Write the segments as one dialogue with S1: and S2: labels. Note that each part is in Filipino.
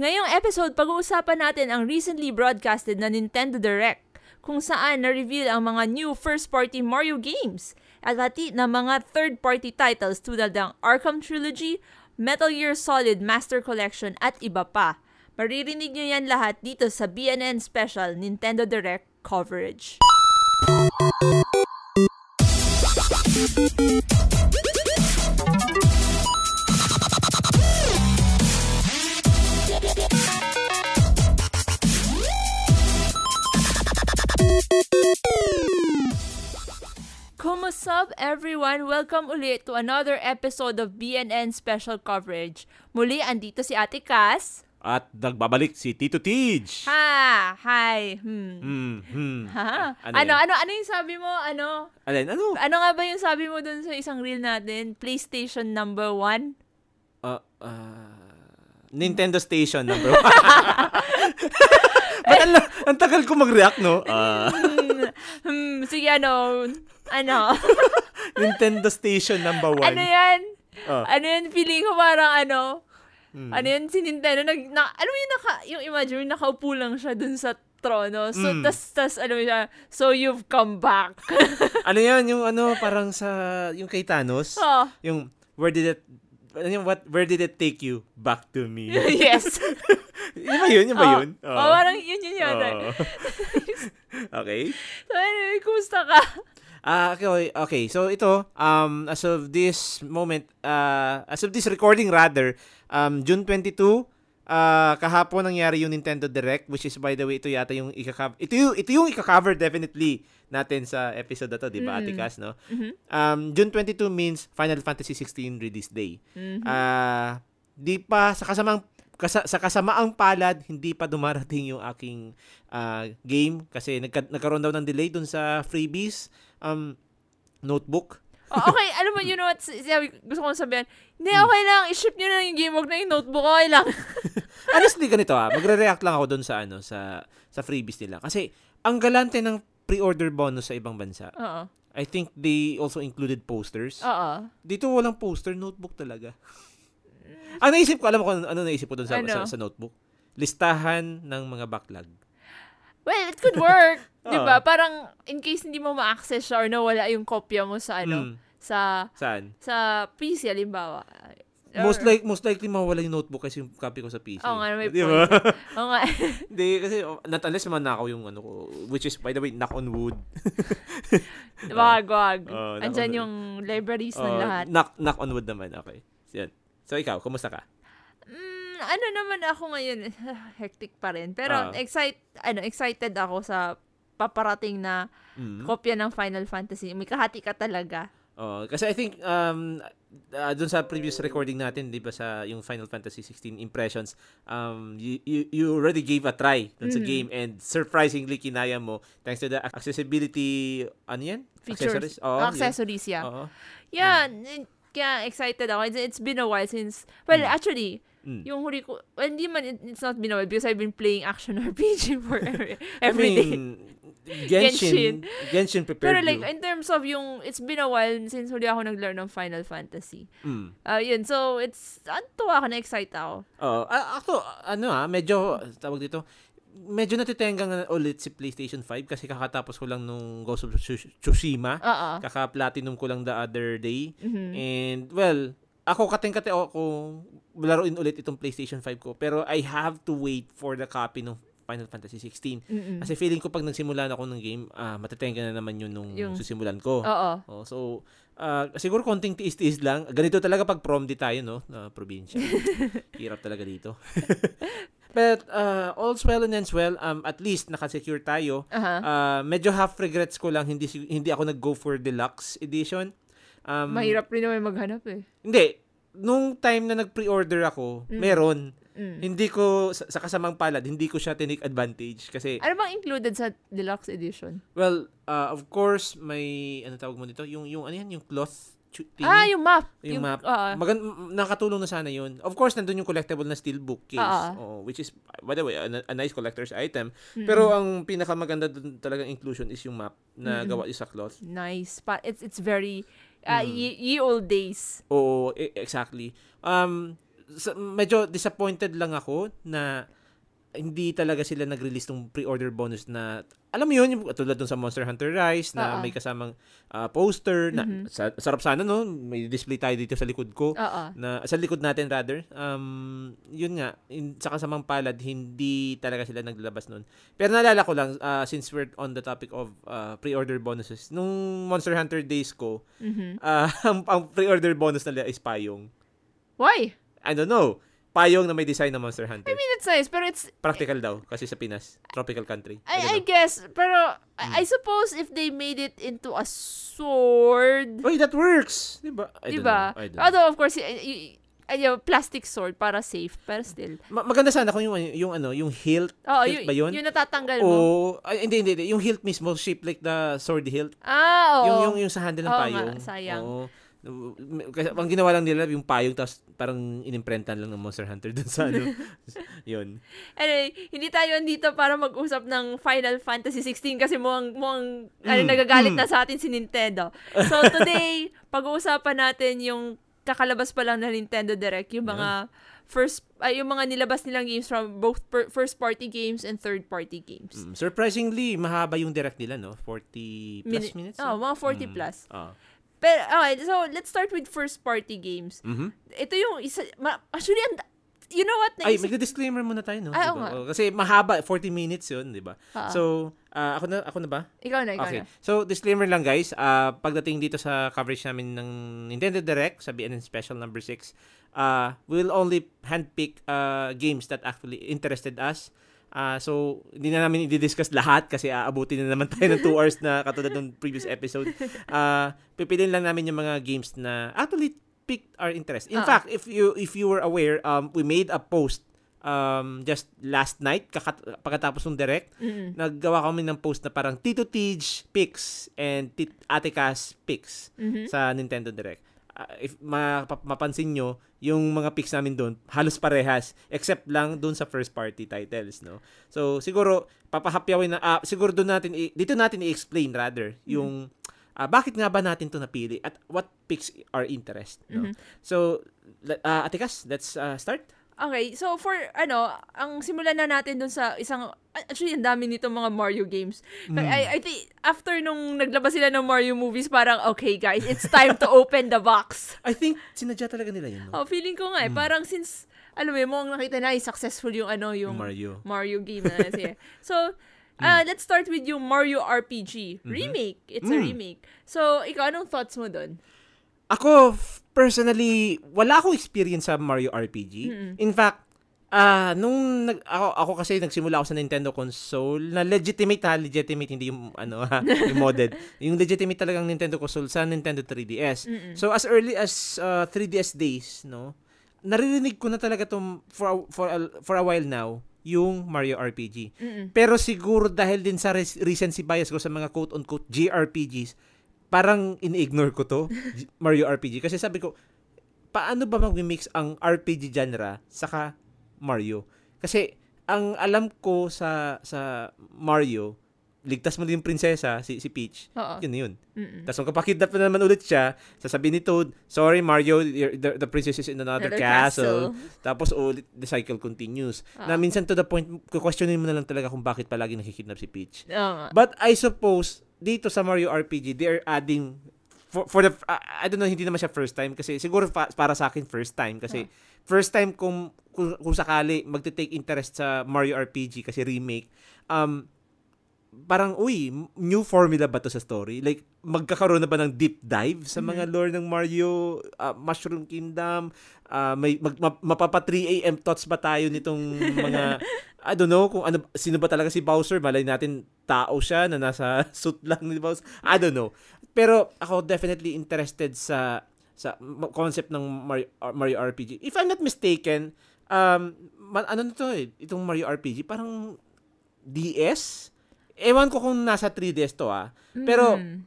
S1: Ngayong episode, pag-uusapan natin ang recently broadcasted na Nintendo Direct kung saan na-reveal ang mga new first-party Mario games at hati ng mga third-party titles tulad ng Arkham Trilogy, Metal Gear Solid Master Collection at iba pa. Maririnig nyo yan lahat dito sa BNN Special Nintendo Direct coverage. Kumusap everyone! Welcome ulit to another episode of BNN Special Coverage. Muli, andito si Ate Cass.
S2: At nagbabalik si Tito Tij.
S1: Ha! Hi! Hmm.
S2: Mm, hmm.
S1: Ha?
S2: Ano
S1: Ano,
S2: yan?
S1: ano, ano yung sabi mo? Ano?
S2: Alin, ano?
S1: Ano nga ba yung sabi mo dun sa isang reel natin? PlayStation number one?
S2: Ah, ah, Nintendo Station number one. Ba't ang, la- ang tagal ko mag-react, no? Ah,
S1: Hmm, sige ano? Ano?
S2: Nintendo Station number one.
S1: ano yan?
S2: Ah.
S1: Ano yan? Feeling ko parang ano?
S2: Hmm.
S1: Ano yan? Si Nintendo, nag, na, alam mo yung, naka, yung imagine mo, nakaupo lang siya dun sa trono. So,
S2: Mm.
S1: tas, tas, ano siya, so you've come back.
S2: ano yan? Yung ano, parang sa, yung kay Thanos?
S1: oh,
S2: Yung, where did it, ano yung what, where did it take you? Back to me.
S1: yes.
S2: Yung ba yun? Yung Ano ba
S1: Oh,
S2: yun? Oh.
S1: Oh,
S2: Oo.
S1: parang yun yun yun.
S2: Oo. Oh. okay.
S1: So, anyway, kumusta ka?
S2: Ah, okay, okay. So ito, um as of this moment, uh as of this recording rather, um June 22, uh kahapon nangyari yung Nintendo Direct which is by the way ito yata yung ikaka ito yung ito yung ikaka-cover definitely natin sa episode na to, 'di ba? Ate Cass, no? Um June 22 means Final Fantasy 16 release day. Ah, di pa sa kasamang kasa, sa kasamaang palad hindi pa dumarating yung aking ah, game kasi nagka, nagkaroon daw ng delay dun sa freebies um notebook.
S1: Oh, okay, alam mo, you know what, si- sabi, gusto kong sabihin, hindi, okay lang, i-ship nyo na lang yung game, huwag na yung notebook, okay lang.
S2: Honestly ganito ah, magre-react lang ako dun sa ano sa sa freebies nila kasi ang galante ng pre-order bonus sa ibang bansa.
S1: Oo,
S2: I think they also included posters.
S1: oo.
S2: Dito walang poster, notebook talaga. Ang naisip ko, alam mo kung ano naisip ko dun sa,
S1: Ano?
S2: sa, sa notebook? Listahan ng mga backlog.
S1: Well, it could work, di
S2: Oo.
S1: ba? Parang, in case hindi mo ma-access siya or nawala yung kopya mo sa, ano,
S2: Mm.
S1: sa,
S2: Saan?
S1: sa PC, halimbawa. Or-
S2: Most like most likely mawala yung notebook kasi yung copy ko sa PC.
S1: Oo nga, may
S2: Di
S1: point.
S2: ba?
S1: Oo nga.
S2: Hindi kasi oh, not unless manakaw yung ano ko which is by the way knock on wood.
S1: Wag, wag.
S2: Oo, naku-
S1: Andyan yung libraries ng
S2: Oh,
S1: lahat.
S2: knock knock on wood naman okay. So, Yan. So ikaw, kumusta ka?
S1: Mm, ano naman ako ngayon, hectic pa rin. Pero
S2: Ah.
S1: excite, ano, excited ako sa paparating na
S2: Mm.
S1: kopya ng Final Fantasy. May kahati ka talaga.
S2: Oh, kasi I think um uh, dun sa previous recording natin, 'di ba sa yung Final Fantasy 16 impressions, um you, you, you already gave a try dun sa
S1: Mm.
S2: game and surprisingly kinaya mo thanks to the accessibility ano yan?
S1: Features.
S2: Accessories? Oh, Uh-huh. Oo, yun.
S1: accessories, yeah.
S2: Oo.
S1: Yeah,
S2: Hmm.
S1: n- kaya excited ako. It's, it's been a while since, well,
S2: Hmm.
S1: actually,
S2: Mm.
S1: yung huli ko, well, hindi man, it- it's not been a while because I've been playing action RPG for every, every
S2: I
S1: day.
S2: mean, Genshin. Genshin
S1: Pero
S2: prepared
S1: like,
S2: you.
S1: in terms of yung, it's been a while since huli ako nag-learn ng Final Fantasy.
S2: Mm.
S1: Ah, yun, so, it's, ang tuwa ako, na-excite ako.
S2: Oo. A- ako, ano ah, medyo, tawag dito, medyo natitengang na ulit si PlayStation 5 kasi kakatapos ko lang nung Ghost of Tsu- Tsushima.
S1: Oo.
S2: Kaka-platinum ko lang the other day.
S1: Mm-hmm. Mm.
S2: And, well, ako kating-kate ako laruin ulit itong PlayStation 5 ko. Pero I have to wait for the copy ng Final Fantasy 16.
S1: Mm-mm.
S2: Kasi feeling ko pag nagsimulan ako ng game, ah, matatenga na naman yun nung
S1: Yung-
S2: susimulan ko.
S1: Oo.
S2: Oh, so, ah, siguro konting tiis-tiis lang. Ganito talaga pag prom di tayo, no? na probinsya. Hirap talaga dito. But uh, all's well and ends well. Um, at least nakasecure tayo.
S1: Aha.
S2: Ah, medyo half regrets ko lang hindi si- hindi ako nag-go for deluxe edition. Um,
S1: Mahirap rin naman maghanap eh.
S2: Hindi. Nung time na nag-pre-order ako, meron.
S1: Mm.
S2: Hindi ko, sa, sa kasamang palad, hindi ko siya tinake advantage. Kasi,
S1: Ano bang included sa deluxe edition?
S2: well, ah, of course, may, ano tawag mo dito? Yung, yung ano yan? Yung cloth chu- thingy?
S1: Ah, yung ah, map.
S2: Yung map.
S1: oo.
S2: Magan- m- nakatulong na sana yun. Of course, nandun yung collectible na steel bookcase.
S1: Ah.
S2: Oo, which is, by the way, a, a nice collector's item.
S1: Mm-hmm. hmm.
S2: Pero ang pinakamaganda dun talagang inclusion is yung map na gawa is sa cloth.
S1: nice. Pa- ah,
S2: Hmm.
S1: it's, it's very, uh, ye, ye old days.
S2: Oo, e- exactly. Um, sa- medyo disappointed lang ako na hindi talaga sila nag-release ng pre-order bonus na alam mo yun yung tulad dun sa Monster Hunter Rise
S1: Oo.
S2: na may kasamang ah, poster na
S1: Mhm.
S2: sa, sarap sana no may display tayo dito sa likod ko
S1: Oo.
S2: na sa likod natin rather um yun nga in, sa kasamang palad hindi talaga sila naglalabas noon pero naalala ko lang ah, since we're on the topic of ah, pre-order bonuses nung Monster Hunter days ko
S1: Mhm.
S2: ah, ang, ang pre-order bonus nila is payong
S1: Why?
S2: I don't know payong na may design ng Monster Hunter
S1: I mean, it's nice, pero it's,
S2: practical daw kasi sa Pinas tropical country don't
S1: I, I
S2: know.
S1: guess, pero
S2: Hmm.
S1: I, I suppose if they made it into a sword,
S2: Uy, that works di ba I don't
S1: diba?
S2: know. I don't know.
S1: Although, of course, y- y- y- you know, plastic sword para safe, pero still.
S2: Ma- maganda sana kung yung yung ano yung hilt
S1: Oo, yun,
S2: Hilt ba yun?
S1: yung natatanggal mo.
S2: o ay, hindi, hindi hindi yung hilt mismo shaped like the sword hilt
S1: Ah, oo.
S2: Yung, yung, yung sa handle
S1: Oo
S2: ng
S1: nga,
S2: payong.
S1: sayang.
S2: Oo. Kasi ang ginawa lang nila yung payong tapos parang inimprentan lang ng Monster Hunter dun sa ano. yun.
S1: Anyway, hindi tayo andito para mag-usap ng Final Fantasy 16 kasi mukhang, mukhang ano,
S2: Mm,
S1: nagagalit
S2: mm.
S1: na sa atin si Nintendo. So today, pag-uusapan natin yung kakalabas pa lang na Nintendo Direct, yung mga first ay yung mga nilabas nilang games from both per- first party games and third party games.
S2: Mm, Surprisingly, mahaba yung direct nila, no? 40
S1: Mini-
S2: plus minutes?
S1: Oh, mga 40
S2: Mm,
S1: plus.
S2: oo.
S1: Pero okay, so let's start with first party games.
S2: Mhm.
S1: Ito yung isa ma- actually and you know what?
S2: Ay,
S1: Naisip-
S2: magdi-disclaimer muna tayo, no?
S1: Ah, oo
S2: Diba?
S1: nga.
S2: Oo, Kasi mahaba, 40 minutes yun, di ba?
S1: Ah,
S2: So, ah, ako na ako na ba?
S1: ikaw na, ikaw na.
S2: Okay. So, disclaimer lang guys, ah, pagdating dito sa coverage namin ng Nintendo Direct sa BNN Special number 6, uh, we'll only handpick ah, games that actually interested us. Ah, so, hindi na namin i-discuss lahat kasi aabutin na naman tayo ng 2 hours na katulad ng previous episode. Ah, pipiliin lang namin yung mga games na actually piqued our interest.
S1: Ah.
S2: In fact, if you if you were aware, um, we made a post um, just last night kakat- pagkatapos ng direct
S1: Mm.
S2: naggawa kami ng post na parang Tito Tij picks and Tit- Ate Cass picks
S1: Mhm.
S2: sa Nintendo Direct. Ah, if mapa- mapansin nyo, yung mga picks namin doon, halos parehas. Except lang doon sa first party titles, no? So, siguro, papahapyawin na, ah, siguro doon natin, i- dito natin i-explain rather,
S1: Hmm.
S2: yung ah, bakit nga ba natin to napili at what picks our interest, no?
S1: Mhm.
S2: So, le- ah, Ate Cass, let's ah, start.
S1: Okay, so for ano, ang simulan na natin dun sa isang actually ang dami nito mga Mario games. Like,
S2: Mm.
S1: I, I think after nung naglabas sila ng Mario movies, parang okay guys, it's time to open the box.
S2: I think sinadya talaga nila yun, no?
S1: Oh, feeling ko
S2: Mm.
S1: nga eh, parang since alam mo, yun, mukhang nakita na eh, successful yung ano yung
S2: Yung Mario. Mm.
S1: Mario game na siya. So, uh, let's start with yung Mario RPG remake. It's a
S2: Mm.
S1: remake. So, ikaw anong thoughts mo doon?
S2: Ako, f- personally, wala akong experience sa Mario RPG. In fact, ah nung nag, ako, ako kasi nagsimula ako sa Nintendo console na legitimate ha, legitimate, hindi yung, ano, ha, yung modded. Yung legitimate talagang Nintendo console sa Nintendo 3DS. So, as early as ah, 3DS days, no, naririnig ko na talaga tong for, a- for, a, for a while now, yung Mario RPG.
S1: Mm-mm.
S2: Pero siguro dahil din sa res- recency bias ko sa mga quote-unquote JRPGs, parang ini-ignore ko to, J- Mario RPG. Kasi sabi ko, paano ba mag-mix ang RPG genre saka Mario? Kasi ang alam ko sa sa Mario, ligtas mo din yung prinsesa, si, si Peach.
S1: Oo.
S2: Yun na yun.
S1: Mm-mm.
S2: Tapos kung kapakidnap na naman ulit siya, sasabihin ni Toad, sorry Mario, you're- the, the princess is in another,
S1: Another
S2: castle.
S1: castle.
S2: Tapos ulit, the cycle continues. Na
S1: Ah.
S2: minsan to the point, kukwestiyonin mo na lang talaga kung bakit palagi nakikidnap si Peach.
S1: Oo nga.
S2: But I suppose, dito sa Mario RPG, they are adding, for, for the, uh, I don't know, hindi naman siya first time kasi, siguro fa- para sa akin first time kasi, first time kung, kung, kung sakali magte-take interest sa Mario RPG kasi remake, um, parang, uy, m- new formula ba to sa story? Like, magkakaroon na ba ng deep dive sa mga lore ng Mario, uh, Mushroom Kingdom, uh, may mag, ma- mapapa 3 AM thoughts ba tayo nitong mga, I don't know, kung ano, sino ba talaga si Bowser? Malay natin, tao siya na nasa suit lang ni Bowser. I don't know. Pero ako definitely interested sa sa m- concept ng Mario, Mario RPG. If I'm not mistaken, um, ma- ano na to eh, itong Mario RPG, parang DS? Ewan ko kung nasa 3DS to ah. Pero
S1: Mm.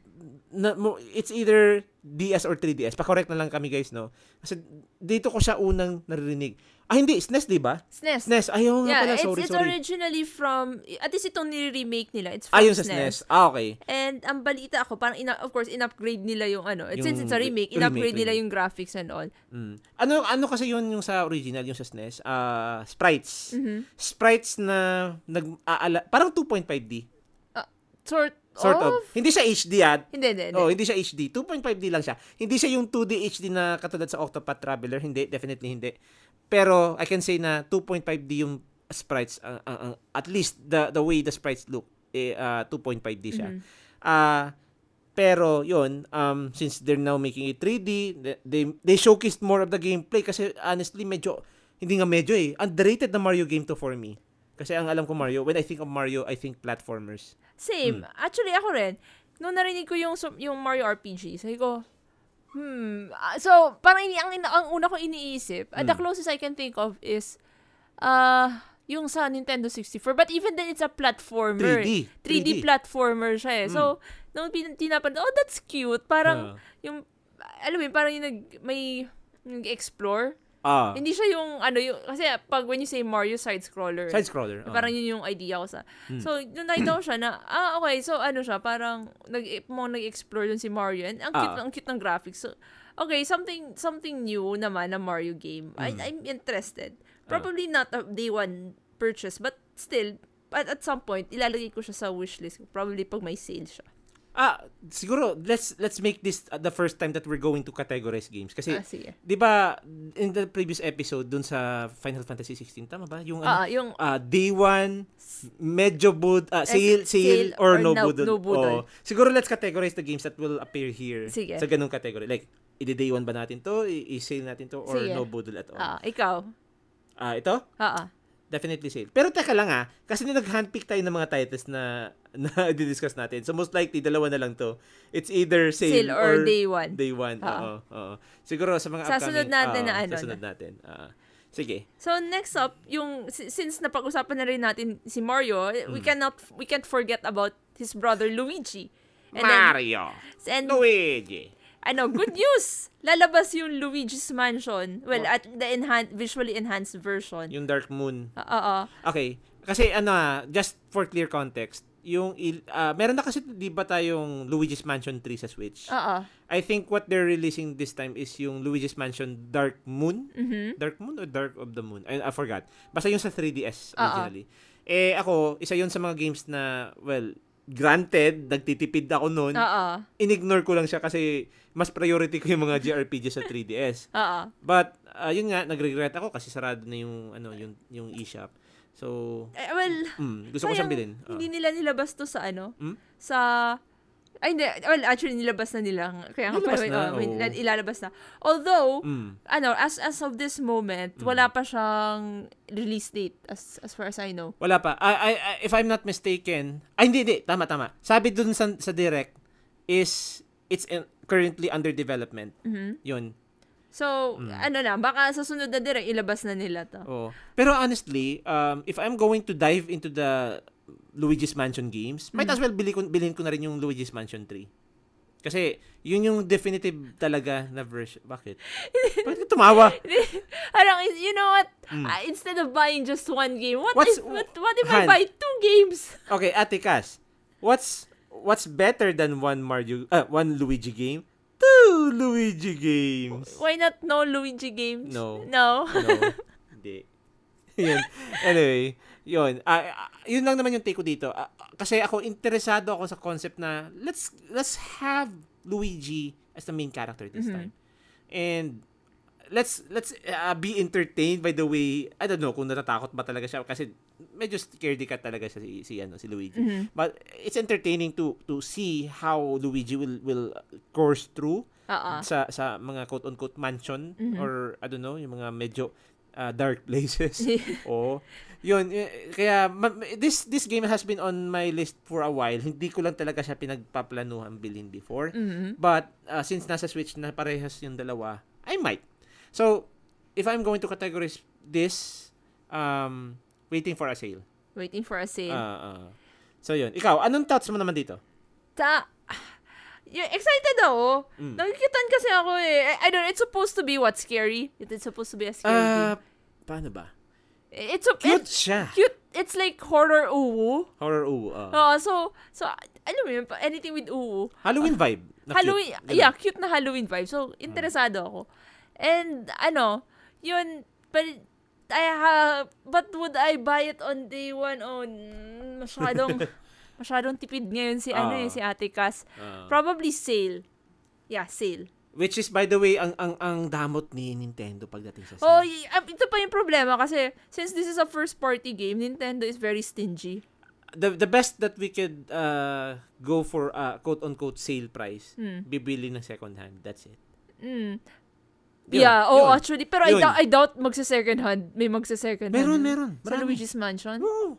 S2: na, mo- it's either DS or 3DS. Pa-correct na lang kami guys, no? Kasi dito ko siya unang naririnig. Ah, hindi. SNES, di ba? E
S1: SNES.
S2: SNES. Ayaw nga
S1: Yeah,
S2: pala.
S1: it's,
S2: Sorry,
S1: it's
S2: sorry.
S1: originally from, at least itong nire-remake nila, it's from
S2: Ayun sa
S1: SNES.
S2: SNES. Ah, okay.
S1: And ang balita ako, parang ina- of course, in-upgrade nila yung ano.
S2: Yung
S1: since it's a remake,
S2: re-
S1: in-upgrade
S2: remake,
S1: nila
S2: remake.
S1: yung graphics and all.
S2: Mm. Ano ano kasi yun yung sa original yung sa SNES? Ah, sprites.
S1: Mhm.
S2: Sprites na nag-aala parang 2.5D
S1: Sort,
S2: sort of. Hindi siya HD ah.
S1: Hindi, hindi, hindi.
S2: Oh, hindi siya HD. 2.5D lang siya. Hindi siya yung 2D HD na katulad sa Octopath Traveler. Hindi, definitely hindi. Pero I can say na 2.5D yung sprites ah, ah, ah, at least the the way the sprites look eh ah, 2.5D siya.
S1: Mhm.
S2: Ah, pero yun, um since they're now making it 3D, th- they they showcased more of the gameplay kasi honestly medyo hindi nga medyo eh underrated na Mario game to for me. Kasi ang alam ko Mario, when I think of Mario, I think platformers.
S1: Same.
S2: Hmm.
S1: Actually, ako rin. Nung narinig ko yung, sup- yung Mario RPG, sabi ko, hmm. ah, So, parang ini, ang, ina- ang una ko iniisip, ah,
S2: Hmm.
S1: the closest I can think of is, uh, yung sa Nintendo 64. But even then, it's a platformer.
S2: 3D.
S1: 3D,
S2: 3D.
S1: platformer siya eh.
S2: Hmm.
S1: So, nung pin- tinapan, oh, that's cute. Parang,
S2: Ah.
S1: yung, alam mo, yun, parang yung nag, may, nag-explore.
S2: Ah,
S1: Hindi siya yung, ano, yung, kasi pag when you say Mario side-scroller,
S2: side
S1: Eh,
S2: scroller. oh. Hmm.
S1: Parang yun yung idea ko sa. So, nung nakita ko siya na, ah, okay, so ano siya, parang nag mo nag-explore dun si Mario. And ang cute,
S2: Ah.
S1: ang cute ng graphics. So, okay, something something new naman na Mario game. I,
S2: Hmm.
S1: I'm interested.
S2: Oh.
S1: Probably not a day one purchase, but still, at, at some point, ilalagay ko siya sa wishlist. ko. Probably pag may sale siya.
S2: Ah, siguro let's let's make this uh, the first time that we're going to categorize games kasi
S1: Ah, sige.
S2: 'di ba in the previous episode dun sa Final Fantasy 16 tama ba yung ano,
S1: Ah, yung
S2: ah day one, medyo bud, ah,
S1: Eh,
S2: sale, sale,
S1: sale or
S2: or, no,
S1: no-
S2: budol.
S1: no budol.
S2: Oo. siguro let's categorize the games that will appear here
S1: Sige.
S2: sa ganung category. Like, i-day one ba natin to, i- i-sale natin to, or
S1: Sige.
S2: no budol at all. Ah,
S1: ah, ikaw.
S2: ito?
S1: Ah, ah.
S2: Definitely sale. Pero teka lang ah, kasi nag-handpick tayo ng mga titles na na discuss natin. So most likely, dalawa na lang to. It's either sale,
S1: Sale or day one.
S2: Day one,
S1: Oo.
S2: oo, oo. Siguro sa mga
S1: Sasunod
S2: upcoming,
S1: natin
S2: oo,
S1: na ano,
S2: Sasunod natin. ah. sige.
S1: So next up, yung si- since napag-usapan na rin natin si Mario, eh,
S2: Hmm.
S1: we cannot we can't forget about his brother Luigi. And then,
S2: Mario.
S1: and
S2: Luigi.
S1: ano, good news. Lalabas yung Luigi's Mansion. Well, at the enhan- visually enhanced version.
S2: Yung Dark Moon.
S1: Ah, ah, ah.
S2: Okay. Kasi ano ah, just for clear context, yung il- ah, meron na kasi 'di ba tayong Luigi's Mansion 3 sa Switch.
S1: Ah, ah.
S2: I think what they're releasing this time is yung Luigi's Mansion Dark Moon.
S1: Mm-hmm.
S2: Dark Moon or Dark of the Moon? I, I forgot. Basta yung sa 3DS
S1: Ah, ah.
S2: originally. Eh ako, isa yun sa mga games na well, granted nagtitipid ako noon.
S1: Ah, ah.
S2: Inignore ko lang siya kasi mas priority ko yung mga JRPG sa 3DS.
S1: Ah, ah.
S2: But ah, yun nga nagregret ako kasi sarado na yung ano yung yung eShop. So
S1: Eh, well,
S2: Mm, gusto ko
S1: sayang,
S2: siyang bilhin. Ah.
S1: Hindi nila nilabas to sa ano?
S2: Hmm?
S1: Sa ay, hindi. Well, actually, nilabas na nila. Kaya nga
S2: Nilabas
S1: pala,
S2: na,
S1: oh,
S2: oo.
S1: ilalabas na. Although,
S2: Mm.
S1: ano, as as of this
S2: Hmm.
S1: moment, wala pa siyang release date as as far as I know.
S2: Wala pa. I, I, I- if I'm not mistaken, ay hindi, hindi. Tama, tama. Sabi dun sa, sa direct is it's in- currently under development.
S1: Mhm.
S2: Yun.
S1: So,
S2: Hmm.
S1: ano na, baka sa sunod na direct ilabas na nila to.
S2: Oo. Pero honestly, um, if I'm going to dive into the Luigi's Mansion games, might as well bili ko, bilhin ko na rin yung Luigi's Mansion 3. Kasi, yun yung definitive talaga na version. Bakit? Bakit ka tumawa?
S1: Parang, you know what? Ah, instead of buying just one game, what
S2: Hmm. What's-
S1: if what, what if I
S2: Han.
S1: buy two games?
S2: Okay, Ate Cass, what's what's better than one Mario uh, one Luigi game? Two Luigi games.
S1: Why not no Luigi games?
S2: No.
S1: No.
S2: No. Hindi. yun. Anyway, yun. Ah, ah, yun lang naman yung take ko dito. Ah, ah, kasi ako interesado ako sa concept na let's let's have Luigi as the main character this time. And let's let's uh, be entertained by the way I don't know kung natatakot ba talaga siya kasi medyo scaredy cat talaga siya si, si ano si Luigi but it's entertaining to to see how Luigi will will course through
S1: Ah, Mm-hmm. ah.
S2: sa sa mga quote unquote mansion or I don't know yung mga medyo uh, dark places oh yun eh, kaya ma- this this game has been on my list for a while hindi ko lang talaga siya pinagpaplanuhan bilhin before
S1: Mhm.
S2: But uh, since nasa Switch na parehas yung dalawa, I might. So, if I'm going to categorize this, um, waiting for a sale.
S1: Waiting for a sale.
S2: Ah, ah. so, yun. Ikaw, anong thoughts mo naman dito?
S1: Ta yung excited ako.
S2: Mm.
S1: Nakikitan kasi ako eh. I, I don't know, it's supposed to be what, scary? It is supposed to be a scary
S2: Ah,
S1: game.
S2: Paano ba?
S1: It's a
S2: Cute
S1: it's
S2: siya.
S1: cute. It's like horror uwu.
S2: Horror oo. ah.
S1: Oo, so so alam mo yun, anything with uwu.
S2: Halloween vibe. na cute.
S1: Halloween,
S2: Ganun. Ah.
S1: yeah, cute na Halloween vibe. So, interesado ako. And, ano, yun, but, I have, but would I buy it on day one? Oh, mm, masyadong, masyadong tipid ngayon si, ano
S2: Ah.
S1: eh, si Ate Cass.
S2: Ah.
S1: Probably sale. Yeah, sale.
S2: Which is by the way ang ang ang damot ni Nintendo pagdating sa
S1: Oh,
S2: sale.
S1: y- ah, ito pa yung problema kasi since this is a first party game, Nintendo is very stingy.
S2: The the best that we could uh go for uh quote unquote sale price.
S1: Hmm.
S2: Bibili ng second hand. That's it.
S1: Mm.
S2: Yun,
S1: yeah, oh,
S2: yun.
S1: actually. Pero I,
S2: Yun.
S1: doubt, I doubt magsa-second hand. May magsa-second
S2: Meron,
S1: hand.
S2: meron.
S1: Sa
S2: Marami.
S1: Luigi's Mansion.
S2: Oo.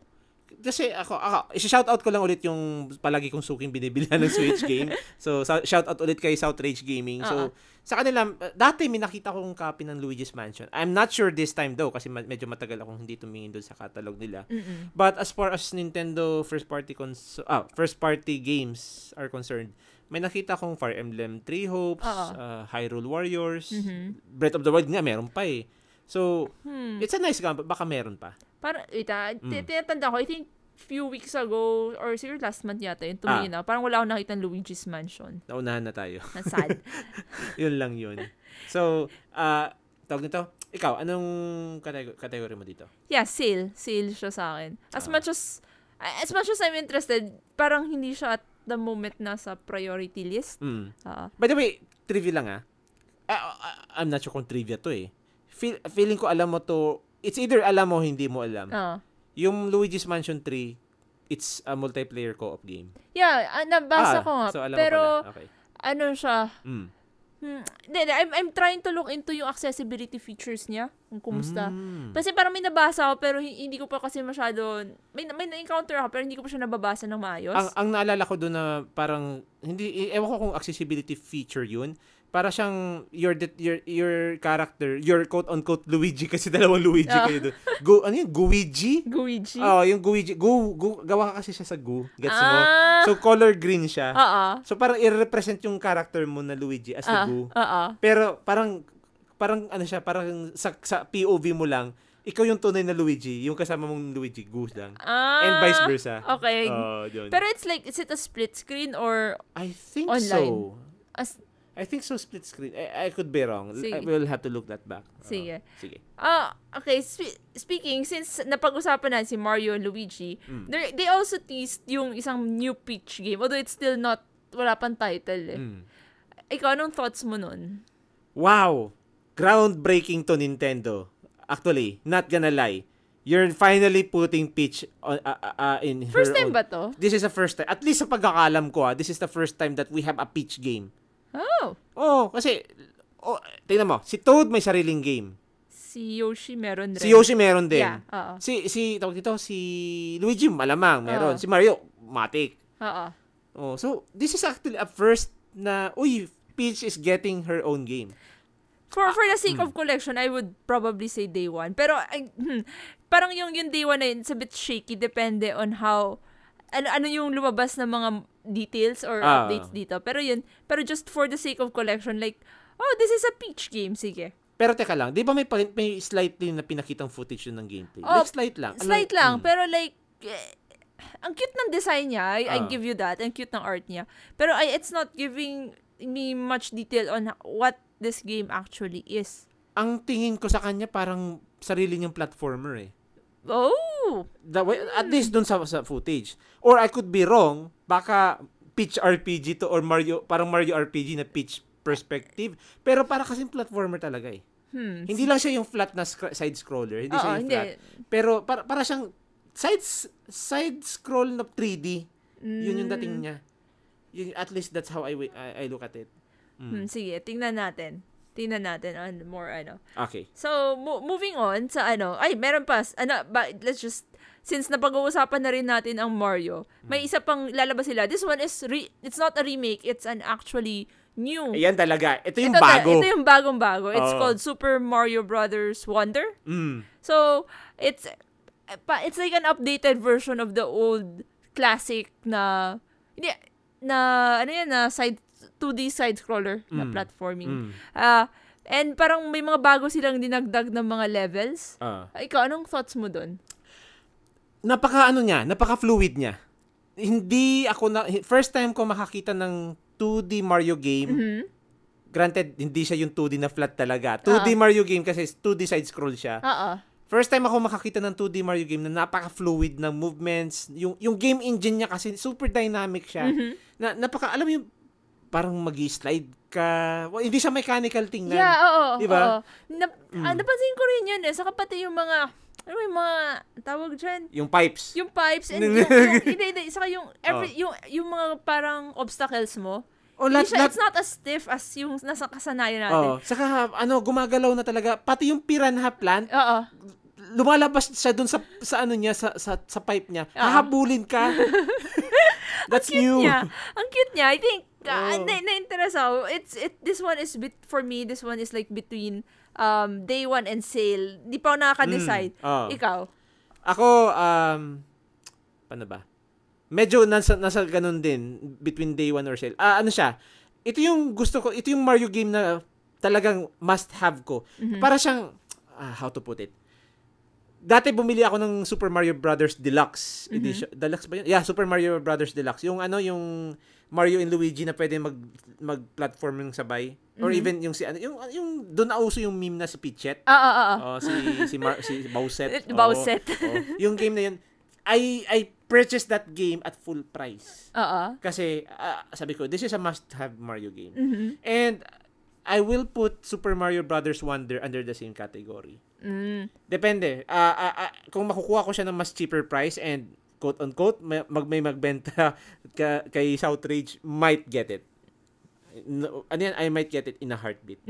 S2: Kasi ako, ako shoutout ko lang ulit yung palagi kong suking binibilihan ng Switch game. So, sa- shoutout ulit kay Soutrage Gaming. So,
S1: Oo.
S2: sa kanila, uh, dati may nakita kong copy ng Luigi's Mansion. I'm not sure this time though, kasi ma- medyo matagal akong hindi tumingin doon sa catalog nila.
S1: Mm-mm.
S2: But as far as Nintendo first party cons- ah, first party games are concerned, may nakita kong Fire Emblem Three Hopes,
S1: Oo.
S2: uh, Hyrule Warriors,
S1: Mhm.
S2: Breath of the Wild nga, meron pa eh. So,
S1: Hmm.
S2: it's a nice game. Baka meron pa.
S1: Parang, wait ah, ti-
S2: Mm.
S1: tinatanda ko, I think few weeks ago, or siguro last month yata, yung tumingin
S2: Ah.
S1: na, parang wala akong nakita ng Luigi's Mansion.
S2: Naunahan na tayo.
S1: Na sad.
S2: yun lang yun. So, ah tawag nito, ikaw, anong category, category mo dito?
S1: yeah, sale. Sale siya sa akin. As
S2: Ah.
S1: much as, as much as I'm interested, parang hindi siya at the moment nasa priority list.
S2: Mm.
S1: Ah.
S2: By the way, trivia lang ah. Ah, ah, I'm not sure kung trivia to eh. Feel, feeling ko alam mo to, it's either alam mo o hindi mo alam.
S1: ah.
S2: Yung Luigi's Mansion 3, it's a multiplayer co-op game.
S1: yeah, ah, nabasa
S2: Ah,
S1: ko nga.
S2: So, alam mo
S1: pero,
S2: pala. Okay.
S1: ano siya,
S2: Mm.
S1: hmm, hindi, hindi, I'm, I'm trying to look into yung accessibility features niya, kung kumusta.
S2: Mm.
S1: Kasi parang may nabasa ako, pero hi- hindi ko pa kasi masyado, may, may na-encounter ako, pero hindi ko pa siya nababasa ng maayos.
S2: Ang, ang naalala ko doon na parang hindi ewan ko kung accessibility feature 'yun. Para siyang your det- your your character, your quote unquote Luigi kasi dalawang Luigi
S1: Ah.
S2: kayo doon. Go ano 'yun? Guigi?
S1: Guiji.
S2: Oh, yung Guigi. Gu, gu- gawa ka kasi siya sa Gu. Gets
S1: Ah.
S2: mo? So color green siya.
S1: Oo.
S2: So parang i-represent yung character mo na Luigi as a
S1: Ah,
S2: Gu.
S1: Oo.
S2: Pero parang parang ano siya, parang sa, sa POV mo lang, ikaw yung tunay na Luigi, yung kasama mong Luigi Gu lang.
S1: Ah,
S2: And vice versa.
S1: Okay.
S2: Oh, yun.
S1: Pero it's like, is it a split screen or
S2: I think so.
S1: Online. as
S2: I think so split screen. I, I could be wrong. L- I
S1: Sige.
S2: will have to look that back. Oo.
S1: Sige.
S2: sige.
S1: Ah, okay, spe- speaking since napag-usapan na si Mario and Luigi,
S2: Mm.
S1: they they also teased yung isang new Peach game although it's still not wala pang title eh.
S2: Mm.
S1: Ikaw, anong thoughts mo nun?
S2: Wow! Groundbreaking to Nintendo. Actually, not gonna lie. You're finally putting Peach on, uh, uh, uh, in her
S1: First time
S2: own-
S1: ba to?
S2: This is the first time. At least sa pagkakalam ko, ah, this is the first time that we have a Peach game.
S1: Oh,
S2: Oh, kasi... Oh, tingnan mo, si Toad may sariling game.
S1: si Yoshi meron rin.
S2: Si Yoshi meron din.
S1: Yeah, oo.
S2: Si, si, tawag dito, si Luigi malamang meron.
S1: Oo.
S2: Si Mario, matik.
S1: Oo.
S2: Oh, so this is actually a first na uy, Peach is getting her own game. Ah,
S1: For for the
S2: mm.
S1: sake of collection, I would probably say day one. Pero ay, hmm, parang yung yung day one na yun, it's a bit shaky depende on how ano ano yung lumabas na mga details or
S2: Ah.
S1: updates dito. Pero yun, pero just for the sake of collection like oh, this is a Peach game, sige.
S2: Pero teka lang, 'di ba may pa- may slightly na pinakitang footage yun ng gameplay?
S1: Oh,
S2: like slight lang. Ano-
S1: Slight lang,
S2: Mm.
S1: pero like eh, ang cute ng design niya, I, I
S2: Ah.
S1: give you that. Ang cute ng art niya. Pero I, it's not giving me much detail on what this game actually is.
S2: ang tingin ko sa kanya parang sarili niyang platformer eh.
S1: Oh,
S2: The way- at least dun sa, sa footage. Or I could be wrong, baka Peach RPG to or Mario, parang Mario RPG na Peach perspective. Pero para kasing platformer talaga eh.
S1: hmm.
S2: Hindi lang siya yung flat na scr- side scroller, hindi siya
S1: Oo,
S2: yung
S1: hindi.
S2: flat. Pero para para siyang side side scroll na 3D. Yun yung
S1: Hmm.
S2: dating niya. Yun, at least that's how I, wi- I I look at it.
S1: Hmm, sige, tingnan natin. Tingnan natin on more ano.
S2: Okay.
S1: So, mo- moving on sa ano. Ay, meron pa. s- Ano, ba, let's just since napag-uusapan na rin natin ang Mario, may
S2: Hmm.
S1: isa pang lalabas sila. This one is re- it's not a remake, it's an actually new.
S2: Ayan talaga. Ito yung
S1: Ito ta-
S2: bago.
S1: Ito yung bagong-bago. It's
S2: Oo.
S1: called Super Mario Brothers Wonder.
S2: Mm.
S1: So, it's pa- it's like an updated version of the old classic na hindi na ano yan na side 2D side scroller na
S2: Mm.
S1: platforming.
S2: Mm.
S1: Ah, And parang may mga bago silang dinagdag ng mga levels.
S2: Ah.
S1: Ah, Ikaw, anong thoughts mo doon?
S2: Napaka ano niya, napaka fluid niya. Hindi ako na first time ko makakita ng 2D Mario game.
S1: Mm-hmm. Hmm?
S2: Granted, hindi siya yung 2D na flat
S1: Ah.
S2: talaga. 2D Mario game kasi 2D side scroll siya.
S1: Oo.
S2: First time ako makakita ng 2D Mario game na napaka-fluid ng movements. Yung yung game engine niya kasi super dynamic siya.
S1: Mm-hmm.
S2: Na napaka alam mo yung parang magi-slide ka. Well, hindi siya mechanical tingnan.
S1: Yeah, oo.
S2: Diba?
S1: oo. Nap- ah, napansin ko rin yun eh. Saka pati yung mga, ano yung mga tawag dyan?
S2: Yung pipes.
S1: Yung pipes and yung, yung, hindi, hindi, saka yung, every, yung, yung mga parang obstacles mo.
S2: oh,
S1: Hindi
S2: lahat-
S1: siya,
S2: lahat-
S1: it's Oh. not Oh. as stiff as yung nasa kasanayan
S2: Oo.
S1: natin. Oo.
S2: Saka ano, gumagalaw na talaga pati yung piranha plant, lumalabas siya dun sa sa ano niya sa sa, sa pipe niya. Hahabulin ka. That's new.
S1: Yeah. Ang cute niya. I think, uh,
S2: Oo.
S1: na, na-interest ako. It's, it, this one is, bit, for me, this one is like between um, day one and sale. Di pa ako nakaka-decide.
S2: Mm, oo.
S1: Ikaw?
S2: Ako um paano ba? Medyo nasa nasa ganun din between day one or sale. Ah ano siya? Ito yung gusto ko, ito yung Mario game na talagang must have ko. Para siyang ah, how to put it. Dati bumili ako ng Super Mario Brothers Deluxe edition. Deluxe ba yun? Yeah, Super Mario Brothers Deluxe. Yung ano, yung Mario and Luigi na pwede mag mag-platforming sabay or even yung si ano, yung yung doon nauso yung meme na si Pichet.
S1: Oo, oo, oo.
S2: Oh, si si Mar- si Bowsette.
S1: Eh, Bowsette.
S2: Oo, oo. Yung game na yun, I I purchased that game at full price.
S1: Oo.
S2: Kasi ah, sabi ko, this is a must-have Mario game.
S1: Mm-hmm.
S2: And I will put Super Mario Brothers Wonder under the same category.
S1: Mm.
S2: Depende. Ah, ah, ah, kung makukuha ko siya ng mas cheaper price and quote unquote may, mag may magbenta ka, kay Southridge might get it. No, ano yan? I might get it in a heartbeat.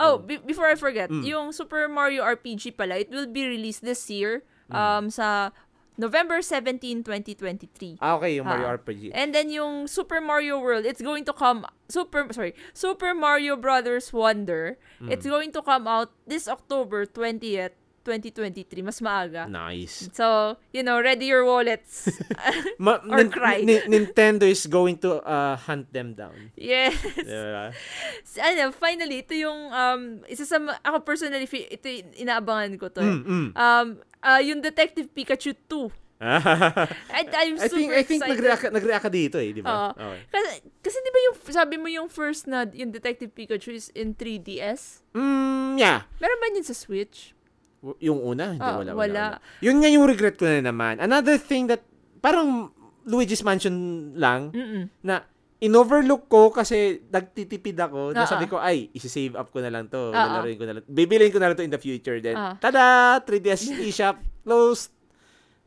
S1: Oh, be- before I forget, yung Super Mario RPG pala, it will be released this year um sa November 17, 2023.
S2: Ah, okay, yung Mario
S1: Ah.
S2: RPG.
S1: And then yung Super Mario World, it's going to come Super sorry, Super Mario Brothers Wonder.
S2: Mm.
S1: It's going to come out this October 20th, 2023, mas maaga.
S2: Nice.
S1: So, you know, ready your wallets.
S2: Ma-
S1: Or
S2: nin-
S1: cry.
S2: nin- Nintendo is going to uh, hunt them down.
S1: yes.
S2: Diba?
S1: Ano, finally, ito yung um isa sa ma- ako personally fi- ito yung inaabangan ko to. eh.
S2: Mm-mm.
S1: Um, ah, yung Detective Pikachu 2. I, I'm
S2: I
S1: super
S2: think I think
S1: excited.
S2: nagrea nagrea ka dito eh, di ba?
S1: Oo.
S2: Okay.
S1: kasi, kasi di ba yung, sabi mo yung first na yung Detective Pikachu is in 3DS?
S2: Mm, yeah.
S1: Meron ba yun sa Switch?
S2: W- Yung una, hindi
S1: Oo,
S2: wala,
S1: Ah,
S2: wala,
S1: wala.
S2: wala. Yun nga yung regret ko na naman. Another thing that parang Luigi's Mansion lang
S1: Mm-mm.
S2: na in-overlook ko kasi nagtitipid ako.
S1: Oo.
S2: Nasabi ko, ay, isi-save up ko na lang to.
S1: Oo.
S2: Lalaroin ko na lang. Bibiliin ko na lang to in the future. Then,
S1: Oo.
S2: tada! 3DS eShop E closed.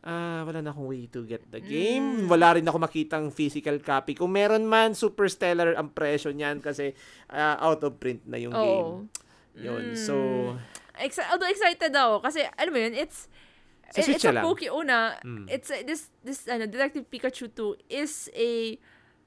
S2: Ah, wala na akong way to get the
S1: Mm.
S2: game. Wala rin ako makitang physical copy. Kung meron man, superstellar ang presyo niyan kasi ah, out of print na yung game.
S1: Oo.
S2: Yun.
S1: Mm.
S2: So,
S1: Exci- although excited ako kasi alam mo yun, it's
S2: Sa
S1: it-
S2: Switch
S1: it's a
S2: na lang.
S1: Poke una.
S2: Mm.
S1: It's a, this this ano Detective Pikachu 2 is a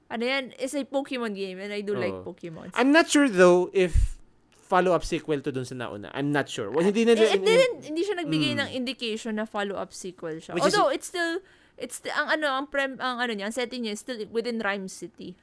S1: ano yan, is a Pokemon game and I do like
S2: Oo. Ah,
S1: Pokemon.
S2: I'm not sure though if follow-up sequel to dun sa nauna. I'm not sure. Well, hindi na
S1: it, it didn't, Ah, eh, hindi siya nagbigay ng indication na follow-up sequel siya.
S2: Mm. Which is-
S1: Although, it's still, it's sti- ang ano, ang prem, ang ano niya, ang setting niya is still within Rhyme City.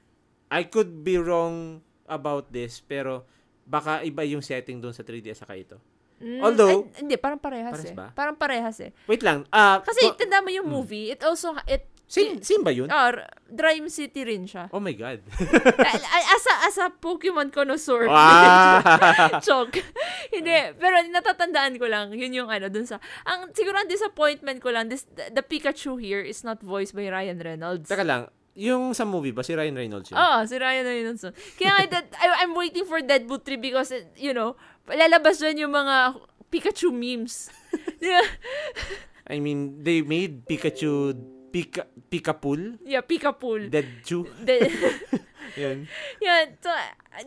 S2: I could be wrong about this, pero baka iba yung setting doon sa 3DS saka ito.
S1: Mm,
S2: Although-
S1: ay, hindi, parang parehas,
S2: Parehas
S1: eh.
S2: ba?
S1: Parang parehas eh.
S2: Wait lang. ah
S1: Kasi, Ah.
S2: ko-
S1: tanda mo yung movie, it also, it,
S2: same, same ba yun?
S1: or, Rhyme City rin siya.
S2: Oh my God.
S1: Ay, ay, as a, as a Pokemon connoisseur.
S2: Ah. wow!
S1: Joke. Hindi, pero natatandaan ko lang, yun yung ano, dun sa, ang, siguro ang disappointment ko lang, this, the, the Pikachu here is not voiced by Ryan Reynolds.
S2: Teka lang. Yung sa movie ba, si Ryan Reynolds yun?
S1: Oo, si Ryan na yun. So, Kaya nga, that, I, I'm waiting for Deadpool 3 because, it- you know, lalabas dyan yung mga Pikachu memes. Di ba?
S2: I mean, they made Pikachu Pika, Pikapool?
S1: yeah, Pikapool.
S2: Deadchu?
S1: De-
S2: Yun.
S1: yan. So, uh,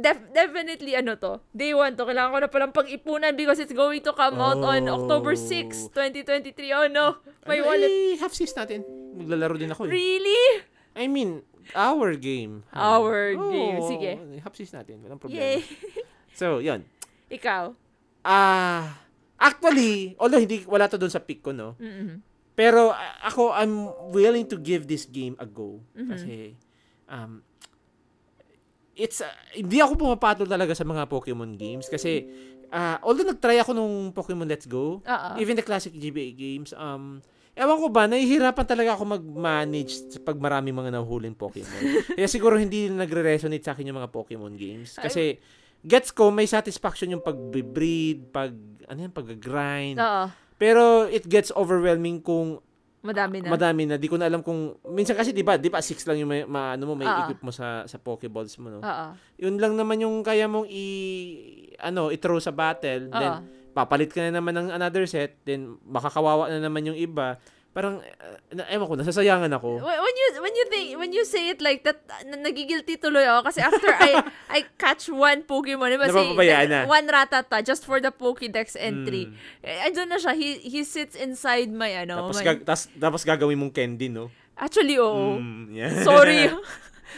S1: def- definitely, ano to, day one to, kailangan ko na palang pag-ipunan because it's going to come out on
S2: Oh.
S1: October 6, 2023. Oh no, my
S2: Ano,
S1: wallet.
S2: Eh, half-sis natin. Maglalaro din ako eh.
S1: Really?
S2: I mean, our game.
S1: Our game. Sige.
S2: Hapsis natin. Walang problema.
S1: Yay.
S2: So, yun.
S1: Ikaw.
S2: Ah, actually, although hindi wala to doon sa pick ko, no.
S1: Mm-mm.
S2: Pero ah, ako I'm
S1: Mm-hmm.
S2: willing to give this game a go kasi um it's uh, hindi ako pumapatol talaga sa mga Pokemon games kasi uh, although nagtry ako nung Pokemon Let's Go,
S1: Oo.
S2: even the classic GBA games, um, ewan ko ba, nahihirapan talaga ako mag-manage sa pag marami mga nahuhuling Pokemon. Kaya siguro hindi nagre-resonate sa akin yung mga Pokemon games. Kasi, gets ko, may satisfaction yung pag-breed, pag, ano yan, pag-grind.
S1: Oo.
S2: Pero, it gets overwhelming kung
S1: Madami na.
S2: madami na. Di ko na alam kung, minsan kasi, di ba, di ba, six lang yung may, ma, ano mo, may
S1: Oo.
S2: equip mo sa, sa Pokeballs mo, no?
S1: Oo.
S2: Yun lang naman yung kaya mong i, ano, i-throw sa battle. Then,
S1: Oo.
S2: papalit ka na naman ng another set, then makakawawa na naman yung iba. Parang, uh, na- ewan ko, nasasayangan ako.
S1: When when you when you think when you say it like that uh, na- nagigilty tuloy ako kasi after I I catch one Pokemon diba, say,
S2: Napapabayaan na. Hmm.
S1: one Ratata just for the Pokédex entry. Eh, andun na siya. He he sits inside my ano.
S2: tapos,
S1: my-
S2: gag- tas- tapos gagawin mong candy, no?
S1: actually oo.
S2: Mm, yeah.
S1: Sorry.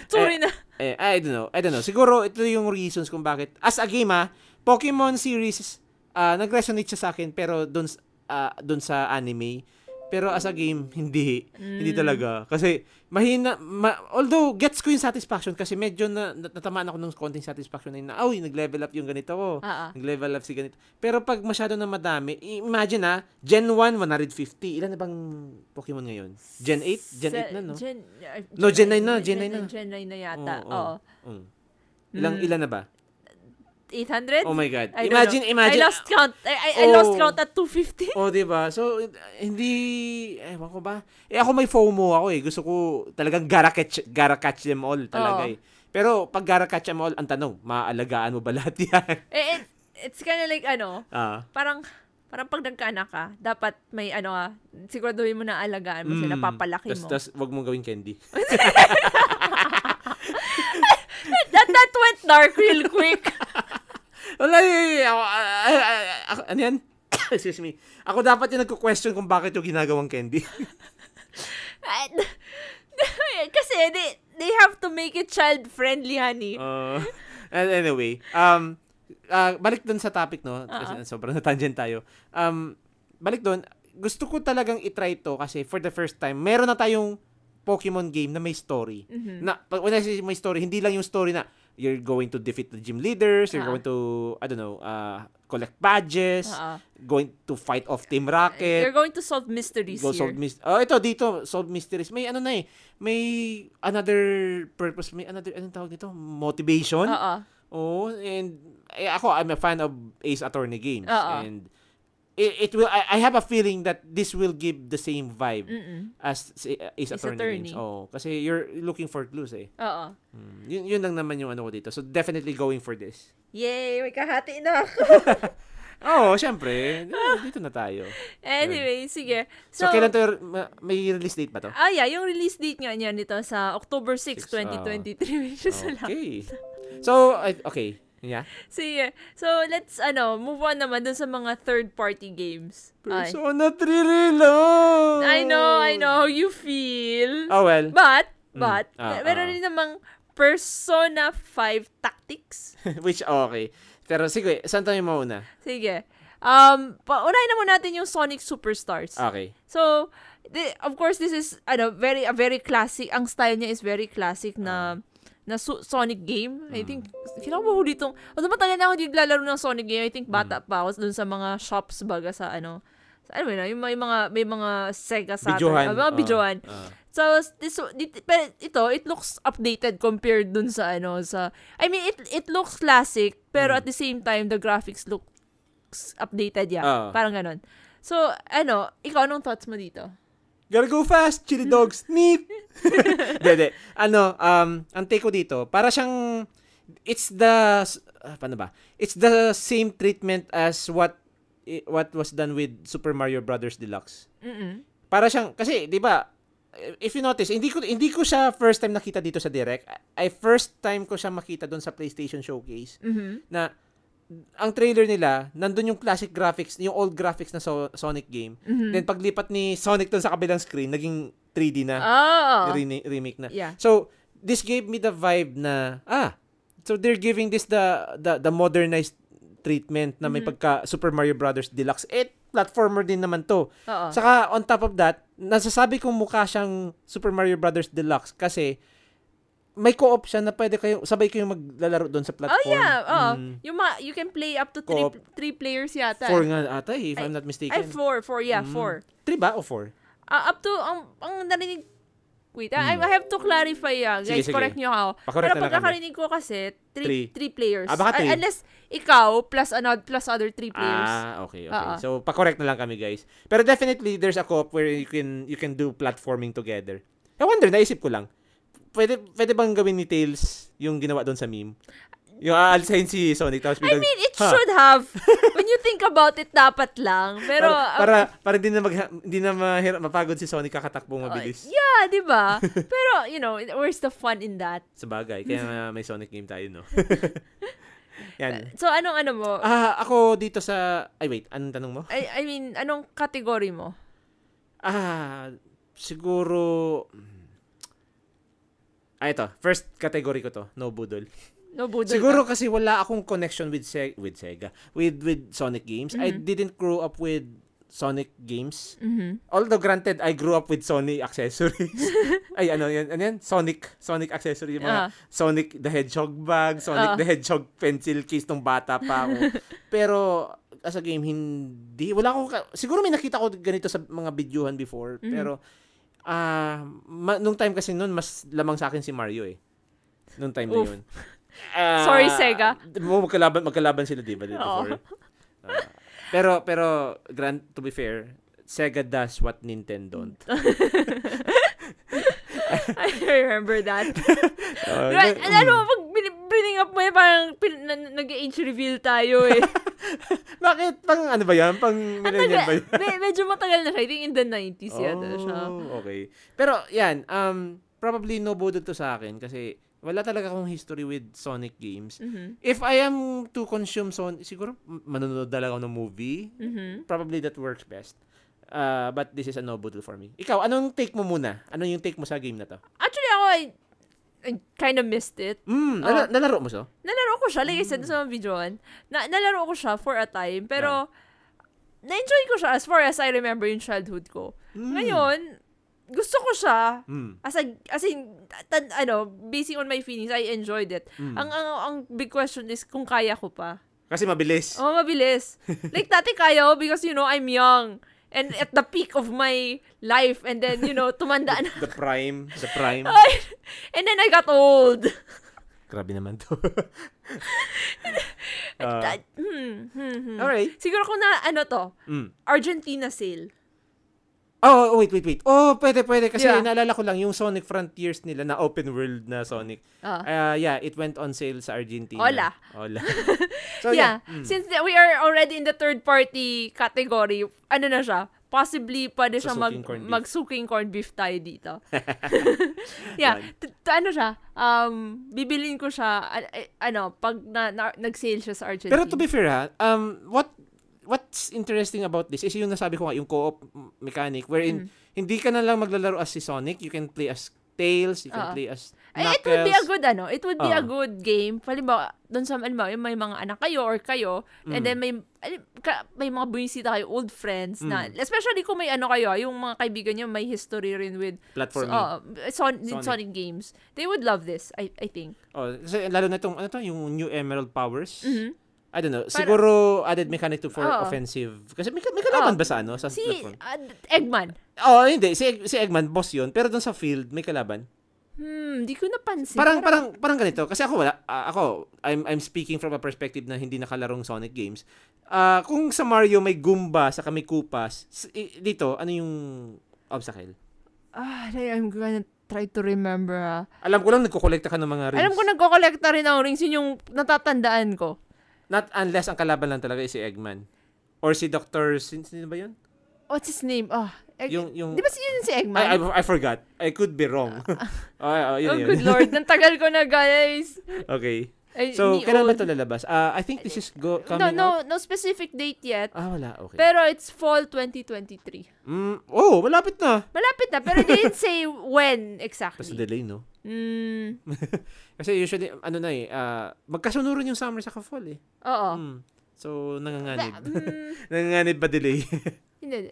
S1: Sorry na.
S2: eh, I don't know. I don't know. Siguro, ito yung reasons kung bakit. As a game, ah, Pokemon series, ah, nag-resonate siya sa akin, pero dun, s- ah, dun sa anime. Pero as a game, hindi.
S1: Mm.
S2: Hindi talaga. Kasi, mahina, ma- although, gets ko yung satisfaction kasi medyo na, na- natamaan ako ng konting satisfaction na yun na, "Ay, nag-level up yung ganito ko.
S1: Ah, ah.
S2: Nag-level up si ganito. Pero pag masyado na madami, imagine na, Gen 1, 150. Ilan na bang Pokemon ngayon? Gen 8? Gen
S1: Sa-
S2: 8 na, no?
S1: Gen, uh,
S2: No, Gen 9 na, Gen 9 na.
S1: Gen 9 na yata. Oh,
S2: Oo,
S1: Oo.
S2: oo. Mm. Ilang, ilan na ba?
S1: 800?
S2: Oh my God.
S1: I don't
S2: imagine,
S1: know.
S2: imagine.
S1: I lost count. I, I, I lost
S2: Oh.
S1: count at 250.
S2: Oh, di ba? So, eh, hindi, eh, ewan ko ba? Eh, ako may FOMO ako eh. Gusto ko talagang gara catch, gara catch them all talaga
S1: Oo.
S2: eh. Pero pag gara catch them all, ang tanong, maaalagaan mo ba lahat yan?
S1: Eh, it, it's kind of like, ano,
S2: ah.
S1: parang, parang pag nagkaanak ka, dapat may, ano ah, siguraduhin mo na alagaan mo sila,
S2: Mm.
S1: papalaki mo.
S2: Tas- Tas, wag mong gawin candy.
S1: That, that went dark real quick.
S2: Wala eh. Ako, ah, ah, ah, ako- ano yan? Excuse me. Ako dapat yung nagko-question kung bakit yung ginagawang candy.
S1: At- Kasi, they, they have to make it child-friendly, honey.
S2: Uh, and anyway, um, ah, balik dun sa topic, no? Kasi Sobrang na-tangent tayo. Um, balik dun, gusto ko talagang itry to kasi for the first time, meron na tayong Pokemon game na may story. Na, pag- when I say may story, hindi lang yung story na you're going to defeat the gym leaders, you're
S1: Ah.
S2: going to, I don't know, uh, collect badges,
S1: Ah, ah.
S2: going to fight off Team Rocket,
S1: You're going to solve mysteries
S2: Go
S1: here.
S2: solve mysteries. Oh, ito dito, solve mysteries. May ano na eh, may another purpose, may another anong tawag nito? Motivation.
S1: Oo.
S2: Oh, and eh, ako I'm a fan of Ace Attorney games
S1: Oo.
S2: and it, it will I, I have a feeling that this will give the same vibe
S1: Mm-mm.
S2: as si- uh, Ace,
S1: Mm. Ace
S2: Attorney,
S1: Attorney.
S2: games. Oh, kasi you're looking for clues eh.
S1: Oo.
S2: Mm, Yun yun lang naman yung ano ko dito. So definitely going for this.
S1: Yay! May kahati na ako.
S2: Oh, syempre. Dito na tayo.
S1: anyway, sige.
S2: So, kailan to ma- may release date ba to?
S1: Ah, yeah. Yung release date nga niya nito sa October 6,
S2: Six, ah.
S1: 2023. Which is a lot.
S2: Okay. So, I- okay. Yeah.
S1: Sige. So, let's, ano, move on naman dun sa mga third-party games. Ay.
S2: Persona 3 reload!
S1: I know, I know how you feel.
S2: Oh, well.
S1: But, but,
S2: ah,
S1: meron
S2: ah.
S1: din namang Persona 5 Tactics.
S2: Which, okay. Pero sige, saan tayo mauna?
S1: Sige. Um, paunahin naman natin yung Sonic Superstars.
S2: Okay.
S1: So, the, of course, this is ano, very a very classic. Ang style niya is very classic na
S2: Ah.
S1: na su- Sonic game. I think, kailangan ko huli itong, although matagal na ako hindi naglalaro ng Sonic game, I
S2: Hmm.
S1: think bata pa ako dun sa mga shops baga sa ano, sa, ano yun, yung, may mga, may mga Sega Saturn.
S2: Bijuhan.
S1: ah, mga
S2: Ah,
S1: bijuhan.
S2: ah.
S1: So, this, dit- pero ito, it looks updated compared dun sa ano, sa, I mean, it, it looks classic, pero
S2: Hmm.
S1: at the same time, the graphics looks updated, yeah.
S2: Ah.
S1: Parang ganun. So, ano, ikaw, anong thoughts mo dito?
S2: Gotta go fast, chili dogs, neat! Dede. Ano, um, ang take ko dito, para siyang, it's the, ah, paano ba? It's the same treatment as what i- what was done with Super Mario Brothers Deluxe.
S1: Mm-mm.
S2: Para siyang kasi 'di ba if you notice hindi ko hindi ko siya first time nakita dito sa direct. I first time ko siya makita doon sa PlayStation Showcase
S1: Mhm.
S2: na ang trailer nila, nandun yung classic graphics, yung old graphics na so- Sonic game.
S1: Hmm.
S2: Then paglipat ni Sonic doon sa kabilang screen, naging 3D na,
S1: Oh.
S2: rene- remake na.
S1: Yeah.
S2: So, this gave me the vibe na ah, so they're giving this the the, the modernized treatment na may
S1: Mm-hmm.
S2: pagka Super Mario Brothers Deluxe. Eh, platformer din naman to.
S1: Oo.
S2: Saka on top of that, nasasabi kong mukha siyang Super Mario Brothers Deluxe kasi may co-op siya na pwede kayo sabay kayong maglalaro doon sa
S1: Oh
S2: platform.
S1: yeah, oh.
S2: Mm,
S1: Yung ma- you can play up to three,
S2: Co-op.
S1: three players yata.
S2: four Mm. nga ata eh, if
S1: Ay-
S2: I'm not mistaken.
S1: Ay, four, four, yeah, four.
S2: Three ba o four?
S1: Ah, up to, ang, ang narinig, wait, ah, I, I have to clarify, ah,
S2: Mm. Sige,
S1: guys,
S2: sige.
S1: correct nyo ako.
S2: Pakorrect na
S1: Pero
S2: lang
S1: pagkakarinig ko kasi,
S2: Three.
S1: three, three players.
S2: Ah,
S1: Un-
S2: baka three.
S1: unless, ikaw, plus, another, plus other three players.
S2: Ah, okay, okay.
S1: Oo.
S2: So pa-correct na lang kami, guys. Pero definitely there's a co-op where you can you can do platforming together. I wonder, naisip ko lang. Pwede pwede bang gawin ni Tails yung ginawa doon sa meme? Yung aalsahin si Sonic tapos
S1: I
S2: biglang,
S1: mean, it
S2: "Ha,
S1: should have. When you think about it, dapat lang. Pero,
S2: para, para para hindi na mag hindi na mahirap mapagod si Sonic kakatakbo
S1: ah,
S2: mabilis.
S1: yeah, di ba? Pero, you know, where's the fun in that?
S2: Sa bagay, kaya nga may Sonic game tayo, no. Yan.
S1: So, anong ano mo?
S2: Ah, ako dito sa Ay wait, anong tanong mo?
S1: I, I mean, anong kategory mo?
S2: Ah, siguro Ah, ito. First category ko to, no budol.
S1: No budol
S2: Siguro
S1: ka?
S2: kasi wala akong connection with Se- with Sega, with with Sonic games. I didn't grow up with Sonic games.
S1: Mhm.
S2: Although granted, I grew up with Sonic accessories. Ay, ano yan? Ano yan? Sonic. Sonic accessory. Yung
S1: Ah.
S2: mga Sonic the Hedgehog bag,
S1: Ah.
S2: Sonic the Hedgehog pencil case nung bata pa ako. Pero, as a game, hindi. Wala akong, ka- siguro may nakita ko ganito sa mga videohan before.
S1: Mm-hmm.
S2: Pero, ah, ma- nung time kasi noon, mas lamang sa akin si Mario eh. Nung time na
S1: Oof.
S2: yun. Ah,
S1: Sorry, Sega.
S2: mo- Magkalaban, magkalaban sila, di ba?
S1: Oo.
S2: Before. Ah. pero, pero, grand, to be fair, Sega does what Nintendo don't.
S1: I remember that.
S2: Ah,
S1: Right,
S2: na-
S1: and ano, pag bin- bining up mo yan, parang pin- na- nag-age reveal tayo eh.
S2: Bakit? Pang ano ba yan? Pang
S1: Ang
S2: millennial ba
S1: tagal,
S2: yan?
S1: me- medyo matagal na siya. I think in the 90s yata siya.
S2: Oh, okay. Pero yan, um, probably no bodo to sa akin kasi wala talaga akong history with Sonic games.
S1: Mhm.
S2: If I am to consume Sonic, siguro m- manonood talaga ako ng movie.
S1: Mhm.
S2: Probably that works best. Uh, but this is a no boodle for me. Ikaw, anong take mo muna? Ano yung take mo sa game na to?
S1: Actually, ako, I, I kind of missed it. Oh.
S2: Mm, nala- nalaro mo so?
S1: Nalaro ko siya, like I said sa mga videoan. Na, nalaro ko siya for a time, pero na-enjoy ko siya as far as I remember yung childhood ko.
S2: Mm.
S1: Ngayon, gusto ko siya.
S2: Mm.
S1: As, a, as in, tan, ano, basing on my feelings, I enjoyed it.
S2: Hmm.
S1: Ang, ang, ang big question is kung kaya ko pa.
S2: Kasi mabilis.
S1: Oh, mabilis. like, dati kaya ko because, you know, I'm young. And at the peak of my life. And then, you know, tumanda na.
S2: The prime. The prime.
S1: Ay! and then I got old.
S2: Grabe naman to. uh,
S1: That- hmm, hmm, hmm.
S2: alright.
S1: Siguro kung na, ano to,
S2: Mm.
S1: Argentina sale.
S2: Oh, oh, wait, wait, wait. Oh, pwede, pwede. Kasi
S1: Yeah.
S2: naalala ko lang yung Sonic Frontiers nila na open world na Sonic.
S1: Ah.
S2: Ah, yeah, it went on sale sa Argentina.
S1: Hola.
S2: Hola. so,
S1: yeah.
S2: yeah. Mm.
S1: Since that we are already in the third party category, ano na siya? Possibly pwede siya mag,
S2: Susuking corned beef.
S1: magsuking corned beef tayo dito. yeah. T- t- ano siya? Um, bibilin ko siya, a- a- ano, pag na, na- nag-sale siya sa Argentina.
S2: Pero to be fair, ha, um, what what's interesting about this is yung nasabi ko nga, yung co-op m- mechanic wherein
S1: Mm.
S2: hindi ka na lang maglalaro as si Sonic, you can play as Tails, you can
S1: Oo.
S2: play as
S1: Ay, Ah. Eh,
S2: Knuckles. Ah.
S1: it would be a good ano, it would be a
S2: Oo.
S1: good game. Halimbawa, doon sa ano, yung may mga anak kayo or kayo, and
S2: Mm.
S1: then may alim- ka- may mga bumisita kayo, old friends na
S2: Mm.
S1: especially kung may ano kayo, yung mga kaibigan niyo may history rin with
S2: platforming.
S1: so- uh, Son- with Sonic.
S2: Sonic.
S1: games. They would love this, I I think.
S2: Oh, kasi lalo na itong, ano to, yung New Emerald Powers.
S1: Mhm.
S2: I don't know.
S1: Para-
S2: siguro added mechanic to for
S1: Oo. Oh.
S2: offensive. Kasi may, ka- may
S1: Oo.
S2: kalaban ba sa ano? Sa
S1: Si
S2: platform?
S1: uh, Eggman.
S2: Oh, hindi. Si, Egg- si Eggman, boss yun. Pero dun sa field, may kalaban.
S1: Hmm, di ko napansin.
S2: Parang, parang, parang ganito. Kasi ako wala. ah, ako, I'm, I'm speaking from a perspective na hindi nakalarong Sonic games. Ah, kung sa Mario may Goomba, saka may Koopas, s- i- dito, ano yung obstacle?
S1: ah, like, I'm gonna try to remember. ah.
S2: Alam ko lang nagkukolekta ka ng mga rings.
S1: Alam ko nagko-collecta rin ako rings, yun yung natatandaan ko.
S2: Not unless ang kalaban lang talaga is si Eggman. Or si Dr. Sin, sino ba yun?
S1: What's his name? Ah, Egg-
S2: Yung, yung...
S1: Di ba si yun si Eggman?
S2: I, I, I forgot. I could be wrong. Ah, ah, yun,
S1: oh,
S2: yun.
S1: good lord. Nang tagal ko na, guys.
S2: okay.
S1: Ay,
S2: So,
S1: ni
S2: kailan ba
S1: old.
S2: ito lalabas? Ah, I think this is go,
S1: No,
S2: coming
S1: no,
S2: out.
S1: no specific date yet.
S2: Ah, wala. Okay.
S1: Pero it's fall 2023.
S2: Mm, oh, malapit na.
S1: Malapit na, pero they didn't say when
S2: Tapos
S1: exactly.
S2: delay, no?
S1: Mm,
S2: Kasi usually, ano na eh, ah, magkasunuran yung summer sa fall eh.
S1: oo.
S2: Mm. So, nanganganib.
S1: Oh. Ba- mm,
S2: nanganganib ba delay?
S1: hindi.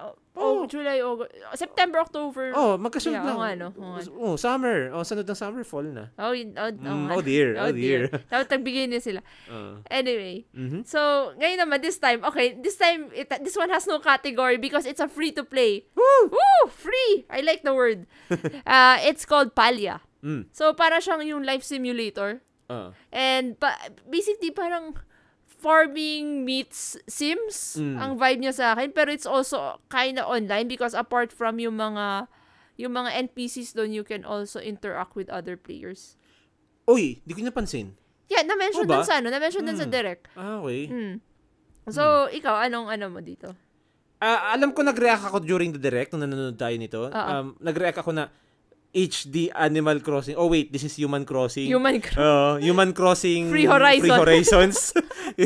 S1: Oh, Oh,
S2: Oh,
S1: July, August. September, October.
S2: oh magkasunod
S1: Yeah,
S2: lang.
S1: oo nga, no? Oo nga.
S2: Oh, summer. Oh, sunod ng summer, fall na.
S1: Oh, yun, oh, oh,
S2: Mm,
S1: nga.
S2: oh dear, oh dear.
S1: Dapat nagbigay na sila.
S2: Uh,
S1: Anyway,
S2: mhm.
S1: so, ngayon naman, this time, okay, this time, it, this one has no category because it's a free-to-play.
S2: Woo!
S1: Woo! Free! I like the word. uh, it's called Palya.
S2: Mm.
S1: So, para siyang yung life simulator.
S2: Uh,
S1: And pa- basically, parang farming meets Sims
S2: Mm.
S1: ang vibe niya sa akin. Pero it's also kinda online because apart from yung mga yung mga NPCs doon, you can also interact with other players.
S2: Uy, di ko napansin.
S1: Yeah, na-mention
S2: Oh, ba?
S1: dun sa ano, na-mention dun sa
S2: Mm.
S1: direct.
S2: Ah, okay.
S1: Mm. So, ikaw, anong ano mo dito?
S2: Ah, alam ko nag-react ako during the direct nung nanonood tayo nito.
S1: Oo.
S2: Um, nag-react ako na HD Animal Crossing. Oh wait, this is Human Crossing.
S1: Human cr-
S2: Oo, Human Crossing
S1: Free Horizon.
S2: Free Horizons.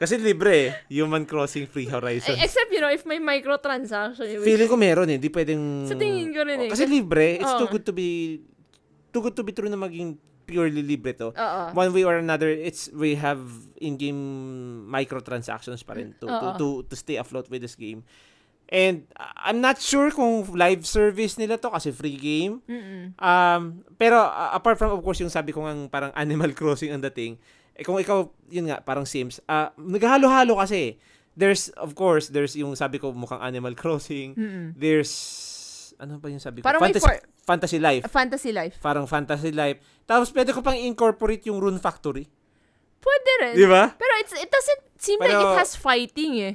S2: Kasi libre eh. Human Crossing Free Horizons.
S1: Except, you know, if may microtransaction. you will-
S2: Feeling ko meron eh. Di pwedeng...
S1: Sa tingin ko rin eh.
S2: Kasi libre. It's
S1: Oo.
S2: too good to be... Too good to be true na maging purely libre to.
S1: Oo.
S2: One way or another, it's we have in-game microtransactions pa rin to, to,
S1: Oo.
S2: to, to stay afloat with this game. And uh, I'm not sure kung live service nila to kasi free game.
S1: Mm-mm.
S2: Um, pero uh, apart from of course yung sabi ko ngang parang Animal Crossing ang dating, eh, kung ikaw, yun nga, parang Sims, ah naghalo-halo kasi. There's, of course, there's yung sabi ko mukhang Animal Crossing.
S1: Mm-mm.
S2: There's, ano ba yung sabi ko?
S1: Hmm. Parang may
S2: fantasy,
S1: for-
S2: fantasy Life.
S1: Fantasy life.
S2: Parang Fantasy Life. Tapos pwede ko pang incorporate yung Rune Factory.
S1: Pwede rin.
S2: Di ba?
S1: Pero it's, it doesn't seem like it
S2: Pero-
S1: has fighting eh.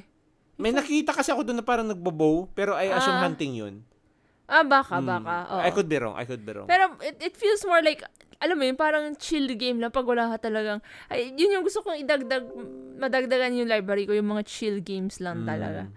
S2: May nakita kasi ako doon na parang nagbobow, pero I assume
S1: Ah.
S2: hunting yun.
S1: Ah, baka,
S2: Mm.
S1: baka. oo.
S2: I could be wrong, I could be wrong.
S1: Pero it, it feels more like, alam mo yun, parang chill game lang pag wala ka talagang, ay, yun yung gusto kong idagdag, madagdagan yung library ko, yung mga chill games lang
S2: Hmm,
S1: talaga.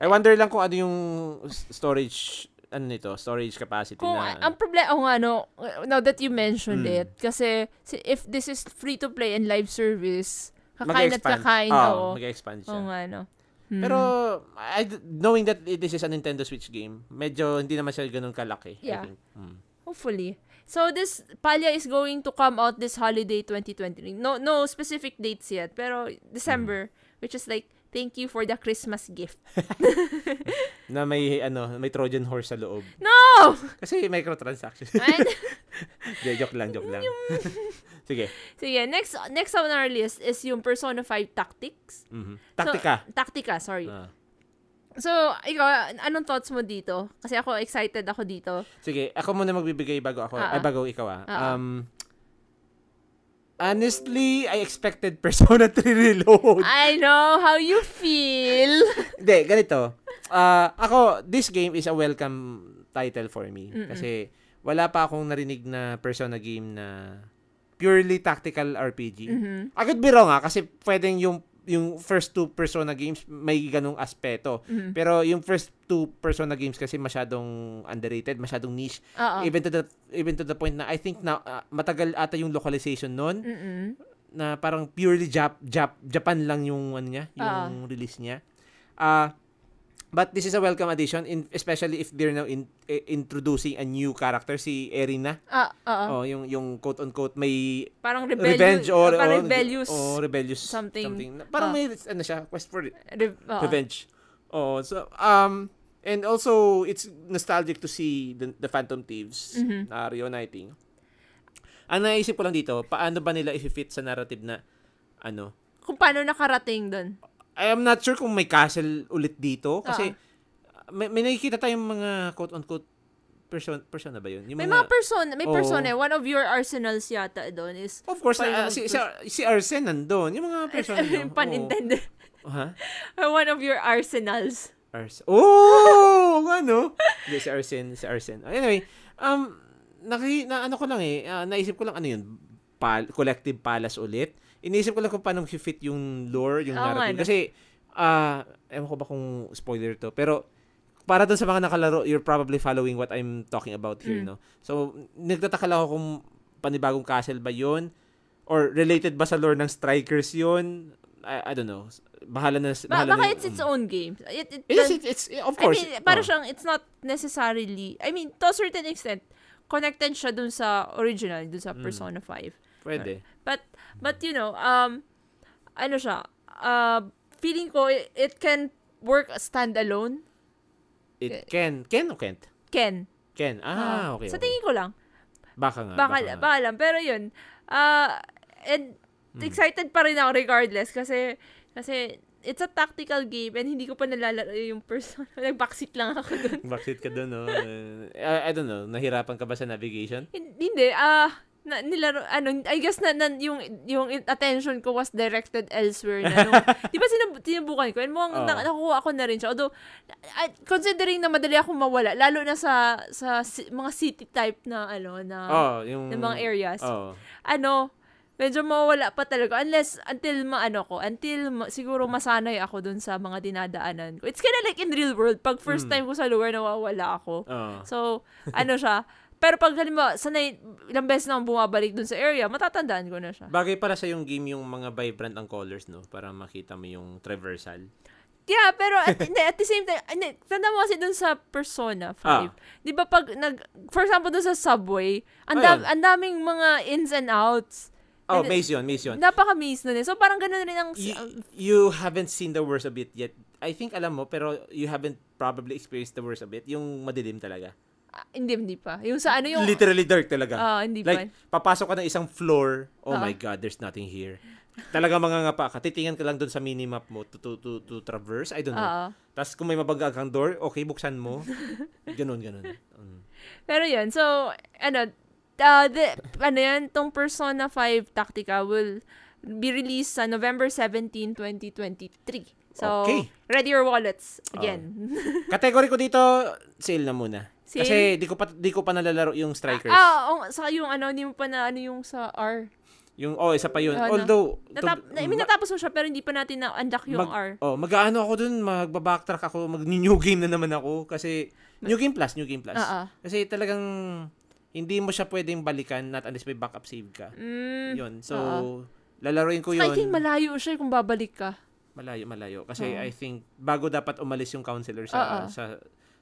S2: I wonder lang kung ano yung s- storage, ano nito, storage capacity
S1: Kung,
S2: na.
S1: ang problema, oh, nga, no, now that you mentioned
S2: Mm.
S1: it, kasi si- if this is free to play and live service, kakain at
S2: mag-expand.
S1: kakain,
S2: Oo,
S1: oo.
S2: mag-expand siya.
S1: Oo nga, no. Hmm.
S2: Pero, I d- knowing that it- this is a Nintendo Switch game, medyo hindi naman siya ganun kalaki,
S1: Yeah.
S2: I think. Mm.
S1: Hopefully. So this Palya is going to come out this holiday 2023. No no specific dates yet, pero December,
S2: Hmm.
S1: which is like thank you for the Christmas gift.
S2: Na may, ano, may Trojan horse sa loob.
S1: No.
S2: Kasi microtransaction.
S1: And
S2: Hindi, joke lang, joke lang. Sige.
S1: so yeah, next next on our list is yung Persona 5 Tactics.
S2: Mhm.
S1: So-
S2: Taktika.
S1: Tactica, sorry.
S2: Ah.
S1: So, ikaw, anong thoughts mo dito? Kasi ako excited ako dito.
S2: Sige, ako muna magbibigay bago ako,
S1: Ah, ah.
S2: ay bago ikaw ah.
S1: Ah, ah.
S2: Um, honestly, I expected Persona 3 Reload.
S1: I know how you feel.
S2: Hindi, ganito. Ah, ako, this game is a welcome title for me.
S1: Mm-mm.
S2: Kasi wala pa akong narinig na Persona game na purely tactical RPG.
S1: Mhm.
S2: I could be wrong ah, kasi pwedeng yung yung first two Persona games may ganung aspeto.
S1: Mhm.
S2: Pero yung first two Persona games kasi masyadong underrated, masyadong niche.
S1: Oo.
S2: Even to the even to the point na I think na ah, matagal ata yung localization noon
S1: Mm-mm.
S2: na parang purely Jap, Jap, Japan lang yung ano niya, yung release niya. Ah but this is a welcome addition in, especially if they're now in, eh, introducing a new character si Erina.
S1: Ah, oo.
S2: Oh, yung yung quote unquote may
S1: Parang rebellious.
S2: revenge
S1: ah,
S2: or,
S1: parang
S2: or-
S1: rebellious.
S2: oh, rebellious
S1: something.
S2: Parang
S1: Ah.
S2: may ano siya, quest for re-
S1: Re- oo.
S2: revenge. Oh, so um and also it's nostalgic to see the, the Phantom Thieves
S1: Mhm.
S2: na reuniting. Ang naisip ko lang dito, paano ba nila i-fit sa narrative na ano?
S1: Kung paano nakarating doon.
S2: I am not sure kung may castle ulit dito kasi may, may nakikita tayong mga quote unquote person persona ba 'yun? Yung
S1: May mga persona, may
S2: Oo.
S1: persona eh. One of your arsenals yata doon is
S2: Of course,
S1: Parang
S2: ah, si, si, si Arsene nandun. Yung mga persona niyo.
S1: pun intended.
S2: Oo. Ha?
S1: One of your arsenals.
S2: Arsene. Oh! ano? Hindi, si Arsene. Si Arsene. Anyway, um, naki, na, ano ko lang eh, ah, naisip ko lang ano yun, pal, collective palace ulit. Iniisip ko lang kung paano fit yung lore, yung
S1: Oo nga,
S2: narrative.
S1: no?
S2: Kasi, ah, ewan ko ba kung spoiler to, pero para dun sa mga nakalaro, you're probably following what I'm talking about here,
S1: Mm.
S2: no? So, nagtataka lang ako kung panibagong castle ba yun? Or related ba sa lore ng strikers yun? I, I don't know. Bahala na.
S1: Ba-
S2: bahala na
S1: baka
S2: yung-
S1: it's its
S2: Mm.
S1: own game. It, it,
S2: It is,
S1: does-
S2: it- it's, of
S1: I
S2: course.
S1: mean, para
S2: oh.
S1: siyang, it's not necessarily, I mean, to a certain extent, connected siya dun sa original, dun sa
S2: Mm.
S1: Persona 5.
S2: Pwede.
S1: But, but you know, um, ano siya, uh, feeling ko, it, it can work standalone.
S2: It can. Can o can't?
S1: Ken.
S2: Can. Ah, okay.
S1: Sa
S2: okay. Ah,
S1: tingin ko lang.
S2: Baka nga.
S1: Baka,
S2: nga.
S1: baka lang. Pero yun. ah and
S2: Hmm.
S1: excited pa rin ako regardless kasi kasi it's a tactical game and hindi ko pa nalalaro yung person. Nag-backseat lang ako dun.
S2: Bakit ka doon, no? Uh, I, I don't know. Nahirapan ka ba sa navigation?
S1: Hin- Hindi. Ah, na, nilaro, ano, I guess na, na- yung, yung attention ko was directed elsewhere na. Nung, di ba sinub, sinubukan ko? And mukhang
S2: Oo.
S1: na- nakuha ko na rin siya. Although, I- considering na madali akong mawala, lalo na sa, sa si- mga city type na, ano, na,
S2: oh, yung...
S1: na mga areas.
S2: Oh.
S1: ano, medyo mawala pa talaga. Unless, until maano ko, until ma- siguro masanay ako dun sa mga dinadaanan ko. It's kinda like in real world, pag first
S2: Mm.
S1: time ko sa lugar, nawawala ako.
S2: Oh.
S1: So, ano siya, pero pag halimbawa, sanay, ilang beses na akong bumabalik dun sa area, matatandaan ko na siya.
S2: Bagay para sa yung game yung mga vibrant ang colors, no? Para makita mo yung traversal.
S1: Yeah, pero at, hindi, at the same time, ah, hindi, tanda mo kasi dun sa Persona 5.
S2: Ah.
S1: Di ba pag, nag, for example, dun sa Subway, ang
S2: Ayun.
S1: dam- ang daming mga ins and outs.
S2: Oh,
S1: Hindi-
S2: maze yun, maze yun.
S1: Napaka-miss nun eh. So, parang ganun rin ang...
S2: You, you haven't seen the worst of it yet. I think alam mo, pero you haven't probably experienced the worst of it. Yung madilim talaga.
S1: Ah, hindi, hindi pa. Yung sa ano yung...
S2: Literally dark talaga.
S1: Ah, hindi
S2: like,
S1: pa.
S2: papasok ka ng isang floor. Oh
S1: Ah.
S2: my God, there's nothing here. Talaga mga nga pa. Katitingan ka lang doon sa minimap mo to, to, to, to traverse. I don't know.
S1: Oo.
S2: Tapos kung may mabagag kang door, okay, buksan mo. Ganun, ganun. Mm.
S1: Pero yun, so, ano, uh, the, ano yun, tong Persona 5 Tactica will be released sa November 17, 2023. So,
S2: Okay.
S1: ready your wallets again.
S2: Category ko dito, sale na muna.
S1: Sale?
S2: Kasi di ko pa di ko pa nalalaro yung Strikers.
S1: Ah, oh, sa yung ano, hindi mo pa na ano yung sa R.
S2: Yung oh, isa pa yun.
S1: Ano?
S2: Although to-
S1: Natap, na, I mean,
S2: ma-
S1: natapos mo siya, pero hindi pa natin na-unlock yung
S2: mag-
S1: R.
S2: Oh, mag-aano ako dun, magba-backtrack ako, mag-new game na naman ako kasi new game plus, new game plus.
S1: Oo.
S2: Kasi talagang hindi mo siya pwedeng balikan not unless may backup save ka.
S1: Mm.
S2: Yun. So
S1: Oo.
S2: lalaroin ko
S1: Saka I think
S2: yun.
S1: malayo siya kung babalik ka.
S2: malayo, malayo. Kasi
S1: Oo.
S2: I think bago dapat umalis yung counselor sa
S1: Oo.
S2: sa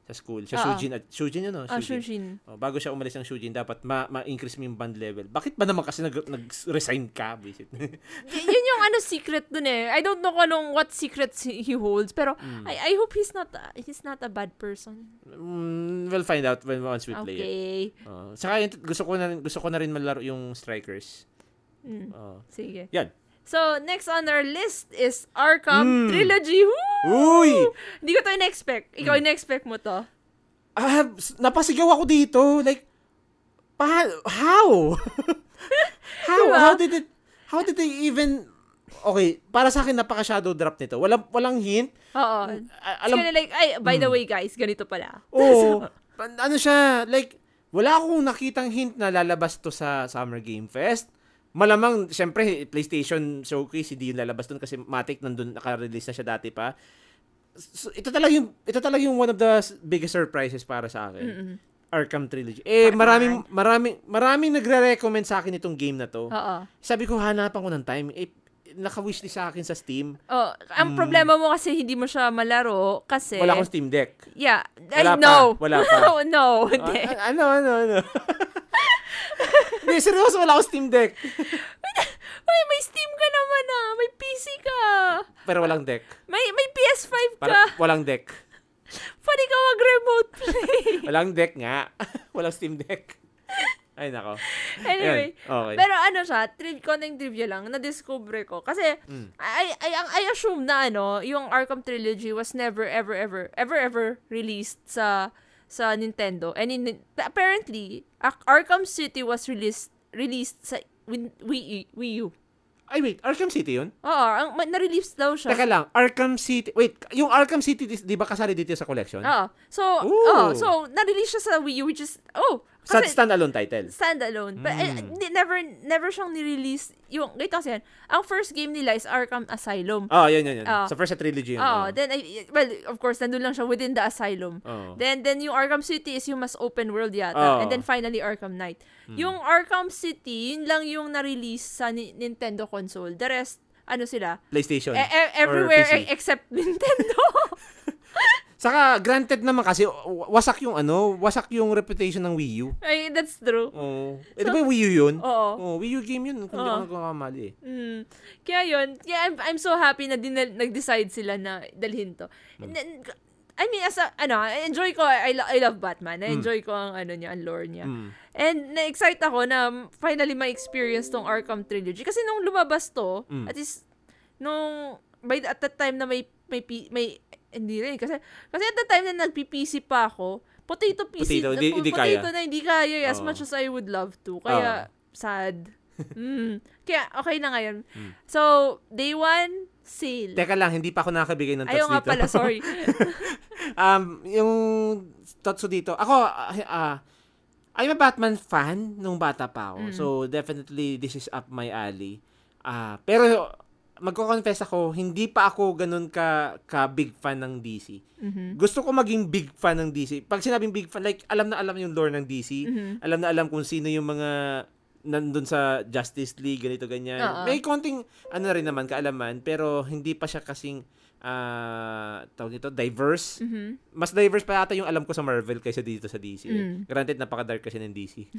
S2: sa school. Sa
S1: Oo.
S2: Shujin at Shujin yun, no?
S1: Ah, Shushin.
S2: Oh, bago siya umalis ng Shujin, dapat ma- ma-increase mo yung band level. Bakit ba naman kasi nag- nag-resign ka? Visit.
S1: Y- yun yung ano secret dun eh. I don't know kung anong what secrets he he holds pero
S2: Hmm.
S1: I I hope he's not a- he's not a bad person.
S2: mm, we'll find out when once we play it.
S1: Okay.
S2: Oh, saka yun, gusto ko na rin, gusto ko na rin malaro yung Strikers.
S1: Mm,
S2: Oh.
S1: sige.
S2: Yan.
S1: So, next on our list is Arkham
S2: Mm.
S1: Trilogy. Woo!
S2: Uy! Hmm.
S1: Hindi ko to in-expect. Ikaw in-expect mo to.
S2: Ah, s- napasigaw ako dito. Like, pa- how? how?
S1: Diba?
S2: How did it, how did they even, okay, para sa akin napaka-shadow drop nito. Walang, walang hint.
S1: Oo.
S2: A-
S1: It's
S2: Hmm. alam Hmm.
S1: kinda like, ay, by the way guys, ganito pala.
S2: Oo. Pan- ano siya, like, wala akong nakitang hint na lalabas to sa Summer Game Fest. Malamang, syempre, PlayStation Showcase, hindi yun lalabas dun kasi Matic nandun, nakarelease na siya dati pa. So, ito talaga yung, ito talaga yung one of the s- biggest surprises para sa akin. Arkham Trilogy. Eh,
S1: Come
S2: maraming, maraming, maraming nagre-recommend sa akin itong game na to.
S1: Oo.
S2: Sabi ko, hanapan ko ng time. Eh, naka-wishlist sa akin sa Steam.
S1: Oh, ang problema mo kasi hindi mo siya malaro kasi
S2: Hmm. Wala akong Steam Deck.
S1: Yeah,
S2: Wala
S1: I
S2: pa,
S1: know.
S2: wala pa.
S1: no, hindi.
S2: Ah, ano, ano, ano? Hindi, seryoso, wala akong Steam Deck.
S1: Uy, may Steam ka naman ah. May PC ka.
S2: Pero walang deck.
S1: May may PS5 ka.
S2: Para, walang deck.
S1: Pwede ka mag-remote play.
S2: Walang deck nga. walang Steam Deck. Ay, nako.
S1: anyway.
S2: Ayun, okay.
S1: Pero ano siya, triv konting trivia lang, na-discover ko. Kasi,
S2: Hmm.
S1: I, I, ang- I assume na ano, yung Arkham Trilogy was never, ever, ever, ever, ever released sa sa Nintendo. And in, apparently, Ar- Arkham City was released released sa Win- Wii, Wii U.
S2: Ay, wait. Arkham City yun?
S1: Oo, ang, ma- na-release daw siya.
S2: Teka lang. Arkham City. Wait, yung Arkham City, dis- di ba kasali dito sa collection?
S1: Oo. So,
S2: Ooh.
S1: oh, so na-release siya sa Wii U which is oh,
S2: sa
S1: kasi
S2: standalone title.
S1: standalone. But eh,
S2: Mm.
S1: hindi never never siyang ni-release yung ganito kasi yan. Ang first game nila is Arkham Asylum.
S2: Oh, yun, yun, yun.
S1: Ah.
S2: sa first na trilogy yun.
S1: Oo,
S2: oh.
S1: then I, well, of course, nandun lang siya within the asylum.
S2: Oo.
S1: Then then yung Arkham City is yung mas open world yata.
S2: Oo.
S1: And then finally Arkham Knight.
S2: Hmm.
S1: Yung Arkham City, yun lang yung na-release sa ni- Nintendo console. The rest ano sila?
S2: PlayStation.
S1: E- e-
S2: or
S1: everywhere e-
S2: PC.
S1: except Nintendo.
S2: Saka, granted naman kasi, w- wasak yung ano, wasak yung reputation ng Wii U.
S1: Ay, that's true.
S2: Oo. Eh, di ba Wii U yun?
S1: Oo.
S2: Oh, Wii U game yun. Kung hindi
S1: Oo.
S2: ako nagkakamali eh.
S1: Mm. Kaya yun, kaya I'm, I'm so happy na din, nag-decide sila na dalhin to. Na- I mean, as a, ano, I enjoy ko, I, lo- I love Batman. Na-enjoy ko ang, ano niya, ang lore niya.
S2: Mm.
S1: And na-excite ako na finally ma-experience tong Arkham Trilogy. Kasi nung lumabas to, at
S2: Mm.
S1: is, nung, by the, at that time na may, may, P- may, hindi rin. Kasi, kasi at that time na nagpi-PC pa ako, potato PC.
S2: Potato, hindi-
S1: po-
S2: hindi
S1: potato
S2: kaya. Oh.
S1: na hindi kaya eh, as
S2: Oo.
S1: much as I would love to. Kaya, sad. mm. Kaya, okay na ngayon.
S2: Mm.
S1: So, day one, sale.
S2: Teka lang, hindi pa ako nakakabigay ng thoughts
S1: Ayaw nga
S2: dito.
S1: pala, sorry.
S2: um, yung thoughts ko dito, ako, ah, ah, I'm a Batman fan nung bata pa ako. So, definitely, this is up my alley. ah pero, magko-confess ako, hindi pa ako ganun ka, ka big fan ng DC. Gusto ko maging big fan ng DC. Pag sinabing big fan, like, alam na alam yung lore ng DC. Alam na alam kung sino yung mga nandun sa Justice League, ganito, ganyan.
S1: Oo.
S2: May konting, ano rin naman, kaalaman, pero hindi pa siya kasing, ah tawag nito,
S1: Mm-hmm.
S2: diverse. Mas diverse pa yata yung alam ko sa Marvel kaysa dito sa DC. eh.
S1: Mm.
S2: Granted, napaka-dark kasi ng DC.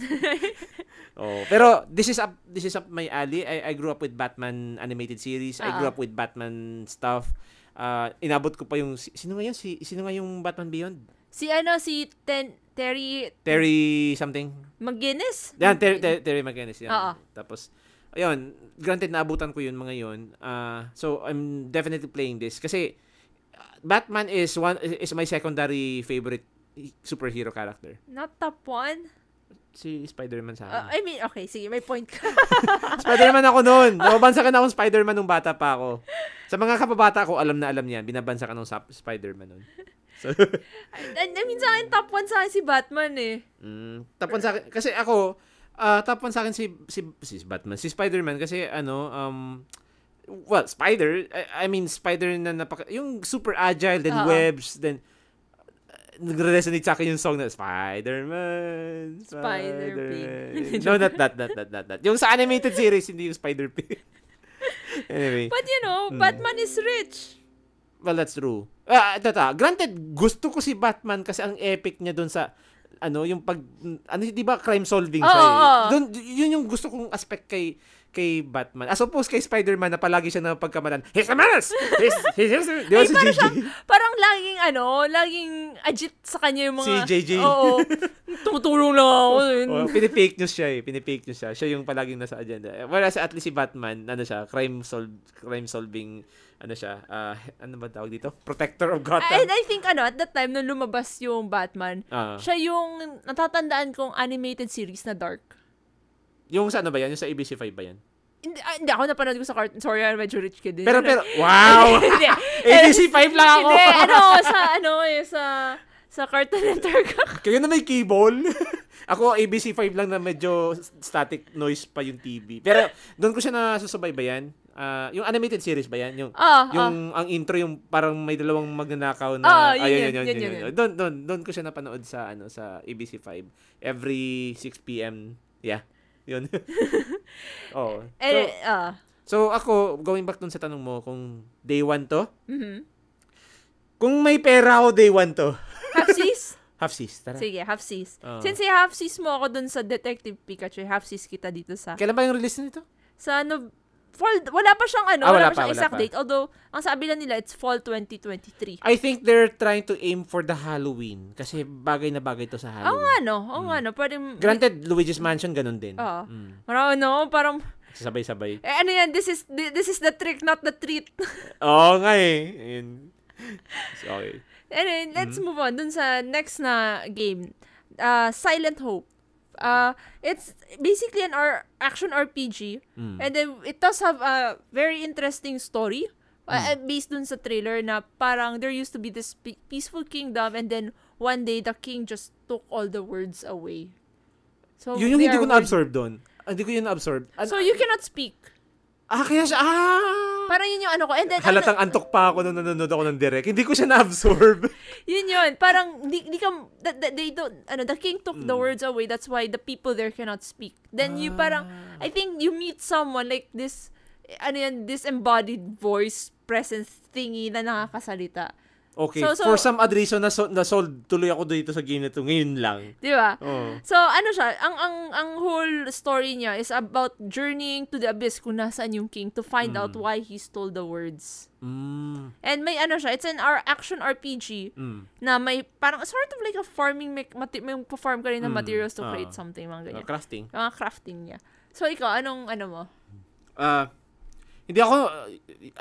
S2: Oh, pero this is up this is up my alley. I, I grew up with Batman animated series. I
S1: Ah,
S2: grew
S1: ah.
S2: up with Batman stuff. Ah, inabot ko pa yung si- sino nga yun? Si sino nga yung Batman Beyond?
S1: si ano, si Ten, Terry
S2: Terry something.
S1: McGuinness?
S2: Yan Terry, Terry, Terry McGinnis yan.
S1: Ah, ah.
S2: Tapos ayun, granted naabutan ko yun mga yun. Ah, so I'm definitely playing this kasi ah, Batman is one is my secondary favorite superhero character.
S1: Not top one?
S2: Si Spider-Man sa akin.
S1: Uh, I mean, okay, sige, may point ka.
S2: Ah, Spider-Man ako noon. Nababansa ka na akong Spider-Man nung bata pa ako. Sa mga kapabata ko, alam na alam yan. Binabansa ka nung sap- Spider-Man noon. So,
S1: I, I mean, sa akin, top one sa akin si Batman eh.
S2: mm, tapon sa akin. Kasi ako, ah tapon sa akin si, si, si Batman. Si Spider-Man kasi ano, um, well, spider, I, I mean, spider na napaka, yung super agile, then
S1: Oo.
S2: webs, then, uh, nagre-resonate sa akin yung song na, Spider-Man,
S1: Spider Pig.
S2: Spider-Man." no, not that, not that, not that. Yung sa animated series, hindi yung Spider-Pig. anyway.
S1: But you know,
S2: Hmm.
S1: Batman is rich.
S2: Well, that's true. Ah, tata. Granted, gusto ko si Batman kasi ang epic niya doon sa ano, yung pag ano, 'di ba, crime solving
S1: Oo,
S2: siya. eh.
S1: oo.
S2: Doon yun yung gusto kong aspect kay kay Batman. As opposed kay Spider-Man na palagi siya na pagkamalan. He's a menace. He's he's, he's, he's,
S1: Ay, parang siyang, parang laging ano, laging agit sa kanya yung mga...
S2: Si JJ.
S1: Oo. Tumutulong lang ako.
S2: Oh, pinipake news siya eh. Pinipake news siya. Siya yung palaging nasa agenda. Eh, Whereas at least si Batman, ano siya, crime sol crime solving ano siya, ah, ano ba tawag dito? Protector of Gotham.
S1: And I think ano, at that time nung lumabas yung Batman,
S2: Oh, Ah.
S1: siya yung natatandaan kong animated series na dark.
S2: yung sa ano ba yan? Yung sa ABC5 ba yan?
S1: Hindi, ah, hindi ako napanood ko sa cartoon. Sorry, I'm medyo rich kid. din.
S2: Pero,
S1: Ano?
S2: pero, wow!
S1: Hindi.
S2: ABC5 lang ako!
S1: Hindi, ano, sa ano eh, sa sa Cartoon Network ako.
S2: Kayo na may cable. ako, ABC5 lang na medyo static noise pa yung TV. Pero, doon ko siya nasusabay ba yan? Ah, yung animated series ba yan? Yung,
S1: Ah, ah.
S2: yung ang intro, yung parang may dalawang magnanakaw na...
S1: Ah,
S2: ah,
S1: yun, yun, yun, yun, yun.
S2: Doon, doon, doon ko siya napanood sa, ano, sa ABC5. Every 6pm. Yeah. Yun. oh.
S1: Eh,
S2: So,
S1: ah.
S2: so, ako, going back dun sa tanong mo, kung day one to,
S1: mhm.
S2: kung may pera ako day one to,
S1: Half seas?
S2: half sis, tara. Ah.
S1: Sige, half seas.
S2: Oo.
S1: Since eh, half seas mo ako dun sa Detective Pikachu, half seas kita dito sa...
S2: Kailan ba yung release nito?
S1: Sa ano, fall, wala pa siyang ano,
S2: Ah,
S1: wala,
S2: wala
S1: pa
S2: pa,
S1: siyang
S2: wala
S1: exact
S2: pa.
S1: date. Although, ang sabi lang nila, it's fall 2023.
S2: I think they're trying to aim for the Halloween kasi bagay na bagay to sa
S1: Oo
S2: Halloween.
S1: nga no, oo
S2: Hmm.
S1: nga no, pwedeng...
S2: Granted, Luigi's Mansion ganun din.
S1: Oo.
S2: Mm.
S1: Parang ano, parang,
S2: Sabay-sabay.
S1: eh, ano yan, this is, this is the trick, not the treat.
S2: Oo nga eh. Ayun. So, okay.
S1: Anyway, let's
S2: Mm-hmm.
S1: move on dun sa next na game. Uh, Silent Hope. Uh, it's basically an R- action RPG.
S2: Mm.
S1: And then it does have a very interesting story.
S2: Mm.
S1: Uh, based dun sa trailer na parang there used to be this pe- peaceful kingdom and then one day the king just took all the words away. So
S2: Yun yung
S1: they
S2: hindi
S1: are
S2: ko
S1: word-
S2: na-absorb doon. Ah, Hindi ko yun na-absorb. An-
S1: So you cannot speak.
S2: ah, kaya siya, ah!
S1: Parang yun yung ano ko. And then, ano-
S2: Halatang antok pa ako nung nanonood ako ng direct. Hindi ko siya na-absorb.
S1: Yun yun. Parang, di, di ka, the, the- they don't, ano, the king took
S2: Mm.
S1: the words away. That's why the people there cannot speak. Then
S2: Ah.
S1: you parang, I think you meet someone like this, ano yan, this embodied voice presence thingy na nakakasalita.
S2: Okay,
S1: So- so-
S2: for some odd reason, naso- nasold tuloy ako dito sa game na to ngayon lang.
S1: Di ba?
S2: Oh.
S1: So, ano siya, ang, ang, ang whole story niya is about journeying to the abyss kung nasaan yung king to find out why he stole the words.
S2: Mm.
S1: And may ano siya, it's an R- action RPG
S2: Mm.
S1: na may parang sort of like a farming, mech- mati- may perform ka rin ng
S2: Mm,
S1: materials to
S2: ah.
S1: create something, mga
S2: Uh,
S1: ganyan.
S2: crafting.
S1: Yung Mga crafting niya. So, ikaw, anong ano mo?
S2: Ah, hindi ako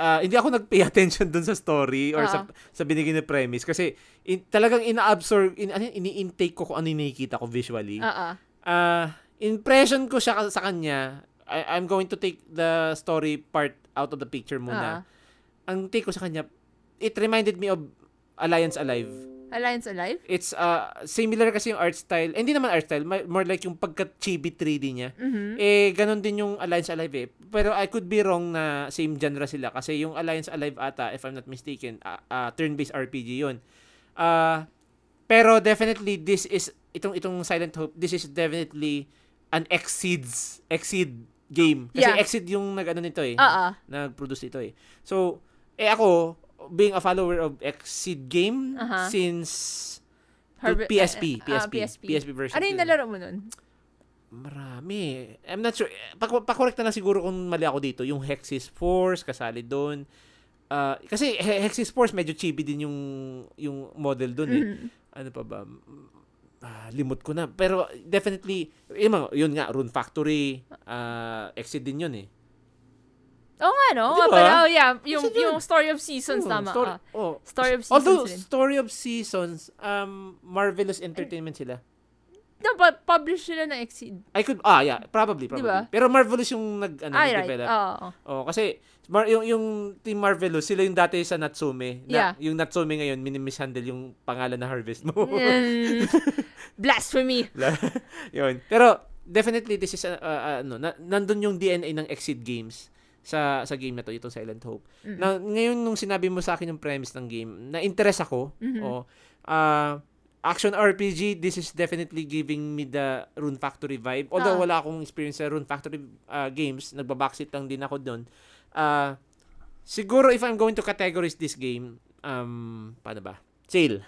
S2: ah, hindi ako nag-pay attention dun sa story or
S1: Oo.
S2: sa sa binigay na premise kasi in- talagang ina-absorb in, ano, yun, ini-intake ko kung ano yung nakikita ko visually. Ah,
S1: Ah, ah.
S2: impression ko siya ka- sa kanya. I, I'm going to take the story part out of the picture
S1: Ah,
S2: muna. Ang take ko sa kanya, it reminded me of Alliance Alive.
S1: Alliance Alive?
S2: It's uh, similar kasi yung art style. Eh, Hindi naman art style, ma- more like yung pagka-chibi 3D niya.
S1: Mhm.
S2: Eh, ganun din yung Alliance Alive eh. Pero I could be wrong na same genre sila kasi yung Alliance Alive ata, if I'm not mistaken, ah, ah, turn-based RPG yun. Ah, pero definitely, this is, itong, itong Silent Hope, this is definitely an exceeds, exceed game. Kasi
S1: Yeah.
S2: exceed yung nag-ano nito eh.
S1: Ah, ah.
S2: Nag-produce ito eh. So, eh ako, being a follower of exceed game
S1: Aha.
S2: since
S1: Harbi-
S2: to PSP,
S1: ah, ah,
S2: PSP, PSP, version.
S1: Ano yung
S2: yun.
S1: nalaro mo nun?
S2: Marami. I'm not sure. Eh, Pak pakorek na lang siguro kung mali ako dito. Yung Hexis Force, kasali doon. Ah, kasi He- Hexis Force, medyo chibi din yung, yung model doon eh.
S1: Mhm.
S2: Ano pa ba? Ah, limot ko na. Pero definitely, yun, mga- yun nga, Rune Factory, ah, Exit din yun eh.
S1: Oo nga, no?
S2: Di ba?
S1: Pero, oh, yeah, yung,
S2: Kasi yun.
S1: yung Story of Seasons,
S2: Diba? Oo,
S1: tama.
S2: Story,
S1: ah.
S2: oh.
S1: Story of Seasons
S2: Although,
S1: din.
S2: Story of Seasons, um, Marvelous Entertainment sila.
S1: Dapat publish sila ng Exceed.
S2: I could, ah, yeah, probably, probably.
S1: Diba?
S2: Pero Marvelous yung nag, ano,
S1: Ay, Ah, right.
S2: nag-develop.
S1: Oo.
S2: Oh, kasi Mar- yung yung Team Marvelous, sila yung dati sa Natsume. Na,
S1: Yeah.
S2: Yung Natsume ngayon minimishandle yung pangalan na harvest mo.
S1: Mm. Blasphemy.
S2: La- yun. Pero definitely this is a- a- a- ano, na, nandun yung DNA ng Exit Games sa sa game na to, itong Silent Hope.
S1: Mm.
S2: Na, ngayon nung sinabi mo sa akin yung premise ng game, na interest ako.
S1: Mhm.
S2: Oh, ah, action RPG, this is definitely giving me the Rune Factory vibe. Although
S1: Ah.
S2: wala akong experience sa Rune Factory ah, games, nagbabackseat lang din ako doon. Ah, siguro if I'm going to categorize this game, um, paano ba? Sale.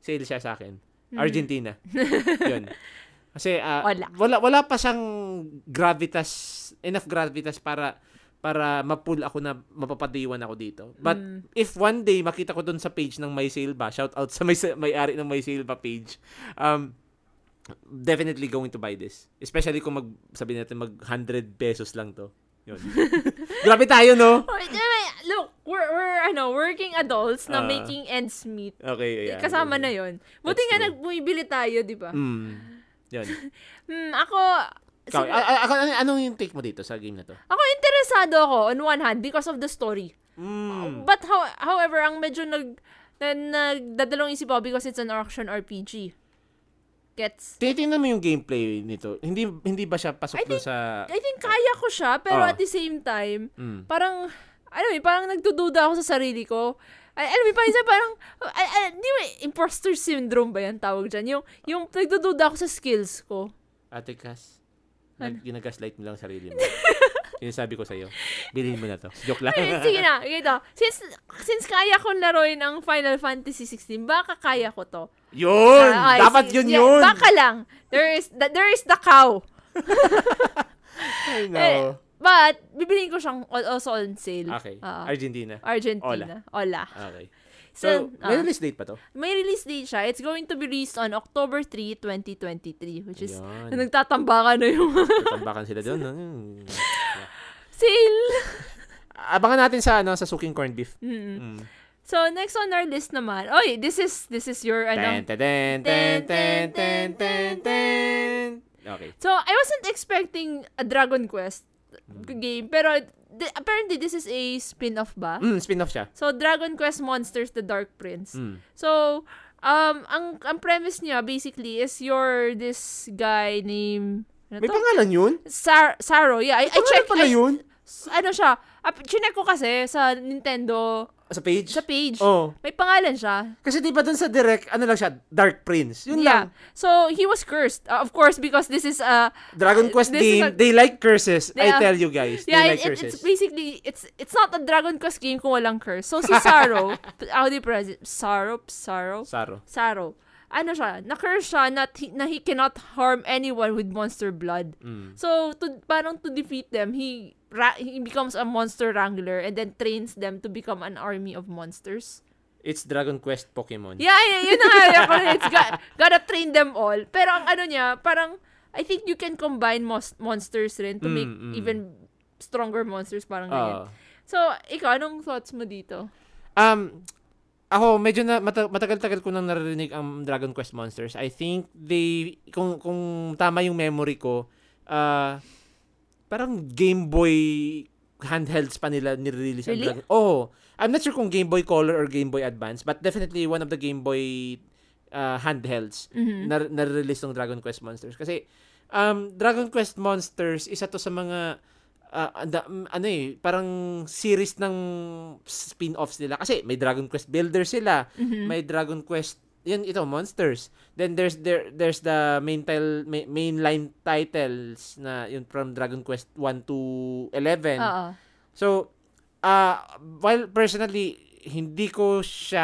S2: Sale siya sa akin. Argentina. Yun. Kasi ah,
S1: Hmm. Wala.
S2: wala wala pa siyang gravitas enough gravitas para para mapul ako na mapapadiwan ako dito. But
S1: Mm.
S2: if one day makita ko doon sa page ng May Sale ba, shout out sa may may-ari ng May Sale ba page. Um definitely going to buy this. Especially kung mag sabi natin mag 100 pesos lang to. Yun. Grabe tayo no.
S1: Oh, eh, Look, we're, we're ano, working adults na
S2: Ah.
S1: making ends meet. Eh,
S2: Okay, yeah.
S1: Kasama na yon. Buti
S2: That's
S1: nga
S2: true.
S1: nagbumibili tayo, di ba?
S2: Mm. Yun.
S1: Hmm, ako,
S2: Ikaw,
S1: siguro-
S2: a- a- a- ano- anong yung take mo dito sa game na to?
S1: ako interesado ako on one hand because of the story.
S2: Mm.
S1: But how, however, ang medyo nag, na, nagdadalong isip ako because it's an action RPG. Gets?
S2: Tinitingnan mo yung gameplay nito. Hindi hindi ba siya pasok
S1: I
S2: doon
S1: think-
S2: sa
S1: I think kaya ko siya, pero at
S2: Ah.
S1: the same time,
S2: Mm.
S1: parang, ano eh, parang nagdududa ako sa sarili ko. Ay, alam mo, parang, parang, ay, ay, di ba, imposter syndrome ba yan tawag dyan? Yung, yung nagdududa ako sa skills ko.
S2: Ate Cass,
S1: Ano?
S2: nag, ginagaslight mo lang sarili mo. Sinasabi ko sa'yo, bilhin mo na to. Joke lang.
S1: Eh, Sige na, ganito. Since, since kaya ko laruin ang Final Fantasy 16, baka kaya ko to.
S2: yun!
S1: Ah, ay,
S2: dapat
S1: si-
S2: yun
S1: yeah,
S2: yun!
S1: Baka lang. There is the, there is the cow. Eh,
S2: I know.
S1: but, bibiliin ko siyang al- also on sale.
S2: Okay.
S1: Ah,
S2: Argentina.
S1: Argentina. Ola.
S2: Okay.
S1: So,
S2: So, may
S1: ah.
S2: release date pa to?
S1: May release date siya. It's going to be released on October 3, 2023. Which is,
S2: Ayan.
S1: nagtatamba ka na yung
S2: Tatambakan sila doon. Hmm.
S1: sale.
S2: Abangan natin sa ano sa suking corned beef.
S1: Mm.
S2: Mm.
S1: So, next on our list naman. Oy, this is, this is your,
S2: Ten,
S1: ano.
S2: ten, ten, ten, ten, ten, ten, ten. Okay.
S1: So, I wasn't expecting a Dragon Quest
S2: Mm.
S1: game. Pero, th- apparently, this is a spin-off ba?
S2: Mm, spin-off siya.
S1: So, Dragon Quest Monsters The Dark Prince.
S2: Mm.
S1: So, um, ang, ang premise niya basically is you're this guy named... Ano
S2: May Ano
S1: to?
S2: pangalan yun?
S1: Sar- Saro, yeah. I, I
S2: Pangalan
S1: check,
S2: pala yun?
S1: ano siya, ap- chinek ko kasi sa Nintendo
S2: Sa page?
S1: Sa page.
S2: Oh.
S1: May pangalan siya.
S2: Kasi di ba dun sa direct, ano lang siya, Dark Prince. Yun
S1: yeah.
S2: lang.
S1: So, he was cursed. Uh, of course, because this is a...
S2: Dragon
S1: Uh,
S2: Quest
S1: this is a-
S2: game, they like curses.
S1: Yeah.
S2: I tell you guys,
S1: yeah,
S2: they
S1: it- it-
S2: like curses.
S1: it's basically... It's it's not a Dragon Quest game kung walang curse. So, si Saro... how do you pronounce it? Saro? Saro?
S2: Saro.
S1: Saro. Ano siya? Na-curse siya na, he, na he cannot harm anyone with monster blood.
S2: Mm.
S1: So, to, parang to defeat them, he, ra- he becomes a monster wrangler and then trains them to become an army of monsters.
S2: It's Dragon Quest Pokemon.
S1: Yeah, yeah, yun na nga. yun. Parang It's got, gotta train them all. Pero ang ano niya, parang, I think you can combine mos- monsters rin to make
S2: Mm, Ah. mm.
S1: even stronger monsters, parang ganyan.
S2: Oo.
S1: So, ikaw, anong thoughts mo dito?
S2: Um, ako, medyo na, mata- matagal-tagal ko nang naririnig ang Dragon Quest Monsters. I think they, kung, kung tama yung memory ko, ah, parang Game Boy handhelds pa nila nirelease ang
S1: Really?
S2: Dragon Oh, I'm not sure kung Game Boy Color or Game Boy Advance, but definitely one of the Game Boy ah, handhelds
S1: Mhm.
S2: na na-release ng Dragon Quest Monsters kasi um Dragon Quest Monsters isa to sa mga ah, anda- mm, ano eh parang series ng spin-offs nila kasi may Dragon Quest Builder sila
S1: Mhm.
S2: may Dragon Quest yun ito Monsters then there's there there's the main title main, line titles na yun from Dragon Quest 1 to 11
S1: Oo.
S2: So, ah while personally, hindi ko siya,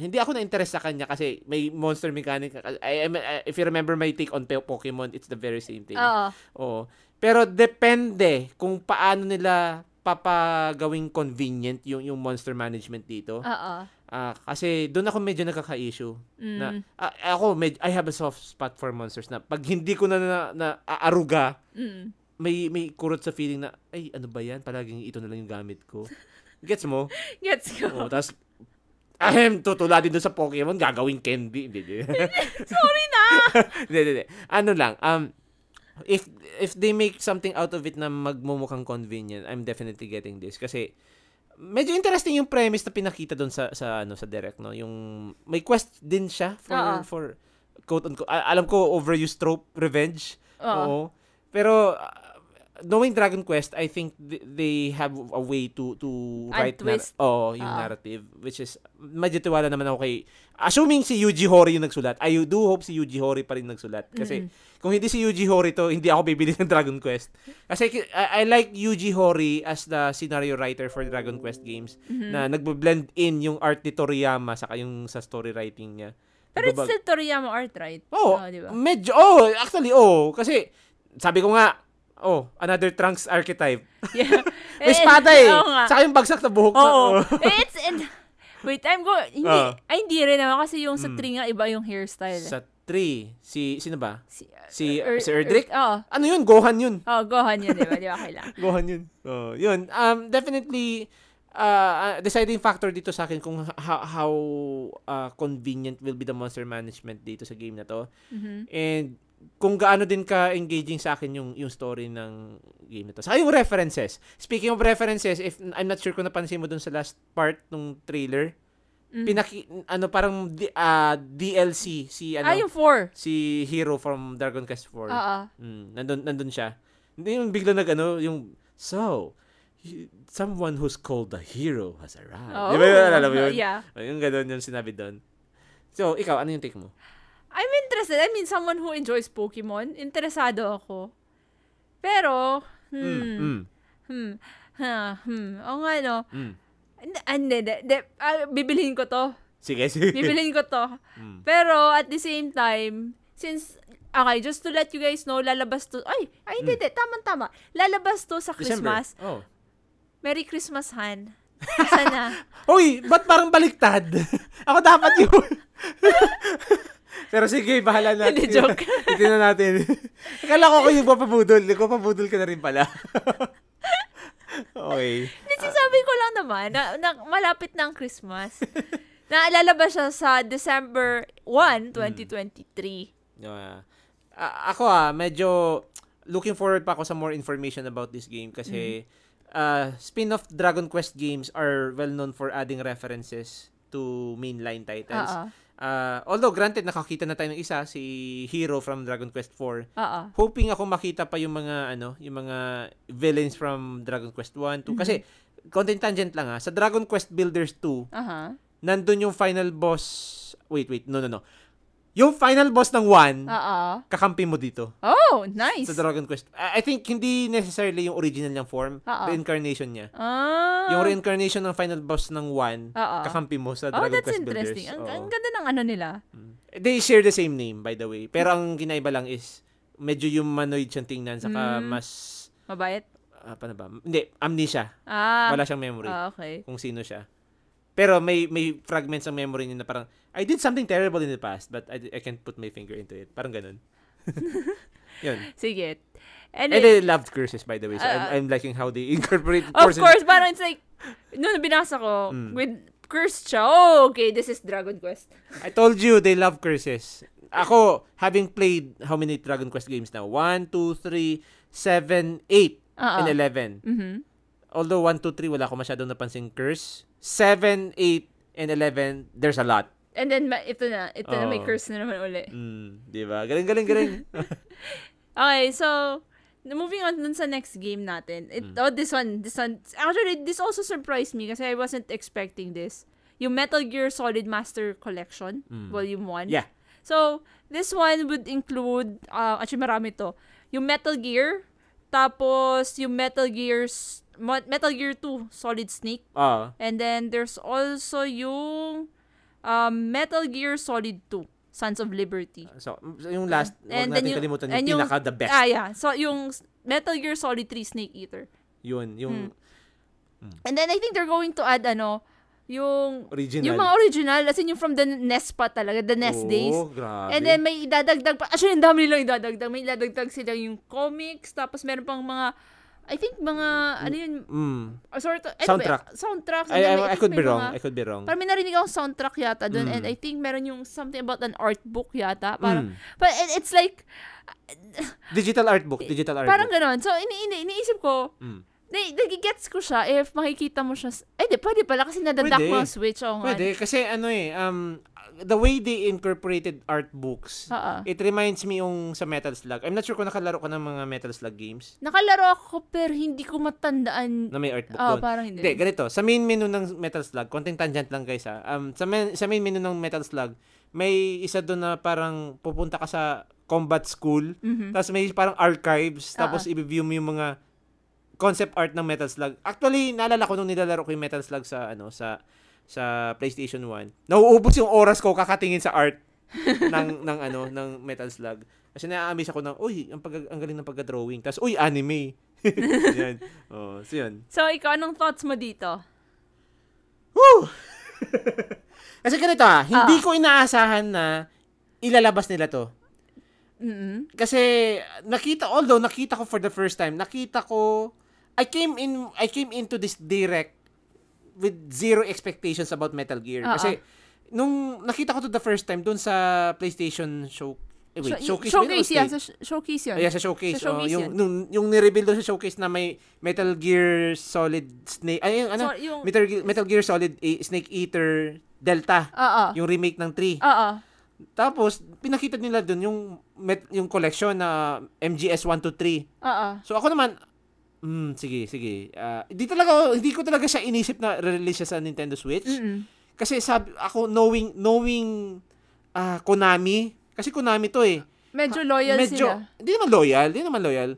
S2: hindi ako na-interest sa kanya kasi may monster mechanic. I, I, I- if you remember my take on Pe- Pokemon, it's the very same thing.
S1: Oo.
S2: Oo. Pero depende kung paano nila papagawing convenient yung yung monster management dito.
S1: Oo.
S2: Ah, kasi doon ako medyo nagkaka-issue.
S1: Mm.
S2: Na, ah, ako, med- I have a soft spot for monsters na pag hindi ko na, na, na aaruga,
S1: Mm.
S2: may may kurot sa feeling na ay ano ba yan palaging ito na lang yung gamit ko gets mo
S1: Gets ko.
S2: oh tapos ahem tutula din doon sa Pokemon gagawing candy hindi hindi
S1: Sorry na!
S2: hindi hindi ano lang um if if they make something out of it na magmumukhang convenient I'm definitely getting this kasi medyo interesting yung premise na pinakita doon sa sa ano sa direct no yung may quest din siya for
S1: Oo.
S2: for quote unquote a- alam ko overuse trope revenge
S1: Oo.
S2: Oo. Pero uh, knowing Dragon Quest, I think th- they have a way to to
S1: Add
S2: write nar-
S1: twist.
S2: oh, yung
S1: Oo.
S2: narrative which is medyo tiwala naman ako kay assuming si Yuji Horii yung nagsulat. I do hope si Yuji Horii pa rin nagsulat kasi kung hindi si Yuji Horii to, hindi ako bibili ng Dragon Quest. Kasi ki- I, I like Yuji Horii as the scenario writer for Dragon Quest games
S1: Mm-hmm.
S2: na nagbe-blend in yung art ni Toriyama saka yung sa story writing niya.
S1: Pero it's
S2: Nagbabag-
S1: still Toriyama art, right?
S2: Oo,
S1: Oo, Ah, di ba?
S2: medyo, oh, actually, oh, kasi, sabi ko nga, oh, another Trunks archetype.
S1: Yeah.
S2: May
S1: Eh,
S2: espada eh.
S1: oo nga.
S2: Saka yung bagsak na buhok. na-
S1: Oo.
S2: oh.
S1: Eh, it's, and, wait, I'm go, hindi,
S2: Ah. Mm.
S1: ay, hindi rin naman kasi yung sa tree nga, iba yung hairstyle. eh.
S2: Sa 3, si, sino ba?
S1: si,
S2: si-
S1: er-
S2: si
S1: er-
S2: Erdrick?
S1: Oo.
S2: Ano yun? Gohan yun.
S1: Oh, Gohan yun, di ba? Di ba kailangan?
S2: Gohan yun. Oh, yun. Um, definitely, uh, uh, deciding factor dito sa akin kung ho- ho- how uh, convenient will be the monster management dito sa game na to.
S1: Mm-hmm.
S2: And kung gaano din ka engaging sa akin yung yung story ng game na to. Saka yung references. Speaking of references, if I'm not sure kung napansin mo dun sa last part ng trailer,
S1: Mm.
S2: pinaki ano parang di- ah, DLC si ano
S1: Ah, yung Ah. four.
S2: si Hero from Dragon Quest 4.
S1: Oo.
S2: Mm, nandun, nandun siya. Hindi yung bigla nag ano, yung, so, y- someone who's called a hero has arrived.
S1: Oo.
S2: Ah, Di ba yun? Alam mo yun?
S1: Yeah.
S2: Oh, Yung ganun yung sinabi doon. So, ikaw, ano yung take mo?
S1: I'm interested. I mean, someone who enjoys Pokemon, interesado ako. Pero, hmm,
S2: Mm,
S1: hmm, ha, hmm, o nga, no.
S2: mm, mm.
S1: Hindi, hindi, hindi. Ah, bibilhin ko to.
S2: Sige, sige.
S1: Bibilhin ko to.
S2: Mm.
S1: Pero at the same time, since okay, just to let you guys know, lalabas to. Ay, ay hindi, hindi. Tamang tama. Lalabas to sa
S2: Hmm. December.
S1: Christmas.
S2: Oh.
S1: Merry Christmas, Han. Asa na?
S2: Uy, ba't parang baliktad? Ako dapat yun. Pero sige, bahala na.
S1: Hindi, joke.
S2: Hindi na natin. Akala ko ko yung papabudol. Nagpapabudol ka na rin pala. okay.
S1: Sinasabi ko lang naman na, na malapit na ang Christmas. na lalabas siya sa December 1,
S2: Hmm.
S1: 2023.
S2: Yeah. A- Ah, ako ah, medyo looking forward pa ako sa more information about this game kasi
S1: Mm-hmm.
S2: ah, spin-off Dragon Quest games are well known for adding references to mainline titles.
S1: Oo.
S2: Ah, although granted nakakita na tayo ng isa si Hero from Dragon Quest 4.
S1: Oo.
S2: Hoping ako makita pa yung mga ano, yung mga villains from Dragon Quest 1 2 kasi
S1: Mm-hmm.
S2: Content tangent lang ha. Sa Dragon Quest Builders 2,
S1: Aha.
S2: nandun yung final boss. Wait, wait. No, no, no. Yung final boss ng 1,
S1: Oo.
S2: kakampi mo dito.
S1: Uh-uh. Oh, nice.
S2: Hmm. Sa Dragon Quest. I I think hindi necessarily yung original niyang form.
S1: Oo.
S2: Reincarnation niya.
S1: Ah.
S2: Yung reincarnation ng final boss ng 1,
S1: Oo.
S2: kakampi mo sa
S1: Oh,
S2: Dragon
S1: that's
S2: Quest
S1: interesting.
S2: Builders.
S1: Ang,
S2: Oo.
S1: ang ganda ng ano nila.
S2: They share the same name, by the way. Pero ang kinaiba lang is, medyo humanoid siyang tingnan, saka
S1: Mm.
S2: mas,
S1: Mabait.
S2: ah, paano ba? Hindi, amnesia.
S1: Ah.
S2: Wala siyang memory
S1: ah, okay.
S2: kung sino siya. Pero may may fragments ng memory niya na parang, I did something terrible in the past, but I, I can't put my finger into it. Parang ganun. Yun.
S1: Sige. And,
S2: And
S1: it-
S2: I loved curses, by the way. So
S1: Ah, ah.
S2: I'm, I'm liking how they incorporate
S1: of
S2: curses.
S1: course, parang it's like, nung binasa ko,
S2: Mm.
S1: with cursed siya. Oh, okay, this is Dragon Quest.
S2: I told you, they love curses. Ako, having played how many Dragon Quest games now? 1, 2, 3, 7, 8,
S1: Oo.
S2: and 11.
S1: Mhm.
S2: Although 1, 2, 3, wala ko masyadong napansing curse. 7, 8, and 11, there's a lot.
S1: And then, ma- ito na. Ito na, may
S2: Oo.
S1: curse na naman uli.
S2: Mm, di ba? Galing, galing, galing.
S1: Okay, so, moving on dun sa next game natin. It, Oh, this one. This one. Actually, this also surprised me kasi I wasn't expecting this. Yung Metal Gear Solid Master Collection, Volume 1.
S2: yeah.
S1: So, this one would include, uh, actually marami to, yung Metal Gear, tapos yung Metal Gears, Mo- Metal Gear 2, Solid Snake,
S2: Oh,
S1: and then there's also yung um, Metal Gear Solid 2, Sons of Liberty.
S2: so, yung last, Ah, huwag
S1: And then
S2: natin
S1: yung-
S2: kalimutan
S1: and
S2: yung,
S1: yung-
S2: pinaka the best.
S1: Ah, yeah. So, yung s- Metal Gear Solid 3 Snake Eater.
S2: Yun, yung
S1: hmm. And then, I think they're going to add, ano, yung,
S2: original.
S1: yung mga original, as in yung from the E NES pa talaga, the NES
S2: Oo,
S1: days.
S2: grabe.
S1: And then may idadagdag pa. Actually, ang dami nilang idadagdag. May idadagdag sila yung comics, tapos meron pang mga I think mga ano yun
S2: mm,
S1: uh, sort of ano ba-
S2: Soundtrack.
S1: soundtracks. and
S2: I,
S1: then
S2: I,
S1: may-
S2: I
S1: think
S2: could be
S1: may
S2: wrong. I
S1: Mga,
S2: could be wrong.
S1: parang may narinig akong soundtrack yata doon
S2: Mm.
S1: and I think meron yung something about an art book yata. Parang
S2: Mm.
S1: but it- it's like
S2: Digital art book. Digital art
S1: parang
S2: book.
S1: ganon. So ini ini iniisip ko
S2: Mm.
S1: na- nagigets ko siya if makikita mo siya. s- Eh, di, pwede pala kasi nadadak
S2: Pwede.
S1: mo ang switch. Oo nga.
S2: Pwede, kasi ano eh, um, the way they incorporated art books,
S1: Oo.
S2: it reminds me yung sa Metal Slug. I'm not sure kung nakalaro ko ng mga Metal Slug games
S1: Nakalaro ako pero hindi ko matandaan.
S2: na may art book
S1: Oo,
S2: doon.
S1: parang hindi.
S2: Hindi, ganito. Sa main menu ng Metal Slug, konting tangent lang guys ha. Um, sa, main, sa main menu ng Metal Slug, may isa doon na parang pupunta ka sa combat school,
S1: Mm-hmm.
S2: tapos may parang archives, tapos i-view mo yung mga concept art ng Metal Slug. Actually, naalala ko nung nilalaro ko yung Metal Slug sa ano sa sa PlayStation 1. Nauubos yung oras ko kakatingin sa art ng ng ano ng Metal Slug. Kasi na-amaze ako ng, uy, ang, pag- ang galing ng pagka-drawing. Tapos, uy, anime. yan. Oh, so yun.
S1: So, ikaw, anong thoughts mo dito?
S2: Woo! Kasi ganito ah, hindi ko inaasahan na ilalabas nila to.
S1: mm
S2: Kasi nakita, although nakita ko for the first time, nakita ko, I came in, I came into this direct with zero expectations about Metal Gear.
S1: Oo.
S2: Kasi nung nakita ko to the first time doon sa PlayStation show, eh, wait, showcase, ba yun o
S1: showcase, yeah,
S2: stage?
S1: sa sh- showcase yun.
S2: Ayan, sa showcase.
S1: Sa showcase
S2: oh, yung,
S1: yun.
S2: nung, yung nireveal doon sa showcase na may Metal Gear Solid Snake, ay, yung ano,
S1: So, yung,
S2: Metal Gear, Metal Gear Solid eh, Snake Eater Delta,
S1: oo,
S2: yung remake ng 3.
S1: oo,
S2: Tapos pinakita nila dun yung met, yung collection na MGS 1 to 3.
S1: oo.
S2: So ako naman mm, sige, sige. Ah, hindi talaga hindi ko talaga siya inisip na release siya sa Nintendo Switch
S1: Mm-mm.
S2: kasi sabi ako knowing knowing ah, Konami kasi Konami to eh.
S1: Medyo loyal
S2: medyo
S1: sila.
S2: hindi naman loyal, hindi naman loyal.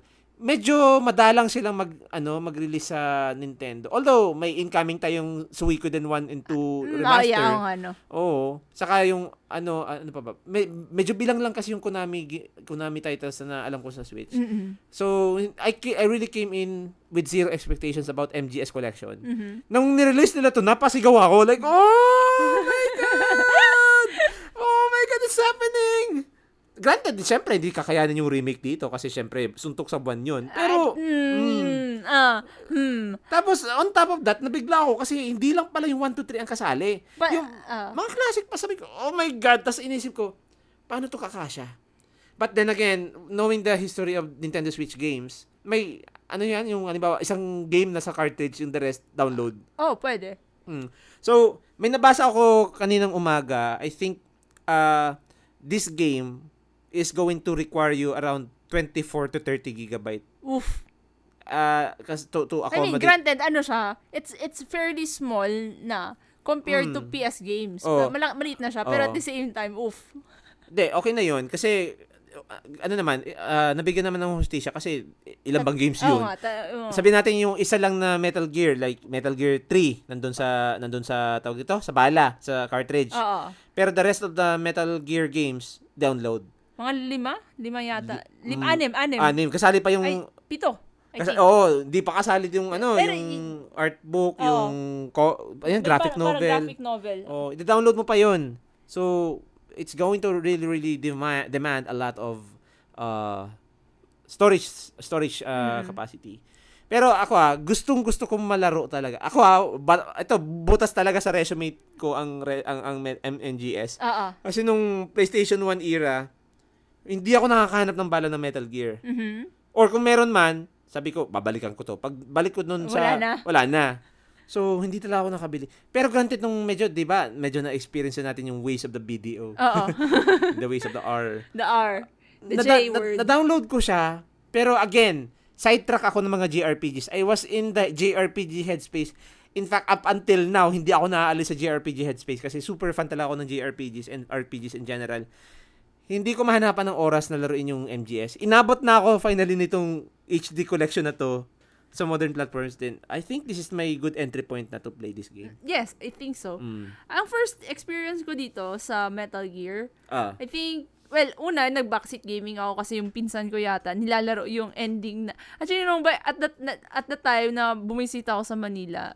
S2: Medyo madalang silang mag ano mag-release sa Nintendo. Although may incoming tayong Suikoden 1 and 2
S1: Mm,
S2: remaster.
S1: oh, yeah, oo nga, no.
S2: Oo. Saka yung ano ano pa ba? Med- medyo bilang lang kasi yung Konami gi- Konami titles na alam ko sa Switch.
S1: Mm-mm.
S2: So I ca- I really came in with zero expectations about MGS collection.
S1: Mhm.
S2: Nung nirelease nila to, napasigaw ako like, "Oh my god! oh my god, it's happening!" Granted, syempre, hindi kakayanin yung remake dito kasi syempre, suntok sa buwan yun.
S1: At,
S2: Pero,
S1: mm, ah, hmm.
S2: tapos, on top of that, nabigla ako kasi hindi lang pala yung 1, 2, 3 ang kasali.
S1: But,
S2: yung,
S1: ah.
S2: mga classic pa, sabi ko, oh my God. Tapos inisip ko, paano to kakasya? But then again, knowing the history of Nintendo Switch games, may, ano yan, yung, halimbawa, isang game na sa cartridge, yung the rest, download.
S1: Oh, pwede.
S2: Mm. So, may nabasa ako kaninang umaga. I think uh, this game is going to require you around 24 to 30 gigabyte
S1: Oof.
S2: uh, kas- to, to
S1: I mean,
S2: accommodate
S1: granted, ano siya, it's it's fairly small na compared to PS games.
S2: Mm. Oo.
S1: Mala- maliit na siya, pero
S2: Oo.
S1: at the same time, oof.
S2: Hindi, okay na yun. Kasi, uh, ano naman, uh, nabigyan naman ng hustisya kasi ilang bang games
S1: Oo
S2: yun.
S1: nga, ta- oo.
S2: Sabihin natin yung isa lang na Metal Gear, like Metal Gear 3, nandun sa, nandun sa, tawag ito, sa bala, sa cartridge.
S1: Oo.
S2: Pero the rest of the Metal Gear games, download.
S1: Mga lima? Lima yata.
S2: Li-
S1: Lima,
S2: mm,
S1: anim, anim.
S2: Anim. Kasali
S1: Ay,
S2: pa yung,
S1: pito. I think.
S2: kasi, oh, di pa kasali yung ano,
S1: Pero
S2: yung art book,
S1: Oo.
S2: yung, co- ayun,
S1: Hindi,
S2: graphic
S1: para-
S2: novel.
S1: Parang graphic novel.
S2: Oh, i-download mo pa 'yon. So, it's going to really really demand demand a lot of uh storage storage uh, capacity. Pero ako ah, gustong gusto kong malaro talaga. Ako ah, ba- ito butas talaga sa resume ko ang re- ang, ang MNGS.
S1: Oo.
S2: Kasi nung PlayStation 1 era, hindi ako nakakahanap ng bala ng Metal Gear.
S1: Mhm.
S2: Or kung meron man, sabi ko, babalikan ko to. Pag balik ko nun sa...
S1: Wala na.
S2: Wala na. So, hindi talaga ako nakabili. Pero granted, nung medyo, di ba, medyo na-experience na natin yung ways of the BDO.
S1: Oo.
S2: the ways of the R.
S1: The R. The
S2: Na-
S1: J
S2: na-
S1: word.
S2: Na-download ko siya. Pero again, sidetrack ako ng mga JRPGs. I was in the JRPG headspace. In fact, up until now, hindi ako naaalis sa JRPG headspace kasi super fan talaga ako ng JRPGs and RPGs in general. Hindi ko mahanapan ng oras na laruin yung MGS. Inabot na ako finally nitong HD collection na to sa modern platforms din. I think this is my good entry point na to play this game.
S1: yes, I think so.
S2: Mm.
S1: Ang first experience ko dito sa Metal Gear,
S2: Ah.
S1: I think, well, una, nag-backseat gaming ako kasi yung pinsan ko yata, nilalaro yung ending na, actually, nung ba, at the, na- at the time na bumisita ako sa Manila,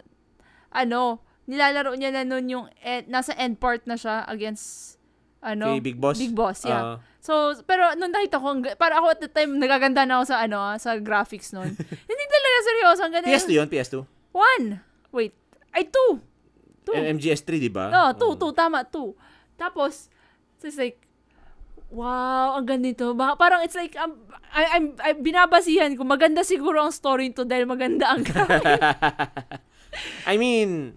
S1: ano, nilalaro niya na nun yung, eh, nasa end part na siya against, ano,
S2: Kay Big Boss?
S1: Big Boss, yeah.
S2: Ah.
S1: so, pero nung nakita ko, ang ga- para ako at the time, nagaganda na ako sa, ano, ah, sa graphics nun. Hindi talaga seryoso, ang ganda.
S2: PS2
S1: yung-
S2: yun, PS2.
S1: One. Wait. Ay, two. Two.
S2: Eh, MGS3, di ba?
S1: Oo, two,
S2: Oo.
S1: two, tama, two. Tapos, so it's like, wow, ang ganito. Baka, parang it's like, um, I, I'm, I, binabasihan ko, maganda siguro ang story nito dahil maganda ang graphic.
S2: I mean,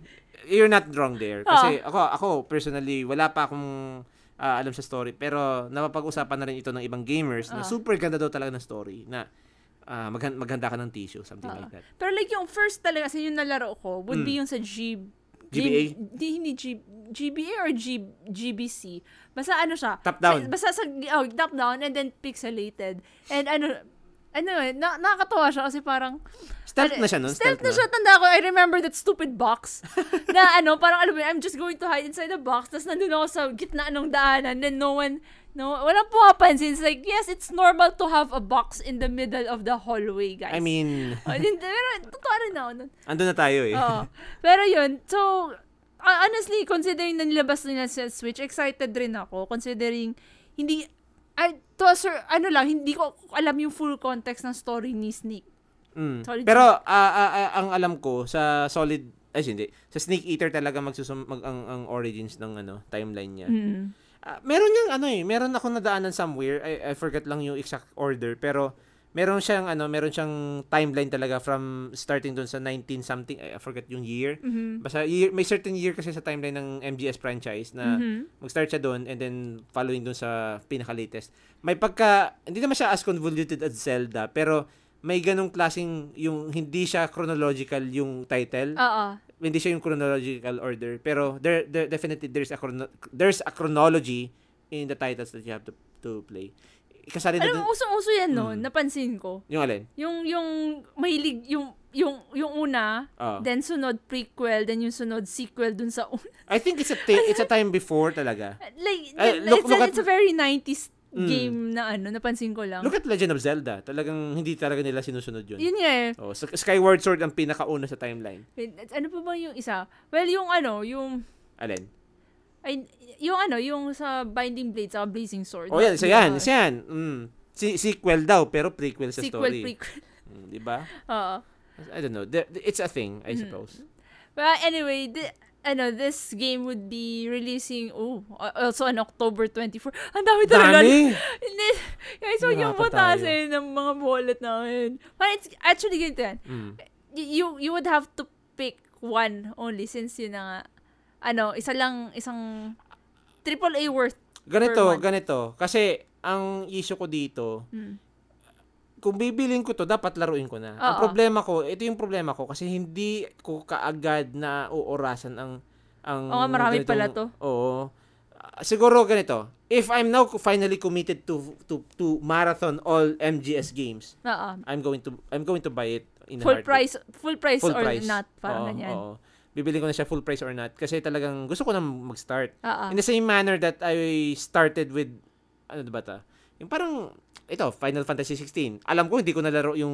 S2: you're not wrong there. Kasi
S1: Ah.
S2: ako, ako personally, wala pa akong ah, alam sa story. Pero napapag-usapan na rin ito ng ibang gamers
S1: Ah.
S2: na super ganda daw talaga ng story. Na ah, maghan- maghanda ka ng tissue, something
S1: Ah.
S2: like that.
S1: Pero like yung first talaga, kasi yung nalaro ko, would be
S2: Mm.
S1: yung sa G... G-
S2: GBA?
S1: Di, hindi G, GBA or G, GBC. Basta ano siya.
S2: Top
S1: Sa-
S2: down.
S1: Basta sa, oh, top down and then pixelated. And ano, ano eh, na, nakakatawa siya kasi parang,
S2: Stealth
S1: Ano,
S2: na siya nun.
S1: Stealth na siya. Tanda ko, I remember that stupid box. na ano, parang alam mo, yun, I'm just going to hide inside the box. Tapos nandun ako sa gitna ng daanan. Then no one, no, walang pumapansin. It's like, yes, it's normal to have a box in the middle of the hallway, guys.
S2: I mean,
S1: Oh, hindi, pero totoo rin ako nun.
S2: ando na tayo eh.
S1: Oo. Pero yun, so, uh, honestly, considering na nilabas nila sa Switch, excited rin ako. Considering, hindi, I, to, sir, ano lang, hindi ko alam yung full context ng story ni Snake.
S2: Mm.
S1: Solid
S2: Pero ah, ah, ah, ang alam ko sa Solid ay hindi. Sa Snake Eater talaga magsusum mag, ang, ang origins ng ano timeline niya. Ah, meron yung ano eh, meron ako nadaanan somewhere. I, I forgot lang yung exact order pero meron siyang ano, meron siyang timeline talaga from starting dun sa 19 something, I, I forgot yung year.
S1: Mm-hmm.
S2: Basta year, may certain year kasi sa timeline ng MGS franchise na
S1: Mm-hmm.
S2: mag-start siya doon and then following doon sa pinaka-latest. May pagka, hindi naman siya as convoluted as Zelda, pero may ganong klaseng yung hindi siya chronological yung title
S1: Oo.
S2: hindi siya yung chronological order pero there, there definitely there's a chrono, there's a chronology in the titles that you have to to play. Kasali na
S1: Alam
S2: dun,
S1: mo, usong-uso yan noon,
S2: Mm-hmm.
S1: napansin ko.
S2: yung alin?
S1: Yung, yung, mahilig, yung, yung, yung una,
S2: Oo.
S1: then sunod prequel, then yung sunod sequel dun sa una.
S2: I think it's a ti- it's a time before talaga.
S1: Like, the-
S2: Ay, Eh, look-
S1: it's,
S2: look
S1: a,
S2: at-
S1: it's a very 90s
S2: Mm.
S1: game na ano, napansin ko lang.
S2: Look at Legend of Zelda. Talagang hindi talaga nila sinusunod yun.
S1: Yun nga eh.
S2: Oh, Sk- Skyward Sword ang pinakauna sa timeline.
S1: Wait, at- ano pa ba yung isa? Well, yung ano, yung,
S2: Alin?
S1: ay, yung ano, yung sa Binding Blade, sa Blazing Sword.
S2: Oh, yan. Isa
S1: Diba?
S2: yan. Isa yan. Mm. Si- sequel daw, pero prequel sa
S1: Sequel,
S2: story.
S1: prequel.
S2: Mm, di ba?
S1: Oo.
S2: I don't know. There- It's a thing, I
S1: Mm.
S2: suppose.
S1: Well, anyway, the, ano, this game would be releasing, oh, also on October 24. Ang dami talaga.
S2: Dami!
S1: Hindi. Guys, huwag yung
S2: Mahirapan tayo.
S1: butasin ng mga bullet namin. But it's actually ganito yan.
S2: Mm.
S1: Y- You, you would have to pick one only since yun na nga, ano, isa lang, isang triple A worth.
S2: Ganito,
S1: month.
S2: Hmm. ganito. Kasi, ang issue ko dito, kung bibiling ko to, dapat laruin ko na. Ang
S1: Oo.
S2: problema ko, ito yung problema ko kasi hindi ko kaagad na uorasan ang ang
S1: Oo nga, marami
S2: ganitong-
S1: pala to.
S2: Oo. Ah, siguro ganito. If I'm now finally committed to to to marathon all MGS games,
S1: Mm. Oo.
S2: I'm going to I'm going to buy it in a
S1: Full
S2: heartbeat.
S1: price, full price
S2: Full
S1: or
S2: price.
S1: not, parang
S2: Oo,
S1: ganyan.
S2: oo. Bibili ko na siya full price or not kasi talagang gusto ko na mag-start.
S1: Oo.
S2: In the same manner that I started with, ano ba ta? Yung parang, ito, Final Fantasy 16. Alam ko, hindi ko nalaro yung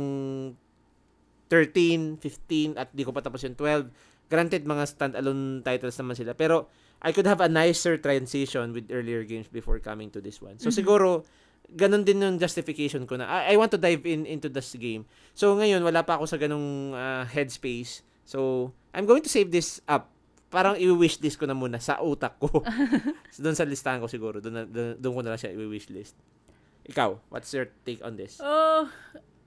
S2: 13, 15, at di ko pa tapos yung 12. Granted, mga standalone titles naman sila. Pero, I could have a nicer transition with earlier games before coming to this one. So, siguro, ganun din yung justification ko na, I, I want to dive in into this game. So, ngayon, wala pa ako sa ganung ah, headspace. So, I'm going to save this up. Parang i-wishlist ko na muna sa utak ko. So, doon sa listahan ko siguro. Doon, na- doon, doon ko na lang siya i-wishlist. Ikaw, what's your take on this?
S1: Oh,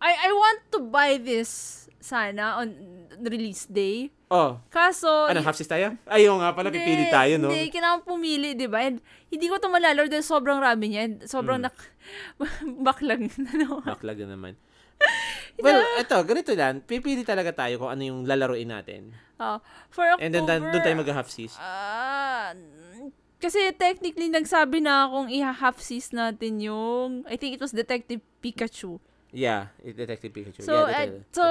S1: I I want to buy this sana on release day.
S2: Oh,
S1: Kaso,
S2: ano, half tayo? Ayaw nga pala,
S1: Hindi,
S2: pipili tayo, no?
S1: Hindi, kailangan pumili, di ba? And Hindi ko ito malalaro dahil sobrang rami niya. and
S2: Hmm.
S1: Sobrang nak... baklang. ano.
S2: Backlog na naman. Well, ito, ganito lang. Pipili talaga tayo kung ano yung lalaruin natin.
S1: Oh, for October...
S2: And then, dan- doon tayo mag-half seas.
S1: Ah, kasi technically, nagsabi na akong iha-half seas natin yung... I think it was Detective Pikachu.
S2: Yeah, Detective Pikachu.
S1: So, eh,
S2: yeah, Detective-
S1: so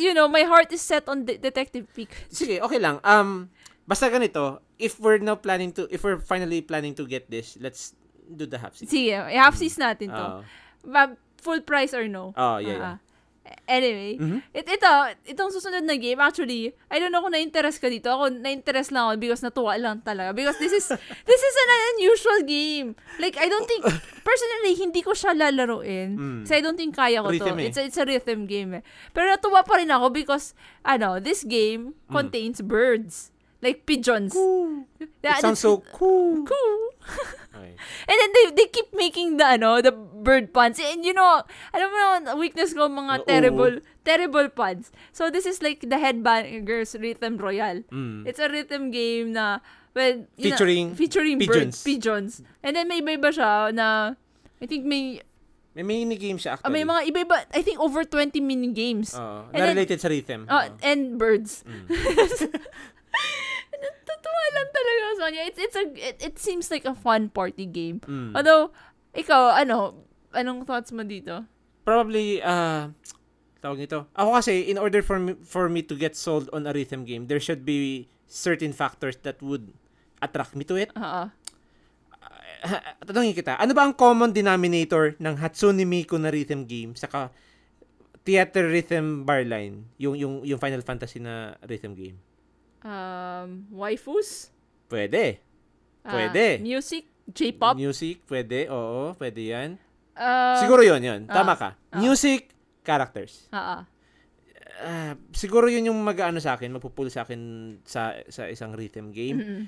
S1: you know, my heart is set on De- Detective Pikachu.
S2: Sige, okay lang. Um, basta ganito, if we're now planning to, if we're finally planning to get this, let's do the half seas.
S1: Sige, i-half seas uh, natin to.
S2: Oh,
S1: Ba- full price or no?
S2: oh yeah, yeah.
S1: Ah, ah. Anyway,
S2: Mhm.
S1: it, ito, itong susunod na game, actually, I don't know kung na-interest ka dito. Ako, na-interest lang ako because natuwa lang talaga. Because this is, this is an unusual game. Like, I don't think, personally, hindi ko siya lalaroin.
S2: Mm.
S1: Kasi I don't think kaya ko to.
S2: Rhythm eh.
S1: It's, a, it's a rhythm game eh. Pero natuwa pa rin ako because, ano, this game
S2: Mm.
S1: contains birds. Like, pigeons.
S2: It
S1: Yeah,
S2: sounds
S1: that's-
S2: so cool.
S1: Cool.
S2: Okay.
S1: And then they they keep making the ano, the bird puns. And you know, alam mo na weakness ko mga
S2: Oo.
S1: terrible terrible puns. So this is like the Headbangers Rhythm Royale.
S2: Mm.
S1: It's a rhythm game na well, you know,
S2: Featuring
S1: featuring
S2: pigeons.
S1: birds, pigeons. And then may iba-iba siya na I think may
S2: May mini game
S1: ah,
S2: siya
S1: may
S2: actually.
S1: mga iba-iba, I think over 20 mini games.
S2: Oo,
S1: And
S2: na
S1: then-
S2: related sa rhythm.
S1: Oh,
S2: Oo.
S1: and birds.
S2: Mm.
S1: Natutuwa lang talaga ako sa kanya. It's it's a it, it seems like a fun party game.
S2: Mm.
S1: Although, ikaw, ano, anong thoughts mo dito?
S2: Probably, uh, tawag nito. Ako kasi, in order for me, for me to get sold on a rhythm game, there should be certain factors that would attract me to it.
S1: Oo.
S2: Ah, Tanungin kita, ano ba ang common denominator ng Hatsune Miku na rhythm game saka theater rhythm barline, yung, yung, yung Final Fantasy na rhythm game?
S1: Um, waifus?
S2: Pwede.
S1: Ah,
S2: Pwede.
S1: music? J-pop?
S2: Music, pwede. Oo, pwede yan.
S1: Uh,
S2: Siguro yon yon
S1: ah,
S2: Tama ka.
S1: ah.
S2: Music, characters.
S1: Ah, ah.
S2: Ah, siguro yun yung mag-ano sa akin, magpupul sa akin sa sa isang rhythm game.
S1: Mm-mm.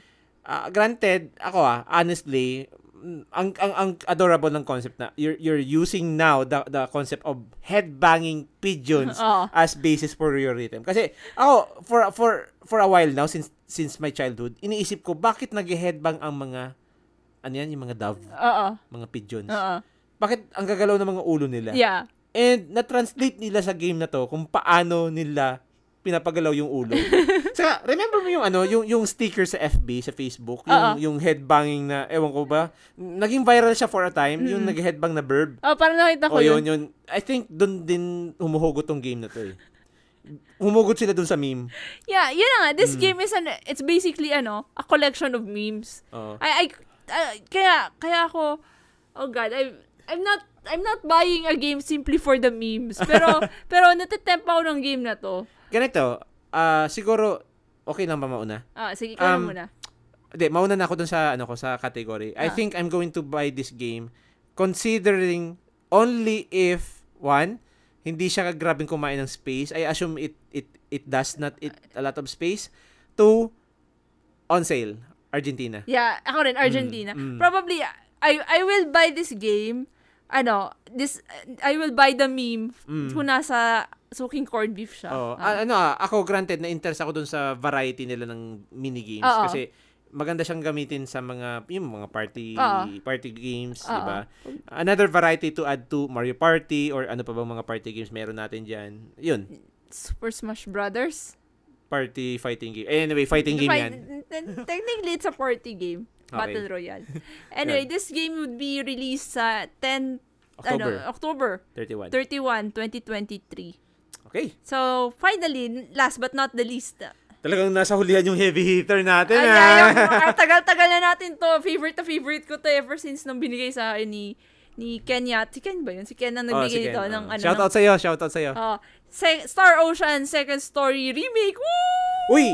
S2: Ah, granted, ako ah, honestly, mm, ang, ang ang adorable ng concept na you're you're using now the the concept of headbanging pigeons
S1: Oo.
S2: as basis for your rhythm. Kasi ako for for for a while now since since my childhood, iniisip ko bakit nag-headbang ang mga ano yan, yung mga dove,
S1: Oo.
S2: mga pigeons.
S1: Oo.
S2: Bakit ang gagalaw ng mga ulo nila?
S1: Yeah.
S2: And na-translate nila sa game na to kung paano nila pinapagalaw yung ulo. Saka, remember mo yung ano, yung yung sticker sa FB, sa Facebook, yung
S1: Oo.
S2: yung headbanging na ewan ko ba, naging viral siya for a time, yung nag-headbang na verb.
S1: Oh, parang nakita ko
S2: O
S1: yun.
S2: yun, yun. I think doon din humuhugot tong game na to eh. Humugot sila doon sa meme.
S1: Yeah, yun na nga.
S2: Mm.
S1: This game is an, it's basically, ano, a collection of memes.
S2: Oo.
S1: I, I, I- kaya, kaya ako, oh God, I, I'm not, I'm not buying a game simply for the memes. Pero, pero natitemp ako ng game na to.
S2: Ganito, ah, siguro okay lang ba mauna?
S1: Ah, sige, ikaw na
S2: Um,
S1: muna.
S2: Hindi, mauna na ako dun sa ano ko sa category. I
S1: Ah.
S2: think I'm going to buy this game considering only if one hindi siya grabing kumain ng space. I assume it it it does not eat a lot of space. Two on sale Argentina.
S1: Yeah, ako rin, Argentina.
S2: mm.
S1: Probably, I I will buy this game, ano, this, I will buy the meme
S2: Mm.
S1: kung nasa suking corned beef siya.
S2: Oh,
S1: Ah.
S2: ano ah, ako granted na interest ako dun sa variety nila ng mini games
S1: Oo.
S2: kasi maganda siyang gamitin sa mga yung mga party
S1: Oo.
S2: party games,
S1: Oo.
S2: 'di ba? Another variety to add to Mario Party or ano pa ba mga party games meron natin diyan. Yun,
S1: Super Smash Brothers.
S2: party fighting game. Eh, Anyway, fighting game
S1: Fight- ano?
S2: 'yan.
S1: n- Technically, it's a party game. Battle Royale. Anyway, this game would be released sa 10 ano,
S2: October
S1: October 31,
S2: 31.
S1: 2023.
S2: Okay.
S1: So, finally, n- last but not the least. ah,
S2: Talagang nasa hulihan yung heavy hitter natin.
S1: Ay,
S2: ah.
S1: ayaw ko. Ah, tagal-tagal na natin to. Favorite to favorite ko to ever since nung binigay sa akin ni ni Ken yat. Si Ken ba yun? Si Ken na
S2: Oh,
S1: nagbigay ito.
S2: sige, oh.
S1: ng, ano,
S2: Shout out
S1: ng-
S2: sa iyo, shout out sa iyo.
S1: Oh, Se- Star Ocean Second Story Remake. Woo!
S2: Uy.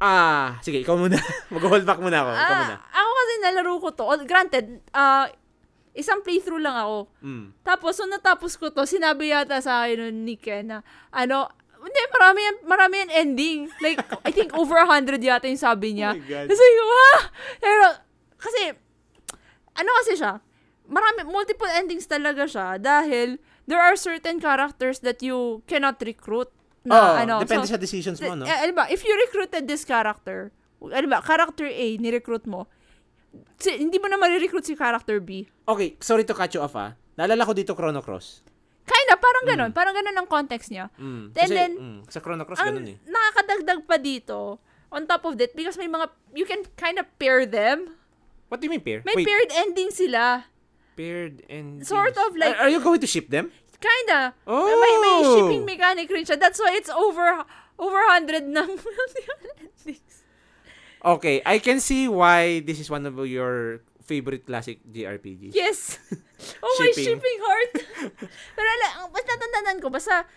S2: Ah, sige, ikaw muna. Mag-hold back muna ako. Ikaw muna.
S1: Ah, ako kasi nalaro ko to. Al- Granted, ah, isang playthrough lang ako.
S2: Mm.
S1: Tapos, nung natapos ko to, sinabi yata sa akin nun ni Ken na, ano, hindi, marami yan, marami yan ending. Like, I think over 100 yata yung sabi niya.
S2: Oh my God.
S1: Kasi, ha? Pero, kasi, ano kasi siya, marami, multiple endings talaga siya dahil there are certain characters that you cannot recruit. Na,
S2: oh,
S1: ano,
S2: depende
S1: so-
S2: sa decisions mo, no?
S1: eh, alam ba, if you recruited this character, alam ba, character A, nirecruit mo, si- hindi mo na marirecruit si character B.
S2: Okay, sorry to cut you off, ah. Naalala ko dito Chrono Cross.
S1: Kinda, parang ganun. Parang ganun ang context niya. And
S2: Mm. Kasi,
S1: then-
S2: mm, sa Chrono Cross,
S1: Ang
S2: ganun eh.
S1: nakakadagdag pa dito, on top of that, because may mga, you can kind of pair them.
S2: What do you mean paired?
S1: May
S2: Wait,
S1: paired ending sila.
S2: paired and...
S1: Sort of like-
S2: Are, are you going to ship them?
S1: Kinda.
S2: Oh!
S1: May, may shipping mechanic rin siya. That's why it's over over 100 ng multiple endings.
S2: Okay, I can see why this is one of your favorite classic JRPGs.
S1: Yes. Oh my
S2: Shipping.
S1: shipping heart. Pero ala, ang- basta tatandaan ko, basta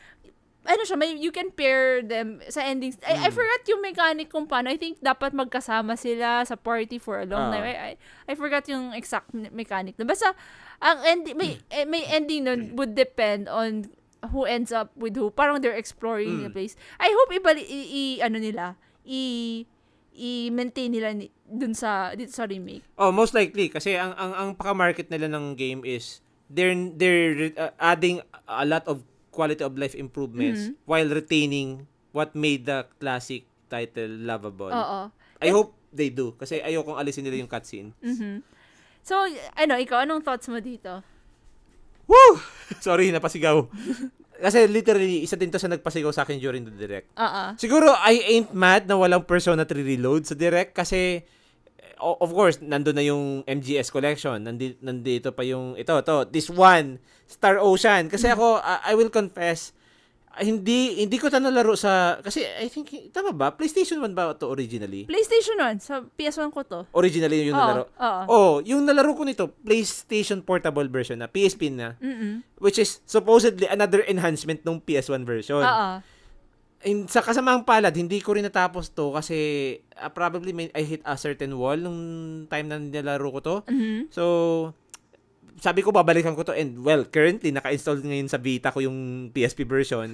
S1: ano siya, may, you can pair them sa endings.
S2: Mm.
S1: I, I forgot yung mechanic kung paano. I think dapat magkasama sila sa party for a long
S2: Ah.
S1: time. I, I, I forgot yung exact me- mechanic. nun. Basta, ang endi- may, eh, may ending nun
S2: Mm.
S1: would depend on who ends up with who. Parang they're exploring the
S2: Mm.
S1: place. I hope ibali, i, i- ano nila, i, i-maintain nila ni, dun sa, dito sa remake.
S2: Oh, most likely kasi ang ang ang paka-market nila ng game is they're they're uh, adding a lot of quality of life improvements
S1: Mm-hmm.
S2: while retaining what made the classic title lovable.
S1: Oo.
S2: I hope they do kasi ayokong alisin nila yung cutscene.
S1: So, ano, ikaw, anong thoughts mo dito?
S2: Woo! Sorry, napasigaw. kasi literally isa din to sa nagpasigaw sa akin during the direct.
S1: Oo.
S2: Siguro I ain't mad na walang Persona 3 Reload sa direct kasi eh, o- of course nandun na yung MGS collection, nandi, nandito pa yung ito to, this one, Star Ocean. Kasi ako I, I will confess ah, hindi hindi ko ta nalaro sa kasi I think tama ba? PlayStation 1 ba to originally?
S1: PlayStation 1, sa PS1 ko to.
S2: Originally yung
S1: Oo,
S2: nalaro.
S1: oo.
S2: Oh, yung nalaro ko nito, PlayStation Portable version na PSP na. Which is supposedly another enhancement ng PS1 version.
S1: Oo.
S2: In, sa kasamaang palad, hindi ko rin natapos to kasi ah, probably may, I hit a certain wall nung time na nilalaro ko to.
S1: Mhm.
S2: So, sabi ko babalikan ko to and well, currently naka-install ngayon sa Vita ko yung PSP version.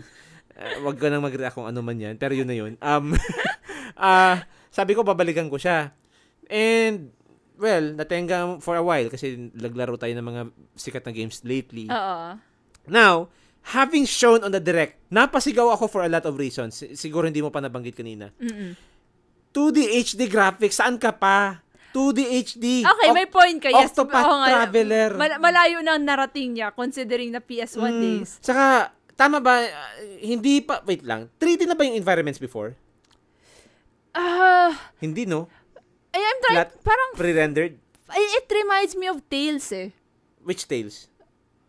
S2: Ah, wag ka nang mag-react kung ano man yan, pero yun na yun. Um, ah, sabi ko babalikan ko siya. And well, natenga for a while kasi naglaro tayo ng mga sikat na games lately.
S1: Mm-hmm. Oo.
S2: Now, having shown on the direct, napasigaw ako for a lot of reasons. Si- Siguro hindi mo pa nabanggit kanina.
S1: Mm-mm.
S2: 2D HD graphics, saan ka pa? 2D HD.
S1: Okay,
S2: Oc-
S1: may point ka. Yes.
S2: Octopath
S1: Oo nga.
S2: Traveler.
S1: Mal- malayo na ang narating niya considering na PS1
S2: Mm,
S1: days.
S2: Saka, tama ba, uh, hindi pa, wait lang, 3D na ba yung environments before?
S1: Ah,
S2: Hindi, no?
S1: I am trying,
S2: Flat.
S1: parang,
S2: Pre-rendered?
S1: I- it reminds me of Tales eh.
S2: Which Tales?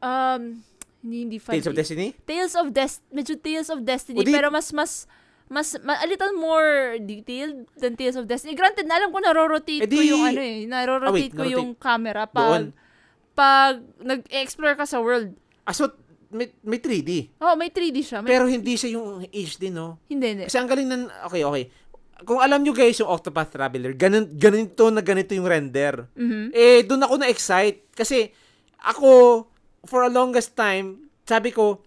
S1: Um, hindi, hindi
S2: Tales of
S1: funny.
S2: Destiny?
S1: Tales of Destiny. Medyo Tales of Destiny.
S2: O di-
S1: pero mas, mas, mas, ma- a little more detailed than Tales of Destiny. Granted, na alam ko, narorotate
S2: Eh di-
S1: ko yung ano eh. Narorotate
S2: Ah, wait,
S1: ko
S2: narorate.
S1: yung camera
S2: Doon?
S1: pag, pag nag-explore ka sa world.
S2: Ah, so, may, may 3D.
S1: Oh, may 3D siya. May,
S2: Pero hindi siya yung HD, no?
S1: hindi, hindi.
S2: Kasi ang galing ng, okay, okay. Kung alam nyo guys yung Octopath Traveler, ganun, ganito na ganito yung render.
S1: Mm-hmm.
S2: Eh, doon ako na-excite. Kasi, ako, for a longest time, sabi ko,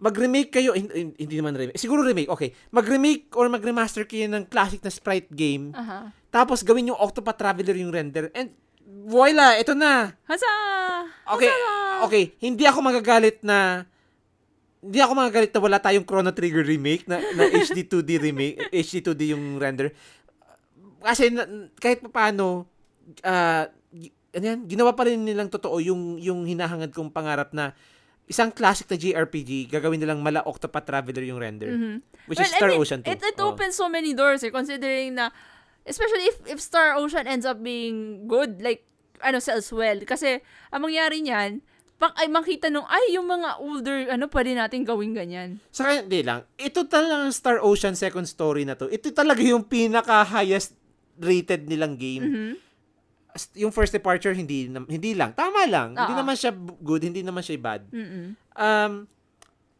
S2: mag-remake kayo, hin- hin- hindi naman remake, siguro remake, okay. Mag-remake or mag-remaster kayo ng classic na sprite game,
S1: Aha.
S2: tapos gawin yung Octopath Traveler yung render, and voila, ito na.
S1: Hasa!
S2: Okay, Ah. okay, hindi ako magagalit na hindi ako magagalit na wala tayong Chrono Trigger remake na, na HD 2D remake, HD 2D yung render. kasi na- kahit paano ah, gi- ano yan, ginawa pa rin nilang totoo yung yung hinahangad kong pangarap na isang classic na JRPG gagawin nilang mala Octopath Traveler yung render which
S1: Mm-hmm. Well,
S2: is
S1: I
S2: Star
S1: mean,
S2: Ocean Oh. 2.
S1: It, it
S2: Oo.
S1: opens so many doors eh, considering na, especially if, if Star Ocean ends up being good, like, ano, sells well. Kasi, ang mangyari niyan, pak ay makita nung, ay, yung mga older, ano, pwede natin gawin ganyan.
S2: Saka, di lang, ito talagang Star Ocean second story na to. Ito talaga yung pinaka-highest rated nilang game.
S1: Mm-hmm.
S2: As- Yung first departure, hindi nam- hindi lang. Tama lang. Hindi
S1: Oo.
S2: naman siya b- good, hindi naman siya bad.
S1: Mm-mm.
S2: Um,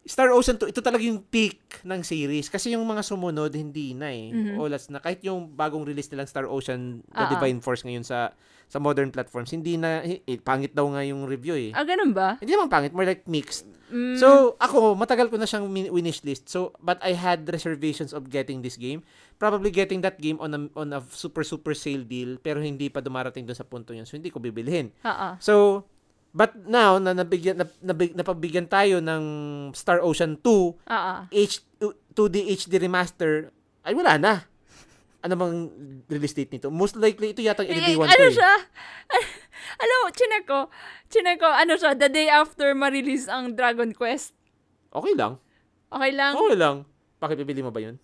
S2: Star Ocean 2, ito talaga yung peak ng series. Kasi yung mga sumunod, hindi na eh. Olas na. Kahit yung bagong release nilang Star Ocean, The
S1: Mhm. Oo.
S2: Divine Force ngayon sa sa modern platforms, hindi na, eh, eh, pangit daw nga yung review eh.
S1: Ah, ganun ba?
S2: Hindi naman pangit, more like mixed.
S1: Mm.
S2: So, ako, matagal ko na siyang min- wish list. So, but I had reservations of getting this game. Probably getting that game on a, on a super, super sale deal, pero hindi pa dumarating doon sa punto yun. So, hindi ko bibilihin.
S1: Ah, ah.
S2: So, but now, na nabigyan, na, nabig- napabigyan tayo ng Star Ocean 2,
S1: Ah, ah.
S2: H, 2D HD remaster, ay wala na. Ano bang release date nito? Most likely, ito yata ang
S1: Eh, eh,
S2: LB1
S1: ano
S2: ko eh.
S1: siya? Alam mo, chinek ko. Chinek ko, ano siya, the day after ma-release ang Dragon Quest.
S2: Okay lang.
S1: Okay lang?
S2: Okay lang. Bakit bibili mo ba yun?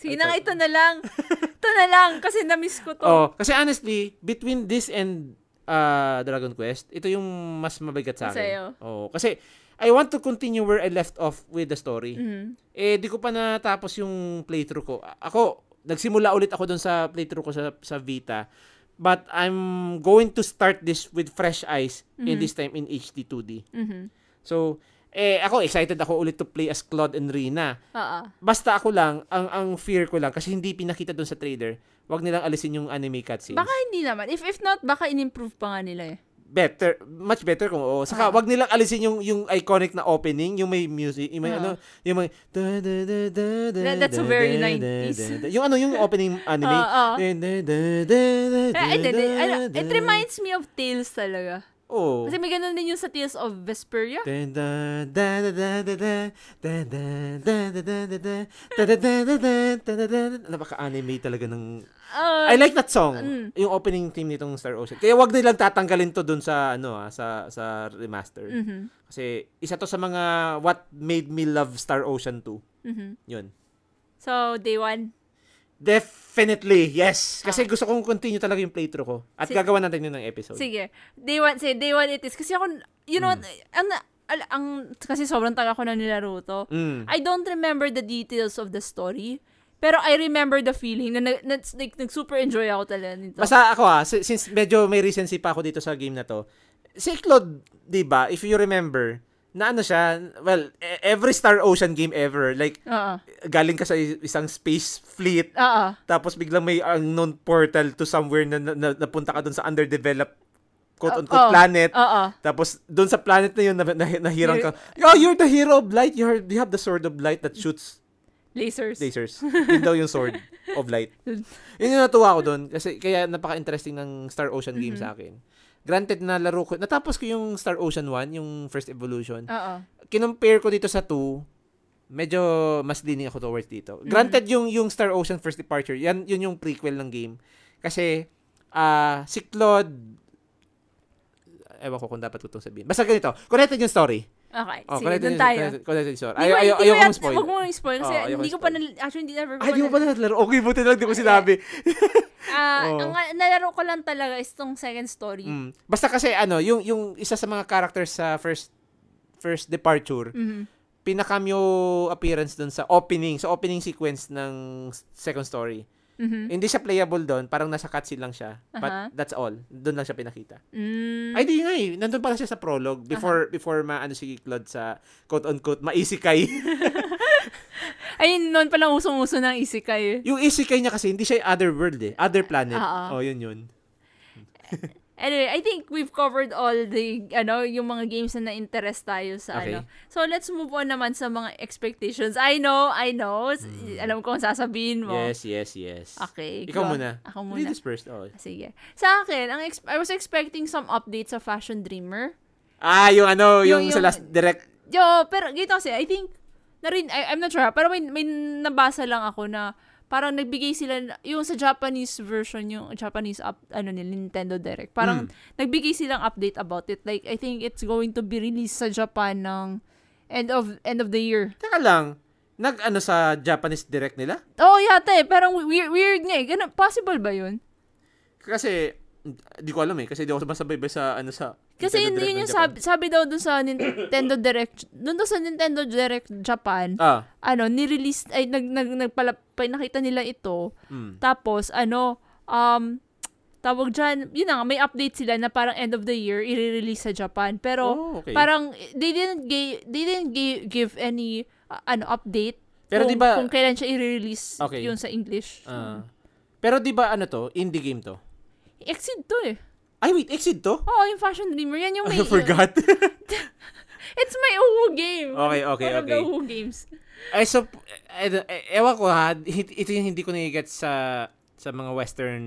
S1: Sige na, nga, ito na lang. ito na lang, kasi na-miss ko to.
S2: Oh, kasi honestly, between this and uh, Dragon Quest, ito yung mas mabigat sa
S1: Sa'yo.
S2: akin. Oh, kasi I want to continue where I left off with the story.
S1: Mhm.
S2: Eh di ko pa natapos yung playthrough ko. A- Ako, nagsimula ulit ako doon sa playthrough ko sa sa Vita. But I'm going to start this with fresh eyes and this time in HD 2D.
S1: Mhm.
S2: So, eh ako excited ako ulit to play as Claude and Rina.
S1: Ah, ah.
S2: Basta ako lang, ang ang fear ko lang kasi hindi pinakita doon sa trailer, wag nilang alisin yung anime cutscenes.
S1: Baka hindi naman. If if not, baka in-improve pa nga nila eh.
S2: better, much better kung oo. Saka
S1: Ah.
S2: wag nilang alisin yung yung iconic na opening, yung may music, yung
S1: Ah.
S2: may ano, yung may da, da, da, da, da,
S1: That- that's
S2: da,
S1: very
S2: da, da,
S1: 90s.
S2: da, da. Yung ano, yung opening anime.
S1: Ah, ah.
S2: Da, da, da, da, da,
S1: Eh, hindi,
S2: da,
S1: hindi. Ano,
S2: da,
S1: it reminds me of Tales talaga.
S2: Oo.
S1: Kasi may ganun din yung sa Tales of Vesperia.
S2: Da, da, da, da, da, da, da, da, da, da, da, da, da, da, da, da, da, da, da, da, da, da. Napaka-anime talaga ng
S1: Ah,
S2: I like that song.
S1: Mm.
S2: Yung opening theme nitong Star Ocean. Kaya wag nilang tatanggalin to dun sa ano ah, sa sa remaster.
S1: mhm,
S2: Kasi isa to sa mga what made me love Star Ocean 2.
S1: mhm.
S2: Yun.
S1: So, day one.
S2: Definitely, yes. Kasi gusto kong continue talaga yung playthrough ko.
S1: Ah.
S2: At
S1: Si-
S2: gagawa natin yun ng episode.
S1: Sige. Day one, say, day one it is. Kasi ako, you know,
S2: Hmm.
S1: ang, ang, ang, kasi sobrang taga ko na nilaro to.
S2: Mm.
S1: I don't remember the details of the story. Pero I remember the feeling na, na, na like, nag-super enjoy ako talaga nito.
S2: Basta ako ah, si- since medyo may recency pa ako dito sa game na to. Si Claude, 'di ba? If you remember, na ano siya, well, e- every Star Ocean game ever, like
S1: Oo.
S2: galing ka sa is- isang space fleet
S1: Oo.
S2: Tapos biglang may unknown portal to somewhere na, na, na- napunta ka doon sa underdeveloped quote-unquote
S1: Oh, oh.
S2: planet.
S1: Oo.
S2: Tapos doon sa planet na yun, na, na, nahirang ka. Oh, you're the hero of light. You, are- you have the sword of light that shoots
S1: Lasers.
S2: lasers. yun daw yung sword of light. Yun yung natuwa ko doon. Kasi kaya napaka-interesting ng Star Ocean game sa akin. Granted na laro ko, natapos ko yung Star Ocean 1, yung First Evolution
S1: Oo.
S2: kinumpare ko dito sa 2, medyo mas leaning ako towards dito.
S1: Mm-hmm.
S2: Granted, yung, yung Star Ocean First Departure, yan, yun yung prequel ng game. Kasi, ah si Claude, ewan ko kung dapat ko itong sabihin. Basta ganito, connected yung story.
S1: Okay.
S2: Oh,
S1: Sige,
S2: connected,
S1: dun
S2: yung,
S1: tayo.
S2: connected, connected yung story.
S1: Hindi
S2: Ayaw,
S1: ko-
S2: ayaw,
S1: hindi
S2: ayaw
S1: ko
S2: kong
S1: yat-
S2: spoil.
S1: Huwag mo nang spoil kasi
S2: Oo,
S1: hindi
S2: ayaw kong
S1: ko pa,
S2: spoil.
S1: nal- actually hindi never ko
S2: Ay, di mo
S1: nal-
S2: pa nalalaro. Okay, buti na lang, di ko sinabi.
S1: Ah,
S2: Oo.
S1: ang nga- nalaro ko lang talaga is tong second story.
S2: oh. Mm. Basta kasi, ano, yung, yung isa sa mga characters sa first first departure,
S1: Mhm.
S2: pinaka-cameo appearance dun sa opening, sa opening sequence ng second story.
S1: Mhm.
S2: Hindi siya playable doon, parang nasa cutscene lang siya.
S1: Aha.
S2: But that's all. Doon lang siya pinakita.
S1: Mm.
S2: Ay, di nga eh. Nandun pala siya sa prologue
S1: Uh-huh.
S2: before before maano si Claude sa quote-unquote maisikay.
S1: Ayun, noon palang usong-uso ng isikay.
S2: yung isikay niya kasi hindi siya other world eh. Other planet.
S1: Oo.
S2: Oh, yun yun.
S1: Anyway, I think we've covered all the, ano, yung mga games na na-interest tayo sa, ano.
S2: Okay.
S1: So, let's move on naman sa mga expectations. I know, I know. S- Alam ko kung sasabihin mo.
S2: Mm. Yes, yes, yes.
S1: Okay.
S2: Ikaw
S1: go.
S2: muna.
S1: Ako muna.
S2: Hindi dispersed. Oh.
S1: Sige. Sa akin, ang ex- I was expecting some updates sa Fashion Dreamer.
S2: Ah, yung ano, yung,
S1: Yung-
S2: sa
S1: yung-
S2: last direct.
S1: Yo, pero gito kasi, I think, na rin, I, I'm not sure, ha, pero may, may nabasa lang ako na parang nagbigay sila, yung sa Japanese version, yung Japanese up, ano nila, Nintendo Direct, parang
S2: Hmm.
S1: nagbigay silang update about it. Like, I think it's going to be released sa Japan ng end of end of the year.
S2: Teka lang, nag-ano sa Japanese direct nila?
S1: Oh, yata eh. Parang weird, weird nga eh. Ganun, possible ba yun?
S2: Kasi, di ko alam eh. Kasi di ako masabay-bay sa, ano, sa
S1: Kasi yun, yun
S2: Nintendo Direct ng
S1: yung
S2: Japan.
S1: sabi, sabi daw dun sa Nintendo Direct, dun daw sa Nintendo Direct Japan,
S2: Ah,
S1: ano, nirelease, ay, nag, nag, nagpala, pinakita nila ito.
S2: mm.
S1: Tapos, ano, um, tawag dyan, yun na nga, may update sila na parang end of the year, i-release sa Japan. Pero,
S2: Oh, okay.
S1: parang, they didn't, gave, they didn't give, give any, uh, ano, update.
S2: Pero
S1: kung,
S2: di ba-
S1: Kung kailan siya i-release
S2: Okay.
S1: yun sa English.
S2: ah. pero di ba ano to? Indie game to?
S1: Exceed to eh.
S2: Ay, wait. Exceed to?
S1: Oo, yung Fashion Dreamer. Yan yung may...
S2: I forgot.
S1: It's my Uhu game.
S2: Okay, okay,
S1: One of the
S2: okay.
S1: Uhu games.
S2: Ay, so, eh, eh, ewan ko ha, hi- ito yung hindi ko nai-get sa sa mga Western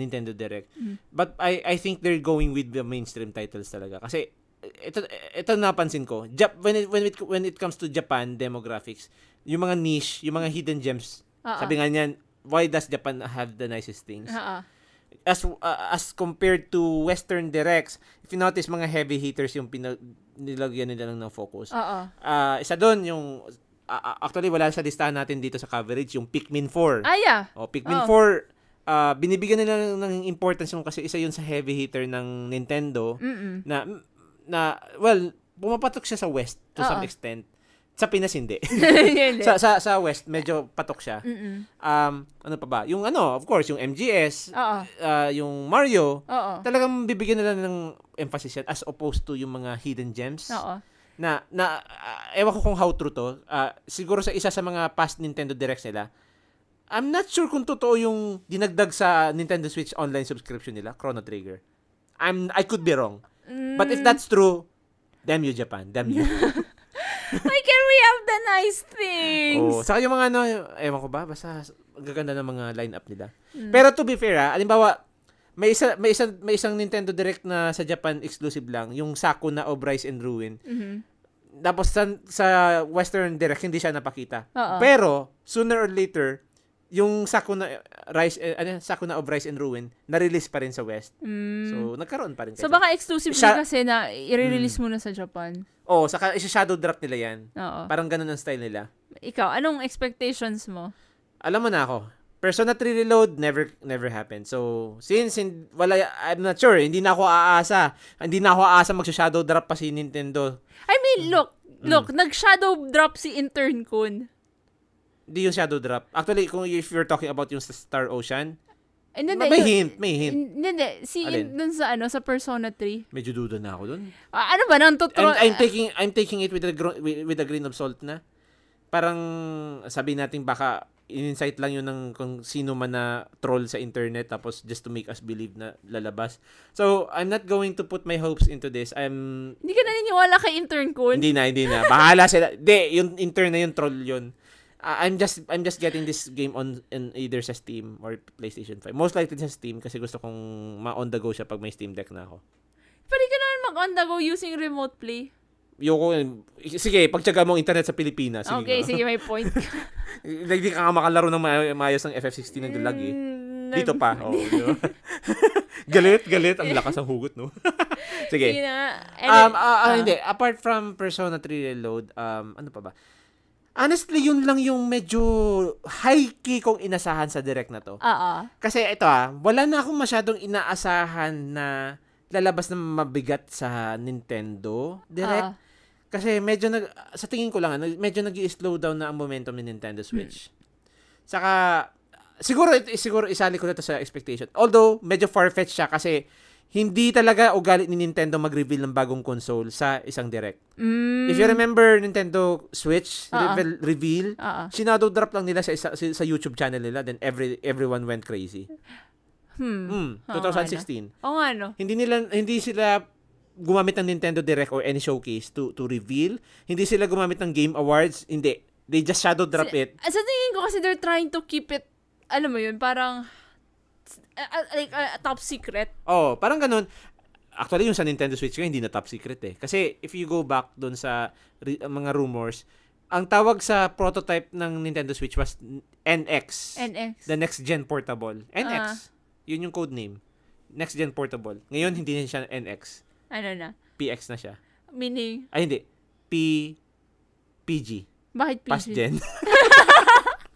S2: Nintendo Direct.
S1: Mm.
S2: But I I think they're going with the mainstream titles talaga. Kasi eh, ito ito napansin ko. Jap, when it, when it when it comes to Japan demographics, yung mga niche, yung mga hidden gems.
S1: Ah,
S2: Sabi nga niyan, why does Japan have the nicest things?
S1: Ah, ah.
S2: as uh, as compared to Western directs, if you notice mga heavy hitters yung pinag nilagyan nila lang ng focus.
S1: Ah, ah.
S2: Ah, isa doon yung ah, ah, actually wala sa listahan natin dito sa coverage yung Pikmin 4.
S1: Ah, yeah.
S2: O Pikmin
S1: Oo.
S2: 4 ah, binibigyan nila ng, ng importance yung kasi isa yun sa heavy hitter ng Nintendo
S1: Mm-mm.
S2: na na well pumapatok siya sa West to some
S1: Oo.
S2: extent. Sa Pinas hindi.
S1: Yun,
S2: sa, sa sa West medyo patok siya.
S1: Mm-mm.
S2: Um ano pa ba? Yung ano, of course, yung MGS,
S1: Oo.
S2: ah, yung Mario,
S1: Oo.
S2: talagang bibigyan nila ng emphasis yan as opposed to yung mga hidden gems
S1: Oo.
S2: na na ah, ewan ko kung how true to Ah, siguro sa isa sa mga past Nintendo Directs nila I'm not sure kung totoo yung dinagdag sa Nintendo Switch online subscription nila Chrono Trigger I'm I could be wrong but
S1: Mm.
S2: if that's true damn you Japan damn you
S1: Mm, Why can we have the nice things?
S2: Oh, saka yung mga ano, ewan ko ba, basta ang gaganda ng mga lineup nila.
S1: Mm.
S2: Pero to be fair, ah, alimbawa, may isa may isa may isang Nintendo Direct na sa Japan exclusive lang, yung Sakuna of Rise and Ruin.
S1: Mhm.
S2: Tapos sa, sa Western Direct hindi siya napakita.
S1: Oo.
S2: Pero sooner or later, yung Sakuna Rise eh, ano, Sakuna of Rise and Ruin na-release pa rin sa West.
S1: Mm.
S2: So, nagkaroon pa rin
S1: So,
S2: kayo.
S1: baka exclusive din
S2: Siya-
S1: kasi na i-release muna sa Japan.
S2: oh, saka isa-shadow drop nila 'yan.
S1: Oo.
S2: Parang ganun ang style nila.
S1: Ikaw, anong expectations mo?
S2: alam mo na ako, Persona 3 Reload never never happened. So, since hin- wala I'm not sure, hindi na ako aasa. Hindi na ako aasa mag-shadow drop pa si Nintendo.
S1: I
S2: Mm.
S1: mean, look. Look, nag-shadow drop si Intern Kun.
S2: Hindi yung shadow drop. Actually, kung if you're talking about yung sa Star Ocean,
S1: And then, eh,
S2: may hint, may hint.
S1: Hindi, hindi. eh, Si
S2: Alin?
S1: dun sa ano, sa Persona 3.
S2: Medyo duda na ako dun.
S1: Ah, ano ba, nang
S2: And
S1: totoo?
S2: I'm taking I'm taking it with a gro- with, with a grain of salt na. Parang sabi natin baka in-insight lang yun ng kung sino man na troll sa internet tapos just to make us believe na lalabas. So, I'm not going to put my hopes into this. I'm
S1: Hindi ka naniniwala kay Intern Kun?
S2: Hindi na, hindi na. Bahala sila. Hindi, yung intern na yung troll yun. Ah, I'm just I'm just getting this game on in either sa Steam or PlayStation 5. Most likely sa Steam kasi gusto kong ma-on the go siya pag may Steam Deck na ako.
S1: Pwede ka naman mag-on the go using remote play.
S2: Yoko, sige, pagtsaga mo ang internet sa Pilipinas. Ah, Sige
S1: okay,
S2: nga.
S1: sige, may point.
S2: Like, di ka nga makalaro ng may- maayos ng FF16 ng Dulag eh.
S1: Mm, nag-
S2: Dito pa. Oh, di ba? galit, galit. Ang lakas ang hugot, no? sige.
S1: Sige na. And
S2: Um,
S1: then-
S2: ah, ah,
S1: ah.
S2: hindi. Apart from Persona 3 Reload, um, ano pa ba? Honestly, yun lang yung medyo high-key kong inasahan sa direct na to.
S1: Ah, ah.
S2: Kasi ito ah, wala na akong masyadong inaasahan na lalabas ng mabigat sa Nintendo
S1: Ah.
S2: direct. Kasi medyo nag sa tingin ko lang ah, nag- medyo nag-i-slow down na ang momentum ni Nintendo Switch.
S1: Hmm.
S2: Saka siguro it- siguro isali ko na to sa expectation. Although medyo far-fetched siya kasi hindi talaga ugali ni Nintendo mag-reveal ng bagong console sa isang direct.
S1: Mm,
S2: If you remember Nintendo
S1: Ah,
S2: Switch
S1: ah.
S2: revel- reveal,
S1: ah, ah.
S2: Sinado drop lang nila sa, isa, sa sa YouTube channel nila then every everyone went crazy.
S1: Hmm.
S2: Mm,
S1: Oo,
S2: 2016.
S1: Oo nga, no?
S2: Hindi nila hindi sila gumamit ng Nintendo Direct or any showcase to to reveal. Hindi sila gumamit ng Game Awards, hindi. They just shadow drop it.
S1: Ah, Sa tingin ko kasi they're trying to keep it, alam mo yun, parang, ah, ah, like, ah, top secret.
S2: Oh, parang ganun. Actually, yung sa Nintendo Switch nga, hindi na top secret eh. Kasi if you go back doon sa re- mga rumors, ang tawag sa prototype ng Nintendo Switch was NX.
S1: NX.
S2: The Next Gen Portable. NX. Yun yung code name. Next Gen Portable. Ngayon, hindi na siya NX.
S1: Ano na?
S2: PX na siya.
S1: Meaning,
S2: Ay, hindi. P... PG.
S1: bakit PG?
S2: Past Gen.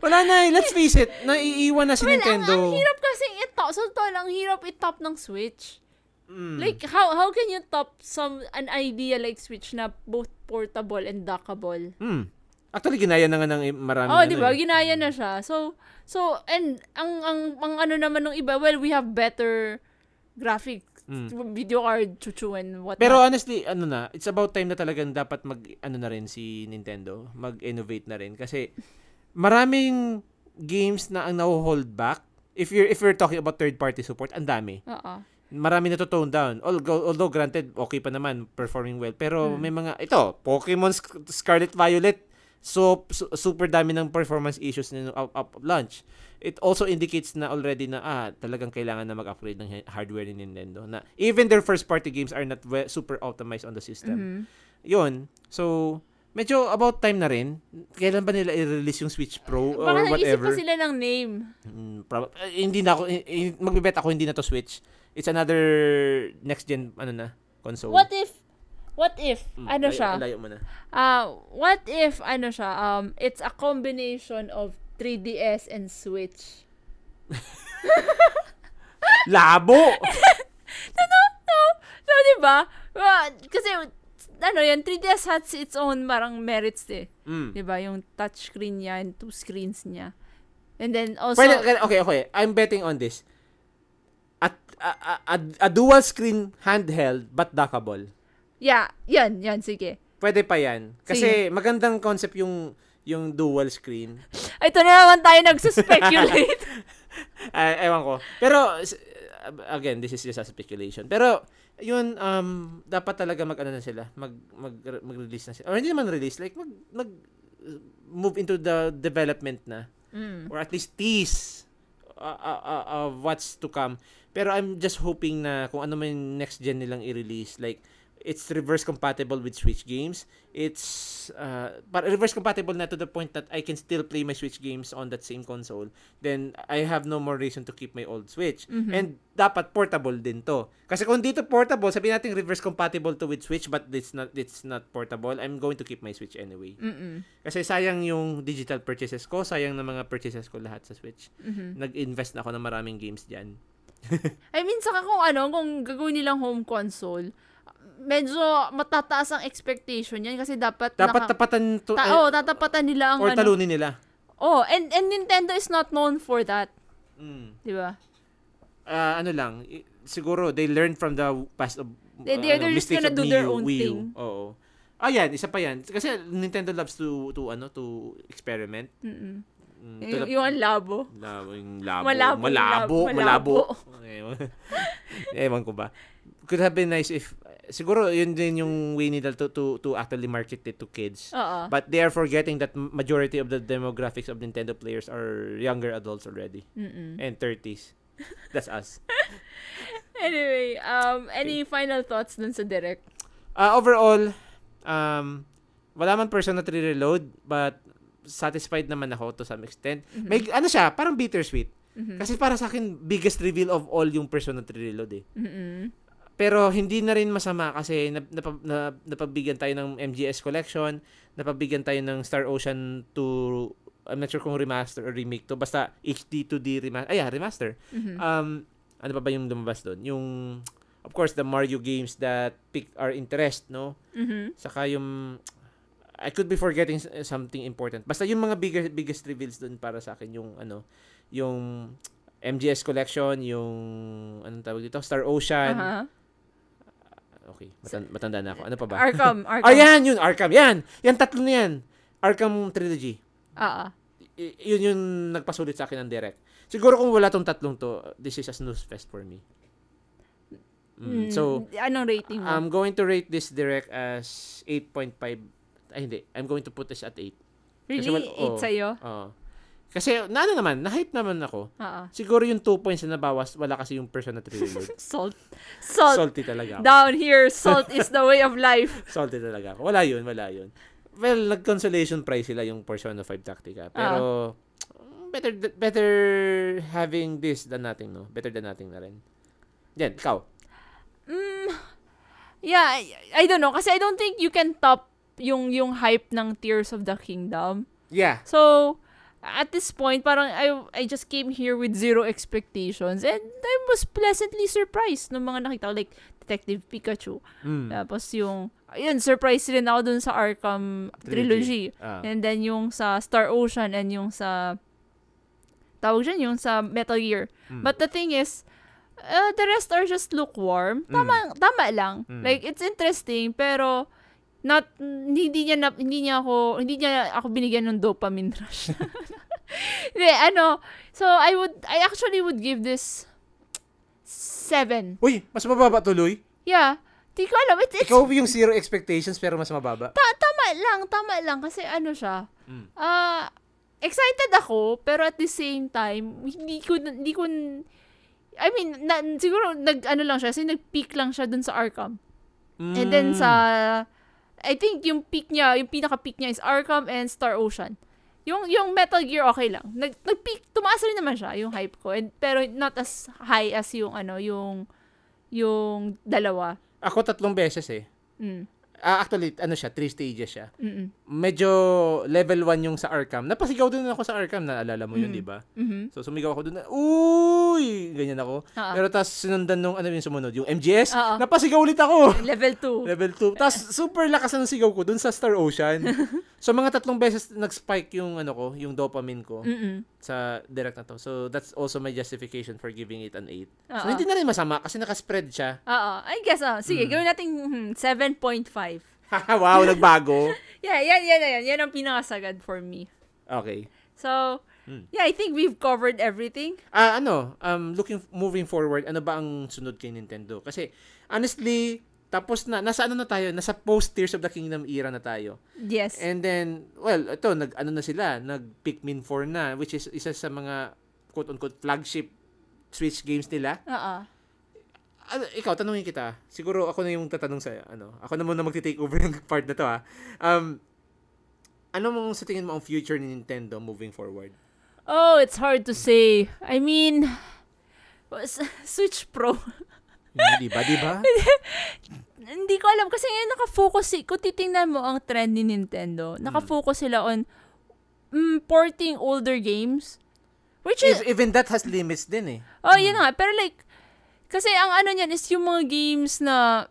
S2: Wala na eh. Let's face it. Naiiwan na si
S1: Well, ang,
S2: Nintendo.
S1: ang hirap kasi i-top. So, to lang, ang hirap i-top ng Switch.
S2: Mm.
S1: Like, how how can you top some an idea like Switch na both portable and dockable?
S2: Mm. Actually, ginaya na nga ng eh, marami.
S1: Oh,
S2: ano
S1: di ba?
S2: eh.
S1: Ginaya na siya. So, so and ang ang ang ano naman ng iba, well, we have better graphics, video card, chuchu and what.
S2: Hmm. Pero honestly, ano na, it's about time na talagang dapat mag, ano na rin si Nintendo, mag-innovate na rin. Kasi maraming games na ang naho-hold back. If you're, if you're talking about third-party support, ang dami.
S1: Oo.
S2: Marami na to tone down. Although, although granted, okay pa naman, performing well. Pero
S1: Mm.
S2: may mga, ito, Pokemon Sc- Scarlet Violet, so, su- super dami ng performance issues na nung up, up launch. It also indicates na already na ah, talagang kailangan na mag-upgrade ng hi- hardware ni Nintendo. Na even their first party games are not we- super optimized on the system.
S1: Mhm.
S2: Yun. So, medyo about time na rin. Kailan ba nila i-release yung Switch Pro or
S1: Baka naisip
S2: whatever?
S1: pa sila ng name.
S2: Mm, prob- eh, hindi na ako, eh, eh, magbebet ako hindi na to Switch. It's another next gen, ano na, console.
S1: What if What if
S2: Mm,
S1: ano
S2: layo-
S1: siya?
S2: Layo mo na.
S1: Ah, what if ano siya? Um it's a combination of 3DS and Switch.
S2: Labo!
S1: So, Ah, di ba? Well, kasi, ano yan, 3DS has its own marang merits eh.
S2: Mm.
S1: Di ba? Yung touchscreen niya and two screens niya. And then also,
S2: Pwede, okay, okay. I'm betting on this. At, a, a, a dual screen handheld but dockable.
S1: yeah, yan, yan, sige.
S2: Pwede pa yan. Kasi magandang concept yung yung dual screen.
S1: Ito na naman tayo nagsuspeculate.
S2: Ay, Ah, ewan ko. Pero, s- again, this is just a speculation. Pero, yun, um, dapat talaga mag, ano na sila, mag, mag, mag-release na sila. Or hindi naman release, like, mag, mag, move into the development na.
S1: mm.
S2: Or at least tease uh, uh, uh, uh, what's to come. Pero I'm just hoping na kung ano man next gen nilang i-release, like, it's reverse compatible with Switch games. It's uh, but reverse compatible na to the point that I can still play my Switch games on that same console. Then I have no more reason to keep my old Switch. And dapat portable din to. Kasi kung dito portable, sabihin natin reverse compatible to with Switch but it's not it's not portable. I'm going to keep my Switch anyway.
S1: Mm-mm.
S2: Kasi sayang yung digital purchases ko, sayang na mga purchases ko lahat sa Switch.
S1: Mhm.
S2: Nag-invest na ako ng maraming games diyan.
S1: I mean, saka kung ano, kung gagawin nilang home console, medyo matataas ang expectation yan kasi dapat
S2: Dapat
S1: naka-
S2: tapatan to
S1: ta-
S2: eh,
S1: oh, tatapatan nila ang
S2: or
S1: ano.
S2: talunin nila.
S1: Oh, and and Nintendo is not known for that,
S2: Mm.
S1: 'di ba?
S2: ah, ano lang, i- siguro they learn from the past of
S1: They-
S2: ah,
S1: they're- they're
S2: ano,
S1: just
S2: mistakes
S1: gonna
S2: of
S1: do
S2: Wii
S1: their
S2: U-
S1: own
S2: Wii U.
S1: thing.
S2: Oo. Ah, yan, isa pa yan. Kasi Nintendo loves to to ano, to experiment.
S1: Mm-mm.
S2: Mm, to
S1: Yung,
S2: lab-
S1: yung ang labo.
S2: labo, yung labo.
S1: Malabo,
S2: Malabo. Malabo.
S1: lab-
S2: malabo.
S1: malabo.
S2: Ewan. Ewan ko ba. Could have been nice if siguro yun din yung way nila to to to actually market it to kids.
S1: Oo.
S2: But they are forgetting that m- majority of the demographics of Nintendo players are younger adults already
S1: Mm-mm.
S2: and 30s. That's us.
S1: Anyway, um, any final thoughts dun sa direct?
S2: Uh, overall, um, wala man Persona 3 Reload, but satisfied naman ako to some extent.
S1: Mm-hmm.
S2: May, ano siya, parang bittersweet. Kasi para sa akin, biggest reveal of all yung Persona 3 Reload eh.
S1: Mm-mm.
S2: Pero hindi na rin masama kasi nap, napa- na, napagbigyan tayo ng MGS Collection, napagbigyan tayo ng Star Ocean to, I'm not sure kung remaster or remake to, basta HD 2D remaster. Ay, ah, yeah, remaster.
S1: Mhm.
S2: Um, ano pa ba yung lumabas doon? Yung, of course, the Mario games that pick our interest, no?
S1: Mhm.
S2: Saka yung I could be forgetting s- something important. Basta yung mga biggest biggest reveals dun para sa akin yung ano, yung MGS collection, yung anong tawag dito? Star Ocean.
S1: Aha.
S2: Okay, matan- matanda na ako. Ano pa ba?
S1: Arkham, Arkham.
S2: Ah, yan, yun, Arkham. Yan. Yan tatlo na yan. Arkham trilogy.
S1: Oo.
S2: I- yun yung nagpasulit sa akin ng direct. Siguro kung wala tong tatlong to, this is a snooze fest for me. Mm, So, um,
S1: anong rating Hmm, mo?
S2: I'm going to rate this direct as 8.5. Ay, hindi. I'm going to put this at 8.
S1: really?
S2: well,
S1: Eight
S2: oo.
S1: sa'yo?
S2: Oo. Kasi, na ano naman, na-hype naman ako.
S1: Oo.
S2: Siguro yung 2 points na nabawas, wala kasi yung Persona 3 Reload.
S1: Salt. Salt.
S2: Salty talaga ako.
S1: Down here, salt is the way of life.
S2: Salty talaga ako. Wala yun, wala yun. Well, nag-consolation prize sila yung Persona 5
S1: Ah.
S2: Tactica. Pero, better th- better having this than nothing, no? Better than nothing na rin. Yan, ikaw.
S1: Yeah, I, I don't know. Kasi I don't think you can top yung yung hype ng Tears of the Kingdom.
S2: Yeah.
S1: So, at this point, parang I, I just came here with zero expectations. And I was pleasantly surprised nung mga nakita ko. Like, Detective Pikachu.
S2: Mm.
S1: Tapos yung, yun, surprised rin ako dun sa Arkham Trilogy. Eh,
S2: Trilogy. Ah.
S1: And then yung sa Star Ocean and yung sa tawag dyan, yung sa Metal Gear.
S2: Mm.
S1: But the thing is, uh, the rest are just lukewarm.
S2: Hmm.
S1: Tama, tama lang.
S2: Mm.
S1: Like, it's interesting, pero not, hindi niya, na- hindi niya ako, hindi niya ako binigyan ng dopamine rush. Hindi, ano, so I would, I actually would give this seven.
S2: Uy, mas mababa tuloy.
S1: Yeah. Di ko alam, it's, it's
S2: Ikaw yung zero expectations pero mas mababa.
S1: Ta- tama lang, tama lang. Kasi ano siya,
S2: Mm.
S1: ah, excited ako, pero at the same time, hindi ko, na- hindi ko, n- I mean, na, siguro, nag, ano lang siya, kasi nag-peak lang siya dun sa Arkham.
S2: Hmm.
S1: And then sa, I think yung peak niya, yung pinaka-peak niya is Arkham and Star Ocean. Yung, yung Metal Gear okay lang. Nag, nag-peak, tumaas rin naman siya, yung hype ko. And, pero not as high as yung, ano, yung, yung dalawa.
S2: Ako tatlong beses eh.
S1: Mm,
S2: Ah, actually, ano siya, three stages siya.
S1: mm,
S2: Medyo level 1 yung sa Arkham. Napasigaw din ako sa Arkham, naalala mo yun, di ba?
S1: mm,
S2: So sumigaw ako doon na, uy! Ganyan ako.
S1: Ah.
S2: Pero tas sinundan nung, ano yung sumunod, yung MGS,
S1: Ah, ah.
S2: napasigaw ulit ako!
S1: Level 2.
S2: Level 2. Tapos super lakas na ng sigaw ko dun sa Star Ocean. so mga tatlong beses nag-spike yung ano ko, yung dopamine ko
S1: Mm-mm.
S2: sa direct na to. So that's also my justification for giving it an 8. So
S1: Oo.
S2: hindi na rin masama kasi nakaspread siya.
S1: Oo. I guess, ah. Sige, gawin natin hmm, 7.5.
S2: wow, nagbago.
S1: Yeah, yan, yan, yan. Yan ang pinakasagad for me.
S2: Okay.
S1: So,
S2: Hmm.
S1: yeah, I think we've covered everything.
S2: Ah, ano, um looking moving forward, ano ba ang sunod kay Nintendo? Kasi honestly, tapos na nasa ano na tayo, nasa post Tears of the Kingdom era na tayo.
S1: Yes.
S2: And then, well, ito, nag, ano na sila, nag Pikmin 4 na, which is isa sa mga quote-unquote flagship Switch games nila.
S1: Oo.
S2: Ano, ikaw, tanungin kita. Siguro ako na yung tatanong sa'yo. Ano, ako na muna magti-take over ng part na to, ha. Um, ano mong sa tingin mo ang future ni Nintendo moving forward?
S1: Oh, it's hard to say. I mean, was- Switch Pro.
S2: Hindi ba, di ba?
S1: Hindi ko alam. Kasi ngayon nakafocus, si- kung titingnan mo ang trend ni Nintendo, nakafocus sila on mm, porting older games. Which is,
S2: Ev- even that has limits din, eh.
S1: Oh, yun nga. Pero like, kasi ang ano niyan is yung mga games na,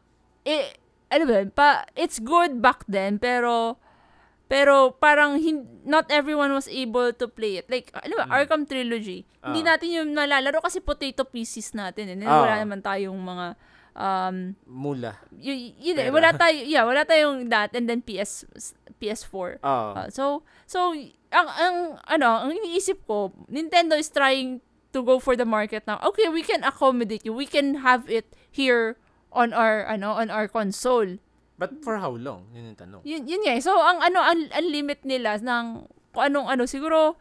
S1: eh, alam mo, yun, pa, it's good back then, pero, pero parang hin- not everyone was able to play it. Like, alam mo, Arkham Trilogy. Hindi
S2: Hmm. Ah.
S1: natin yung nalalaro kasi potato pieces natin. Eh.
S2: Ah.
S1: Wala naman tayong mga, um,
S2: Mula.
S1: y- yun eh,
S2: Pera.
S1: wala tayo, yeah, wala tayong that and then PS, PS4.
S2: Oo.
S1: Ah, so, so, ang, ang, ano, ang iniisip ko, Nintendo is trying to go for the market now. Okay, we can accommodate you. We can have it here on our, ano, on our console.
S2: But for how long? Yun yung tanong.
S1: Yun, yun nga. eh. So, ang, ano, ang, ang limit nila ng kung anong, ano, siguro,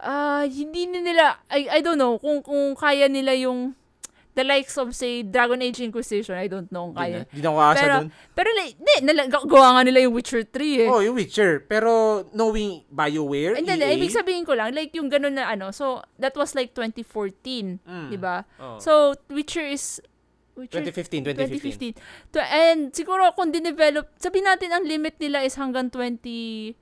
S1: ah, hindi na nila, I, I don't know, kung, kung kaya nila yung, the likes of, say, Dragon Age Inquisition, I don't know kung kaya.
S2: Hindi na, di na ako aasa
S1: Pero,
S2: dun.
S1: pero, like, di, nala, gawa nga nila yung Witcher 3 eh.
S2: Oh, yung Witcher. Pero knowing BioWare, E
S1: And then,
S2: EA,
S1: ibig sabihin ko lang, like yung ganun na ano, so that was like 2014,
S2: Mm.
S1: 'di ba? diba?
S2: Oo.
S1: So Witcher is Witcher
S2: 2015,
S1: 2015.
S2: 2015.
S1: To, and siguro kung dinevelop, sabihin natin ang limit nila is hanggang 20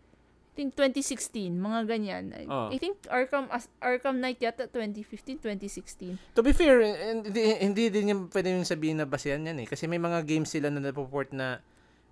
S1: I think 2016, mga ganyan. I-
S2: Oo.
S1: I think Arkham as- Arkham Knight yata 2015, 2016.
S2: To be fair, hindi, hindi din yung pwede yung sabihin na basehan yan eh. Kasi may mga games sila na napoport na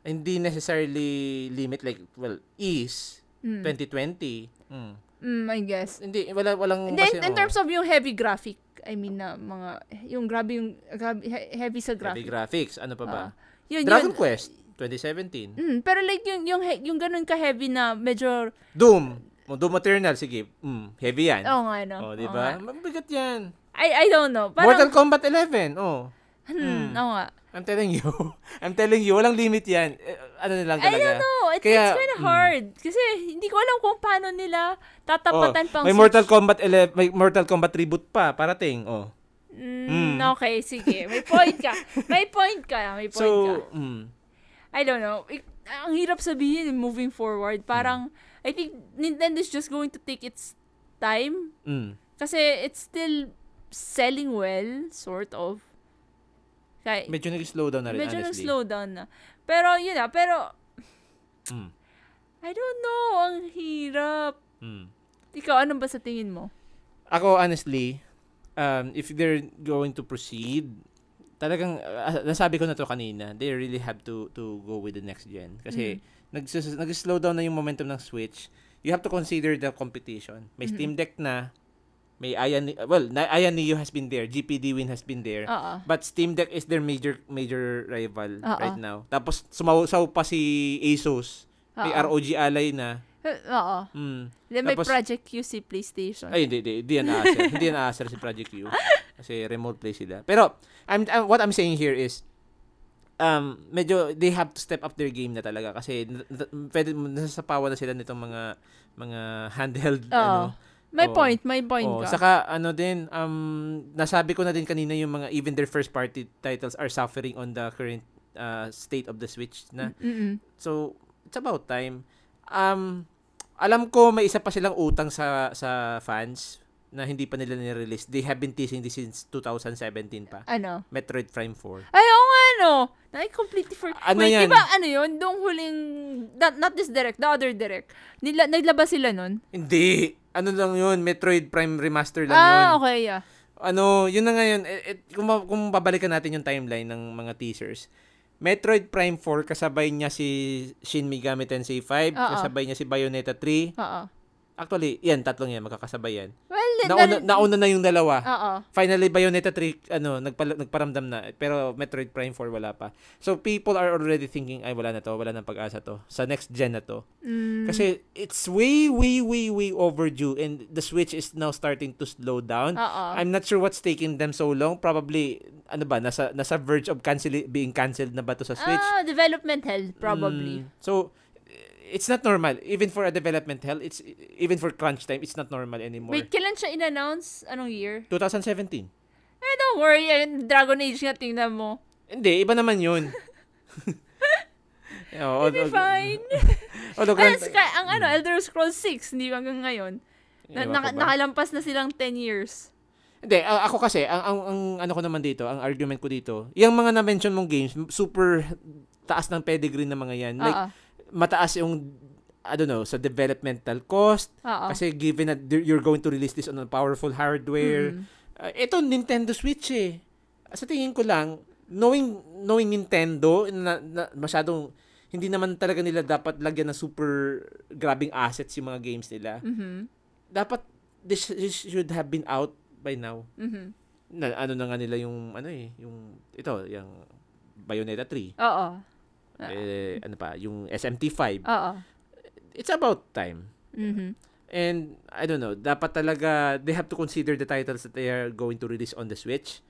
S2: hindi necessarily limit. Like, well, is 2020. Mm.
S1: Mm, Hmm. I guess.
S2: Hindi, wala, walang oh,
S1: And then, in terms of yung heavy graphic, I mean na mga yung grabe yung grabe, he- heavy sa
S2: graphics.
S1: graphic.
S2: graphics, ano pa ba?
S1: Ah, yun, yun.
S2: Dragon Quest, 2017.
S1: Mm, pero like yung yung he- yung ganun ka heavy na medyo
S2: Doom, oh, Doom Eternal, sige. Mm, heavy yan.
S1: oh nga no.
S2: Oh,
S1: Oo
S2: di
S1: nga.
S2: ba? Mabigat yan.
S1: I I don't know.
S2: Mortal
S1: Parang
S2: Kombat 11, oh.
S1: hmm, oo nga.
S2: I'm telling you. I'm telling you, walang limit yan. Eh, Ano na lang
S1: I
S2: talaga.
S1: don't know. It,
S2: Kaya,
S1: it's kind of
S2: mm.
S1: hard kasi hindi ko alam kung paano nila tatapatan
S2: Oh,
S1: pang
S2: may Mortal Kombat 11, may Mortal Kombat tribute pa parating. Oh.
S1: Mm,
S2: Hmm.
S1: okay, sige. May point ka. May point ka. May point
S2: so,
S1: ka.
S2: mm,
S1: I don't know. Ik- ang hirap sabihin eh, moving
S2: Hmm.
S1: forward. Parang, I think Nintendo is just going to take its time.
S2: Mm.
S1: Kasi it's still selling well, sort of. Kaya,
S2: Medyo nag-slow down na rin,
S1: medyo
S2: honestly.
S1: slow down na. Pero, yun na, pero,
S2: Mm.
S1: I don't know, ang hirap.
S2: Mm.
S1: Ikaw, ano ba sa tingin mo?
S2: Ako, honestly, um, if they're going to proceed, talagang, uh, nasabi ko na to kanina, they really have to to go with the next gen. Kasi, nagsus- nag-slow down na yung momentum ng Switch. You have to consider the competition. May Steam Deck na, may Aya, Ni- well, na, Aya Neo has been there, GPD Win has been there.
S1: Oo.
S2: But Steam Deck is their major major rival
S1: Oo.
S2: right now. Tapos sumaw-saw pa si Asus. May
S1: Oo.
S2: ROG ally na.
S1: Eh, Oo.
S2: Mm.
S1: Then may
S2: Tapos-
S1: Project QC PlayStation.
S2: Ay, hindi, hindi. Hindi yan aasar. hindi yan aasar si Project Q. Kasi remote play sila. Pero, I'm, I'm- what I'm saying here is, um, medyo, they have to step up their game na talaga. Kasi, n- n- pwede, nasasapawan na sila nitong mga, mga handheld,
S1: Oo.
S2: ano.
S1: May
S2: Oo.
S1: point, may point
S2: Oo.
S1: ka.
S2: Saka, ano din, um, nasabi ko na din kanina yung mga, even their first party titles are suffering on the current uh, state of the Switch na.
S1: Mm-mm.
S2: So, it's about time. Um, alam ko may isa pa silang utang sa sa fans na hindi pa nila nirelease. They have been teasing this since 2017 pa.
S1: Ano?
S2: Metroid Prime 4.
S1: Ay, oo nga, no. I completely for...
S2: Ano
S1: Wait,
S2: yan?
S1: di ba ano yun? Doong huling... Not, not this direct, the other direct. Nila, naglabas sila nun?
S2: Hindi! Ano lang yun? Metroid Prime Remaster lang yun.
S1: Ah, okay, yeah.
S2: Ano, yun na ngayon. Eh, eh, kung, ma- kung babalikan natin yung timeline ng mga teasers, Metroid Prime 4, kasabay niya si Shin Megami Tensei 5,
S1: Oo.
S2: kasabay niya si Bayonetta 3.
S1: Oo.
S2: Actually, yan, tatlong yan, magkakasabay yan.
S1: Well,
S2: Nauna,
S1: dal-
S2: nauna na yung dalawa.
S1: Oo.
S2: Finally, Bayonetta 3, ano, nagpal- nagparamdam na. Pero Metroid Prime 4, wala pa. So, people are already thinking, ay, wala na to, wala nang pag-asa to. Sa next gen na to.
S1: Mm,
S2: Kasi, it's way, way, way, way overdue. And the Switch is now starting to slow down.
S1: Oo.
S2: I'm not sure what's taking them so long. Probably, ano ba, nasa, nasa verge of cancel- being cancelled na ba to sa Switch?
S1: Ah, development hell, probably.
S2: Mm. So, it's not normal. Even for a development hell, it's, even for crunch time, it's not normal anymore.
S1: Wait, kailan siya in-announce? Anong year?
S2: 2017.
S1: Eh, don't worry. ayun, Dragon Age nga, tingnan mo.
S2: Hindi, iba naman yun. Oo, Oh,
S1: It'll be fine.
S2: Although,
S1: Ayun,
S2: grand,
S1: Sky, ang ano,
S2: Hmm.
S1: Elder Scrolls 6, hindi ba hanggang ngayon. Na,
S2: Ewan
S1: naka-
S2: ko ba?
S1: nakalampas na silang 10 years.
S2: Hindi, a- ako kasi, ang, ang, ang ano ko naman dito, ang argument ko dito, yung mga na-mention mong games, m- super taas ng pedigree ng mga yan. Like,
S1: Oo.
S2: mataas yung, I don't know, sa developmental cost.
S1: Oo.
S2: Kasi given that they're- you're going to release this on a powerful hardware.
S1: Mm.
S2: Uh, ito, Nintendo Switch eh. Sa tingin ko lang, knowing, knowing Nintendo, na, na- masyadong, hindi naman talaga nila dapat lagyan ng super grabbing assets yung mga games nila.
S1: Mhm.
S2: Dapat, this, this should have been out by now.
S1: Mhm.
S2: Na, ano na nga nila yung, ano eh, yung, ito, yung Bayonetta 3.
S1: Oo. Ah.
S2: Eh, ano pa, yung SMT5.
S1: Oo.
S2: It's about time.
S1: Mhm.
S2: And I don't know, dapat talaga they have to consider the titles that they are going to release on the Switch.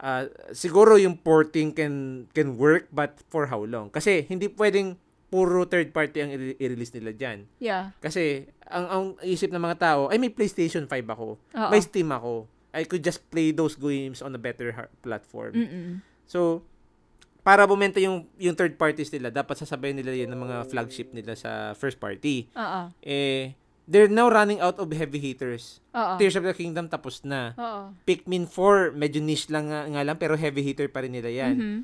S2: Uh, siguro yung porting can can work but for how long? Kasi hindi pwedeng puro third party ang i- i-release nila diyan.
S1: Yeah.
S2: Kasi ang ang isip ng mga tao, ay may PlayStation 5 ako.
S1: Oo.
S2: May Steam ako. I could just play those games on a better har- platform.
S1: Mm-mm.
S2: So, para bumenta yung, yung third parties nila, dapat sasabayan nila yan ng mga flagship nila sa first party.
S1: Oo.
S2: Eh, they're now running out of heavy hitters.
S1: Oo.
S2: Tears of the Kingdom tapos na.
S1: Oo.
S2: Pikmin 4, medyo niche lang nga, nga lang, pero heavy hitter pa rin nila yan.
S1: Mhm.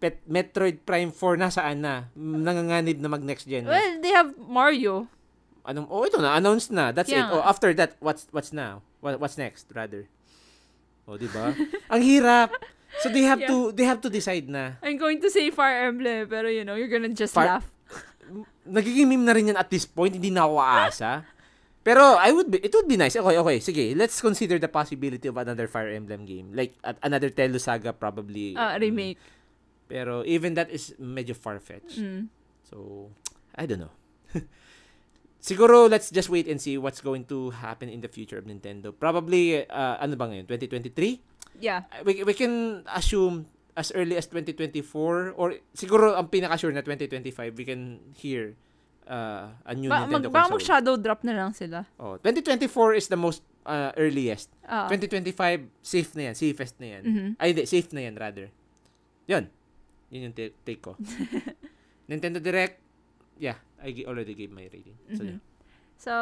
S2: Pet- Metroid Prime 4, nasaan na? Mm, Nanganganib na mag-next gen. na.
S1: Well, they have Mario.
S2: Anong, oh, ito na, announced na. That's
S1: Kaya
S2: it.
S1: nga.
S2: Oh, after that, what's what's now? What, what's next, rather? Oh, di ba? Ang hirap. So they have
S1: Yeah.
S2: to they have to decide na.
S1: I'm going to say Fire Emblem, pero you know, you're gonna just
S2: Fire-
S1: laugh.
S2: nagiging meme na rin yan at this point, hindi na ako aasa. Pero I would be, it would be nice. Okay, okay, sige. Let's consider the possibility of another Fire Emblem game. Like at another Telu Saga probably. Mm,
S1: Ah, remake.
S2: Pero even that is medyo far-fetched.
S1: Mm.
S2: So, I don't know. Siguro let's just wait and see what's going to happen in the future of Nintendo. Probably uh, ano ba ngayon? 2023?
S1: Yeah.
S2: we, we can assume as early as 2024 or siguro ang pinaka-sure na 2025 we can hear uh, a new
S1: Ba- mag,
S2: Nintendo
S1: baka
S2: console.
S1: mag-shadow drop na lang sila.
S2: oh, 2024 is the most uh, earliest.
S1: Ah.
S2: 2025 safe na yan, safest na yan.
S1: Mhm.
S2: Ay hindi, safe na yan rather. Yun. Yun yung ta- take ko. Nintendo Direct yeah, I gi- already gave my rating. So,
S1: Mm-hmm.
S2: yeah.
S1: So,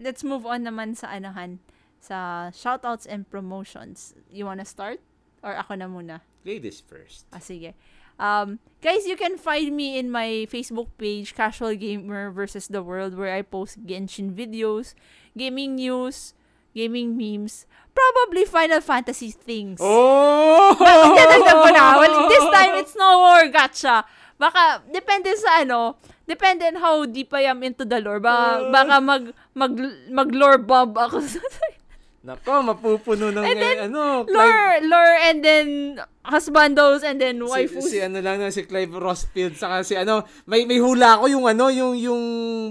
S1: let's move on naman sa anahan. Sa shoutouts and promotions. You wanna start? Or ako na muna?
S2: Ladies first.
S1: Ah, sige. Um, guys, you can find me in my Facebook page, Casual Gamer versus the World, where I post Genshin videos, gaming news, gaming memes, probably Final Fantasy things.
S2: Oh!
S1: Dadagdag ko na. Well, this time, it's no more gotcha. Baka, depende sa ano, depende on how deep I am into the lore. Baka, baka mag, mag, mag-lore bomb ako sa
S2: Nako, mapupuno ng eh, ano, Clive-
S1: lore, lore, and then husbandos, and then waifus.
S2: Si, si ano lang na, si Clive Rossfield, saka si ano, may, may hula ko yung ano, yung, yung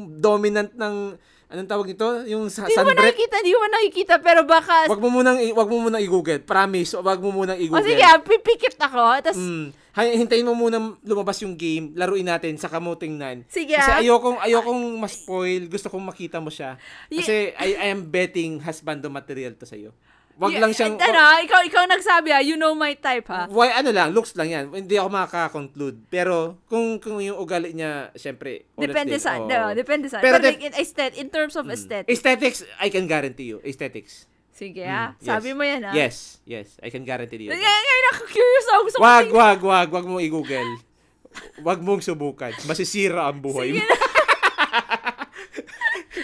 S2: dominant ng, anong tawag nito? Yung sa,
S1: Hindi mo
S2: sunbreak.
S1: nakikita, hindi mo nakikita, pero baka...
S2: Wag mo munang, i- wag mo munang i-google. Promise, wag mo
S1: O
S2: munang i-google.
S1: sige, ah, pipikit ako. Tapos,
S2: Mm. Hay- Hintayin mo muna lumabas yung game, laruin natin, saka mo tingnan.
S1: Sige, ah.
S2: Kasi ayokong, ayokong ma-spoil, gusto kong makita mo siya. Kasi I, I am betting husbando material to sa'yo. Wag lang siyang,
S1: Ano, ikaw, ikaw nagsabi ha, you know my type ha.
S2: why, ano lang, looks lang yan. Hindi ako makaka-conclude. Pero, kung, kung yung ugali niya, syempre, honest
S1: Depende
S2: din,
S1: sa,
S2: oo.
S1: no, depende sa.
S2: Pero
S1: Pero,
S2: Mm. Eh, def-
S1: like, in, aesthet, in terms of aesthetic.
S2: Aesthetics, I can guarantee you. Aesthetics.
S1: Sige ha,
S2: mm, Yes.
S1: sabi mo yan ah. ha.
S2: Yes, yes. I can guarantee you.
S1: Ngayon, ngayon ako curious eh, ako. Gusto ko
S2: Wag,
S1: tingnan.
S2: wag, wag. Wag mong i-google. Wag mong subukan. Masisira ang buhay
S1: Sige
S2: mo.
S1: na.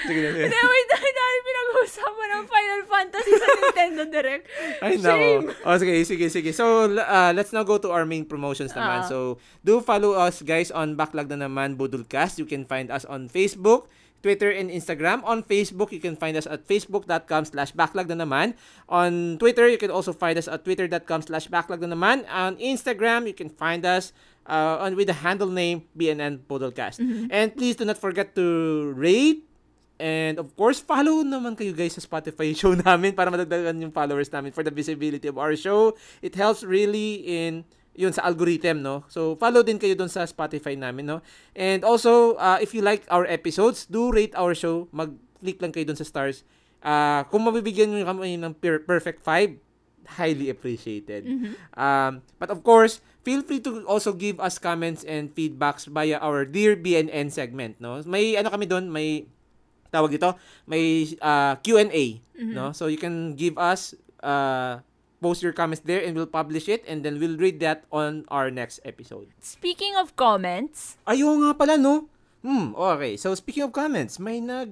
S2: Sige na. sige.
S1: Hindi, wait, dahil dahil pinag-uusapan ng Final Fantasy sa Nintendo Direct.
S2: Ay, nako. Oh, sige, sige, sige. So, l- uh, let's now go to our main promotions
S1: Ah.
S2: naman. So, do follow us, guys, on Backlog na naman, Budulcast. You can find us on Facebook, Twitter, and Instagram. On Facebook, you can find us at facebook.com slash backlog na naman. On Twitter, you can also find us at twitter.com slash backlog na naman. On Instagram, you can find us uh, on with the handle name BNN Budulcast. And please do not forget to rate, And of course, follow naman kayo guys sa Spotify show namin para madagdagan yung followers namin for the visibility of our show. It helps really in yun sa algorithm, no? So, follow din kayo dun sa Spotify namin, no? And also, uh, if you like our episodes, do rate our show. Mag-click lang kayo dun sa stars. Uh, kung mabibigyan nyo kami ng per- perfect five, highly appreciated. Um, but of course, feel free to also give us comments and feedbacks via our Dear BNN segment, no? May ano kami doon, may tawag ito, may uh, Q&A, no? So you can give us uh, post your comments there and we'll publish it and then we'll read that on our next episode.
S1: Speaking of comments,
S2: Ayaw nga pala, no? Hmm, okay. So, speaking of comments, may nag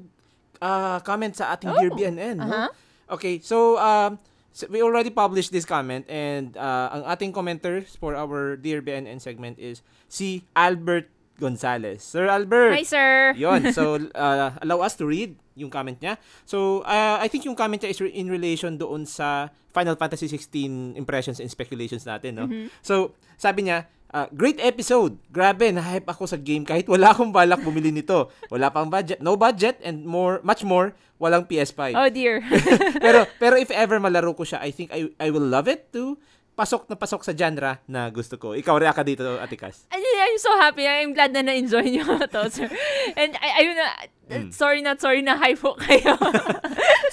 S2: ah, comment sa ating Dear BNN, no?
S1: uh-huh.
S2: Okay, so, um, so we already published this comment and uh, ang ating commenters for our Dear BNN segment is si Albert Gonzalez. Sir Albert!
S1: hi sir.
S2: Yun. So, uh, allow us to read yung comment niya. So, uh, I think yung comment niya is re- in relation doon sa Final Fantasy 16 impressions and speculations natin, no? So, sabi niya, uh, great episode. Grabe, na-hype ako sa game kahit wala akong balak bumili nito. Wala pang budget, no budget and more, much more, walang PS5
S1: Oh dear.
S2: pero pero if ever malaro ko siya, I think I I will love it too. Pasok na pasok sa genre na gusto ko. Ikaw react ka dito, Atikas.
S1: And yeah, I'm so happy. I'm glad na na-enjoy niyo to, sir. And I, ayun na,
S2: Mm.
S1: sorry not sorry na hype po kayo.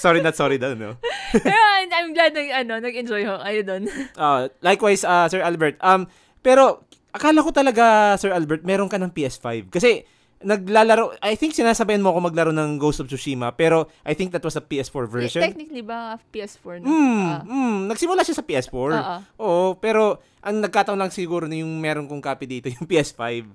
S2: Sorry not sorry daw, no?
S1: Pero and I'm glad nag, ano, nag-enjoy ho kayo doon.
S2: Uh, likewise, uh, Sir Albert. Um, pero, akala ko talaga, Sir Albert, meron ka ng PS5. Kasi, naglalaro, I think sinasabayan mo ako maglaro ng Ghost of Tsushima, pero I think that was a PS4 version.
S1: Technically ba, PS4 na?
S2: Mm,
S1: Ah.
S2: mm, nagsimula siya sa PS4.
S1: Oo.
S2: Oo, pero ang nagkataon lang siguro na yung meron kong copy dito, yung PS5.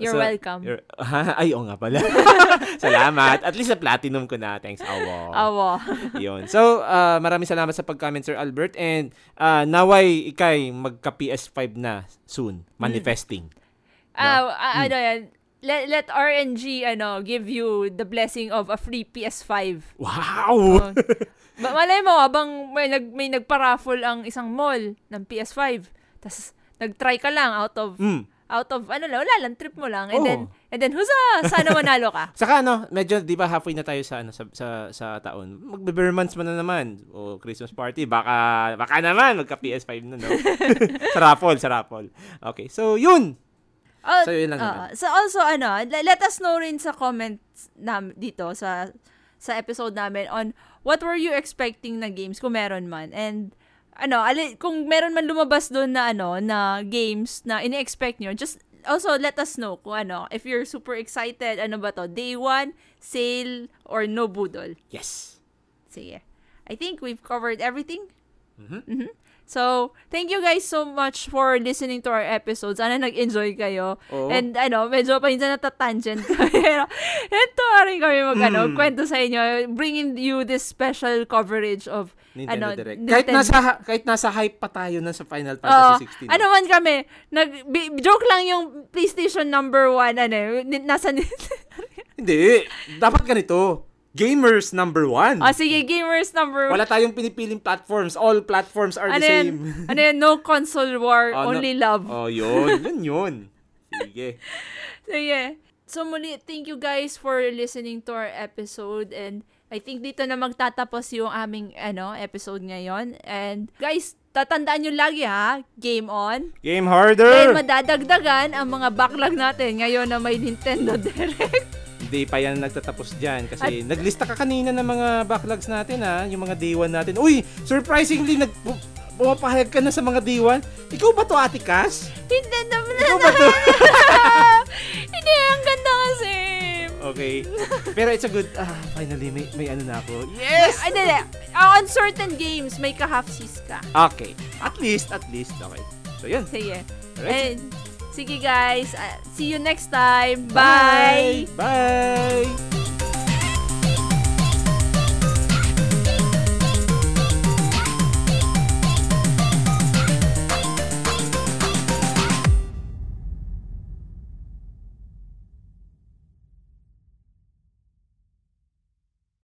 S1: You're welcome.
S2: you're- ay, oo nga pala. Salamat. At least na platinum ko na. Thanks, awo.
S1: Awa.
S2: Yun. So, uh, maraming salamat sa pag-comment, Sir Albert. And uh, naway ikay magka-PS5 na soon.
S1: Hmm.
S2: Manifesting.
S1: Ah, ah, ano yan, let, let RNG ano, give you the blessing of a free PS5.
S2: Wow!
S1: Oh. Ba- malay mo, abang may, nag, may nagpa-raffle ang isang mall ng PS5, tapos nag-try ka lang out of
S2: Mm.
S1: out of ano lang, wala lang trip mo lang and
S2: Oo.
S1: then and then husa sana manalo ka.
S2: Saka ano, medyo 'di ba halfway na tayo sa ano sa sa, sa taon. Magbe-bear months man na naman o Christmas party, baka baka naman magka PS5 na no. sa raffle, sa raffle. Okay. So, yun.
S1: Oh,
S2: So, yun lang
S1: oo. so also ano, le- let us know rin sa comments nam dito sa sa episode namin on what were you expecting na games kung meron man and ano, ali, kung meron man lumabas doon na ano na games na ini-expect nyo, just also, let us know kung ano, if you're super excited, ano ba to, day one, sale, or no budol.
S2: Yes.
S1: Sige. I think we've covered everything.
S2: Mm-hmm.
S1: Mhm. So, thank you guys so much for listening to our episodes. Sana nag-enjoy kayo.
S2: Oo.
S1: And ano, medyo paminsan natatangent kami. Pero, ito rin kami mag ano,
S2: Hmm.
S1: kwento sa inyo. Bringing you this special coverage of
S2: Nintendo
S1: ano,
S2: Direct. Kahit
S1: Nintendo-
S2: nasa kahit nasa hype pa tayo na sa Final
S1: Oo.
S2: Fantasy 16.
S1: ano man kami, nag, bi- joke lang yung PlayStation number one, ano, eh, ni- nasa,
S2: Hindi. Dapat ganito. Gamers number one.
S1: oh, sige, gamers number one.
S2: Wala tayong pinipiling platforms. All platforms are
S1: ano
S2: the
S1: yun?
S2: same.
S1: Ano yun? No console war,
S2: Oh, no.
S1: only love.
S2: Oh, yun. Yun yun. Sige.
S1: So, yeah. So, muli, thank you guys for listening to our episode and I think dito na magtatapos yung aming ano episode ngayon. And guys, tatandaan nyo lagi ha, game on.
S2: Game
S1: Dahil
S2: harder.
S1: madadagdagan ang mga backlog natin ngayon na may Nintendo Direct.
S2: Hindi pa yan nagtatapos dyan. Kasi naglista ka kanina ng mga backlogs natin ha. Yung mga day 1 natin. Uy! Surprisingly, nag pu- pumapahayag ka na sa mga day 1. Ikaw ba to, Ate Cass?
S1: Hindi na
S2: Ikaw ba to?
S1: Hindi, ang ganda kasi.
S2: okay. Pero it's a good... Ah, finally, may, may ano na ako.
S1: Yes! Ay, hindi, hindi. On certain games, may kahapsis ka.
S2: Okay. At least, at least. Okay. So, yun.
S1: Sige.
S2: Alright.
S1: And, Ah, sige guys, uh, see you next time. Bye.
S2: Bye! Bye!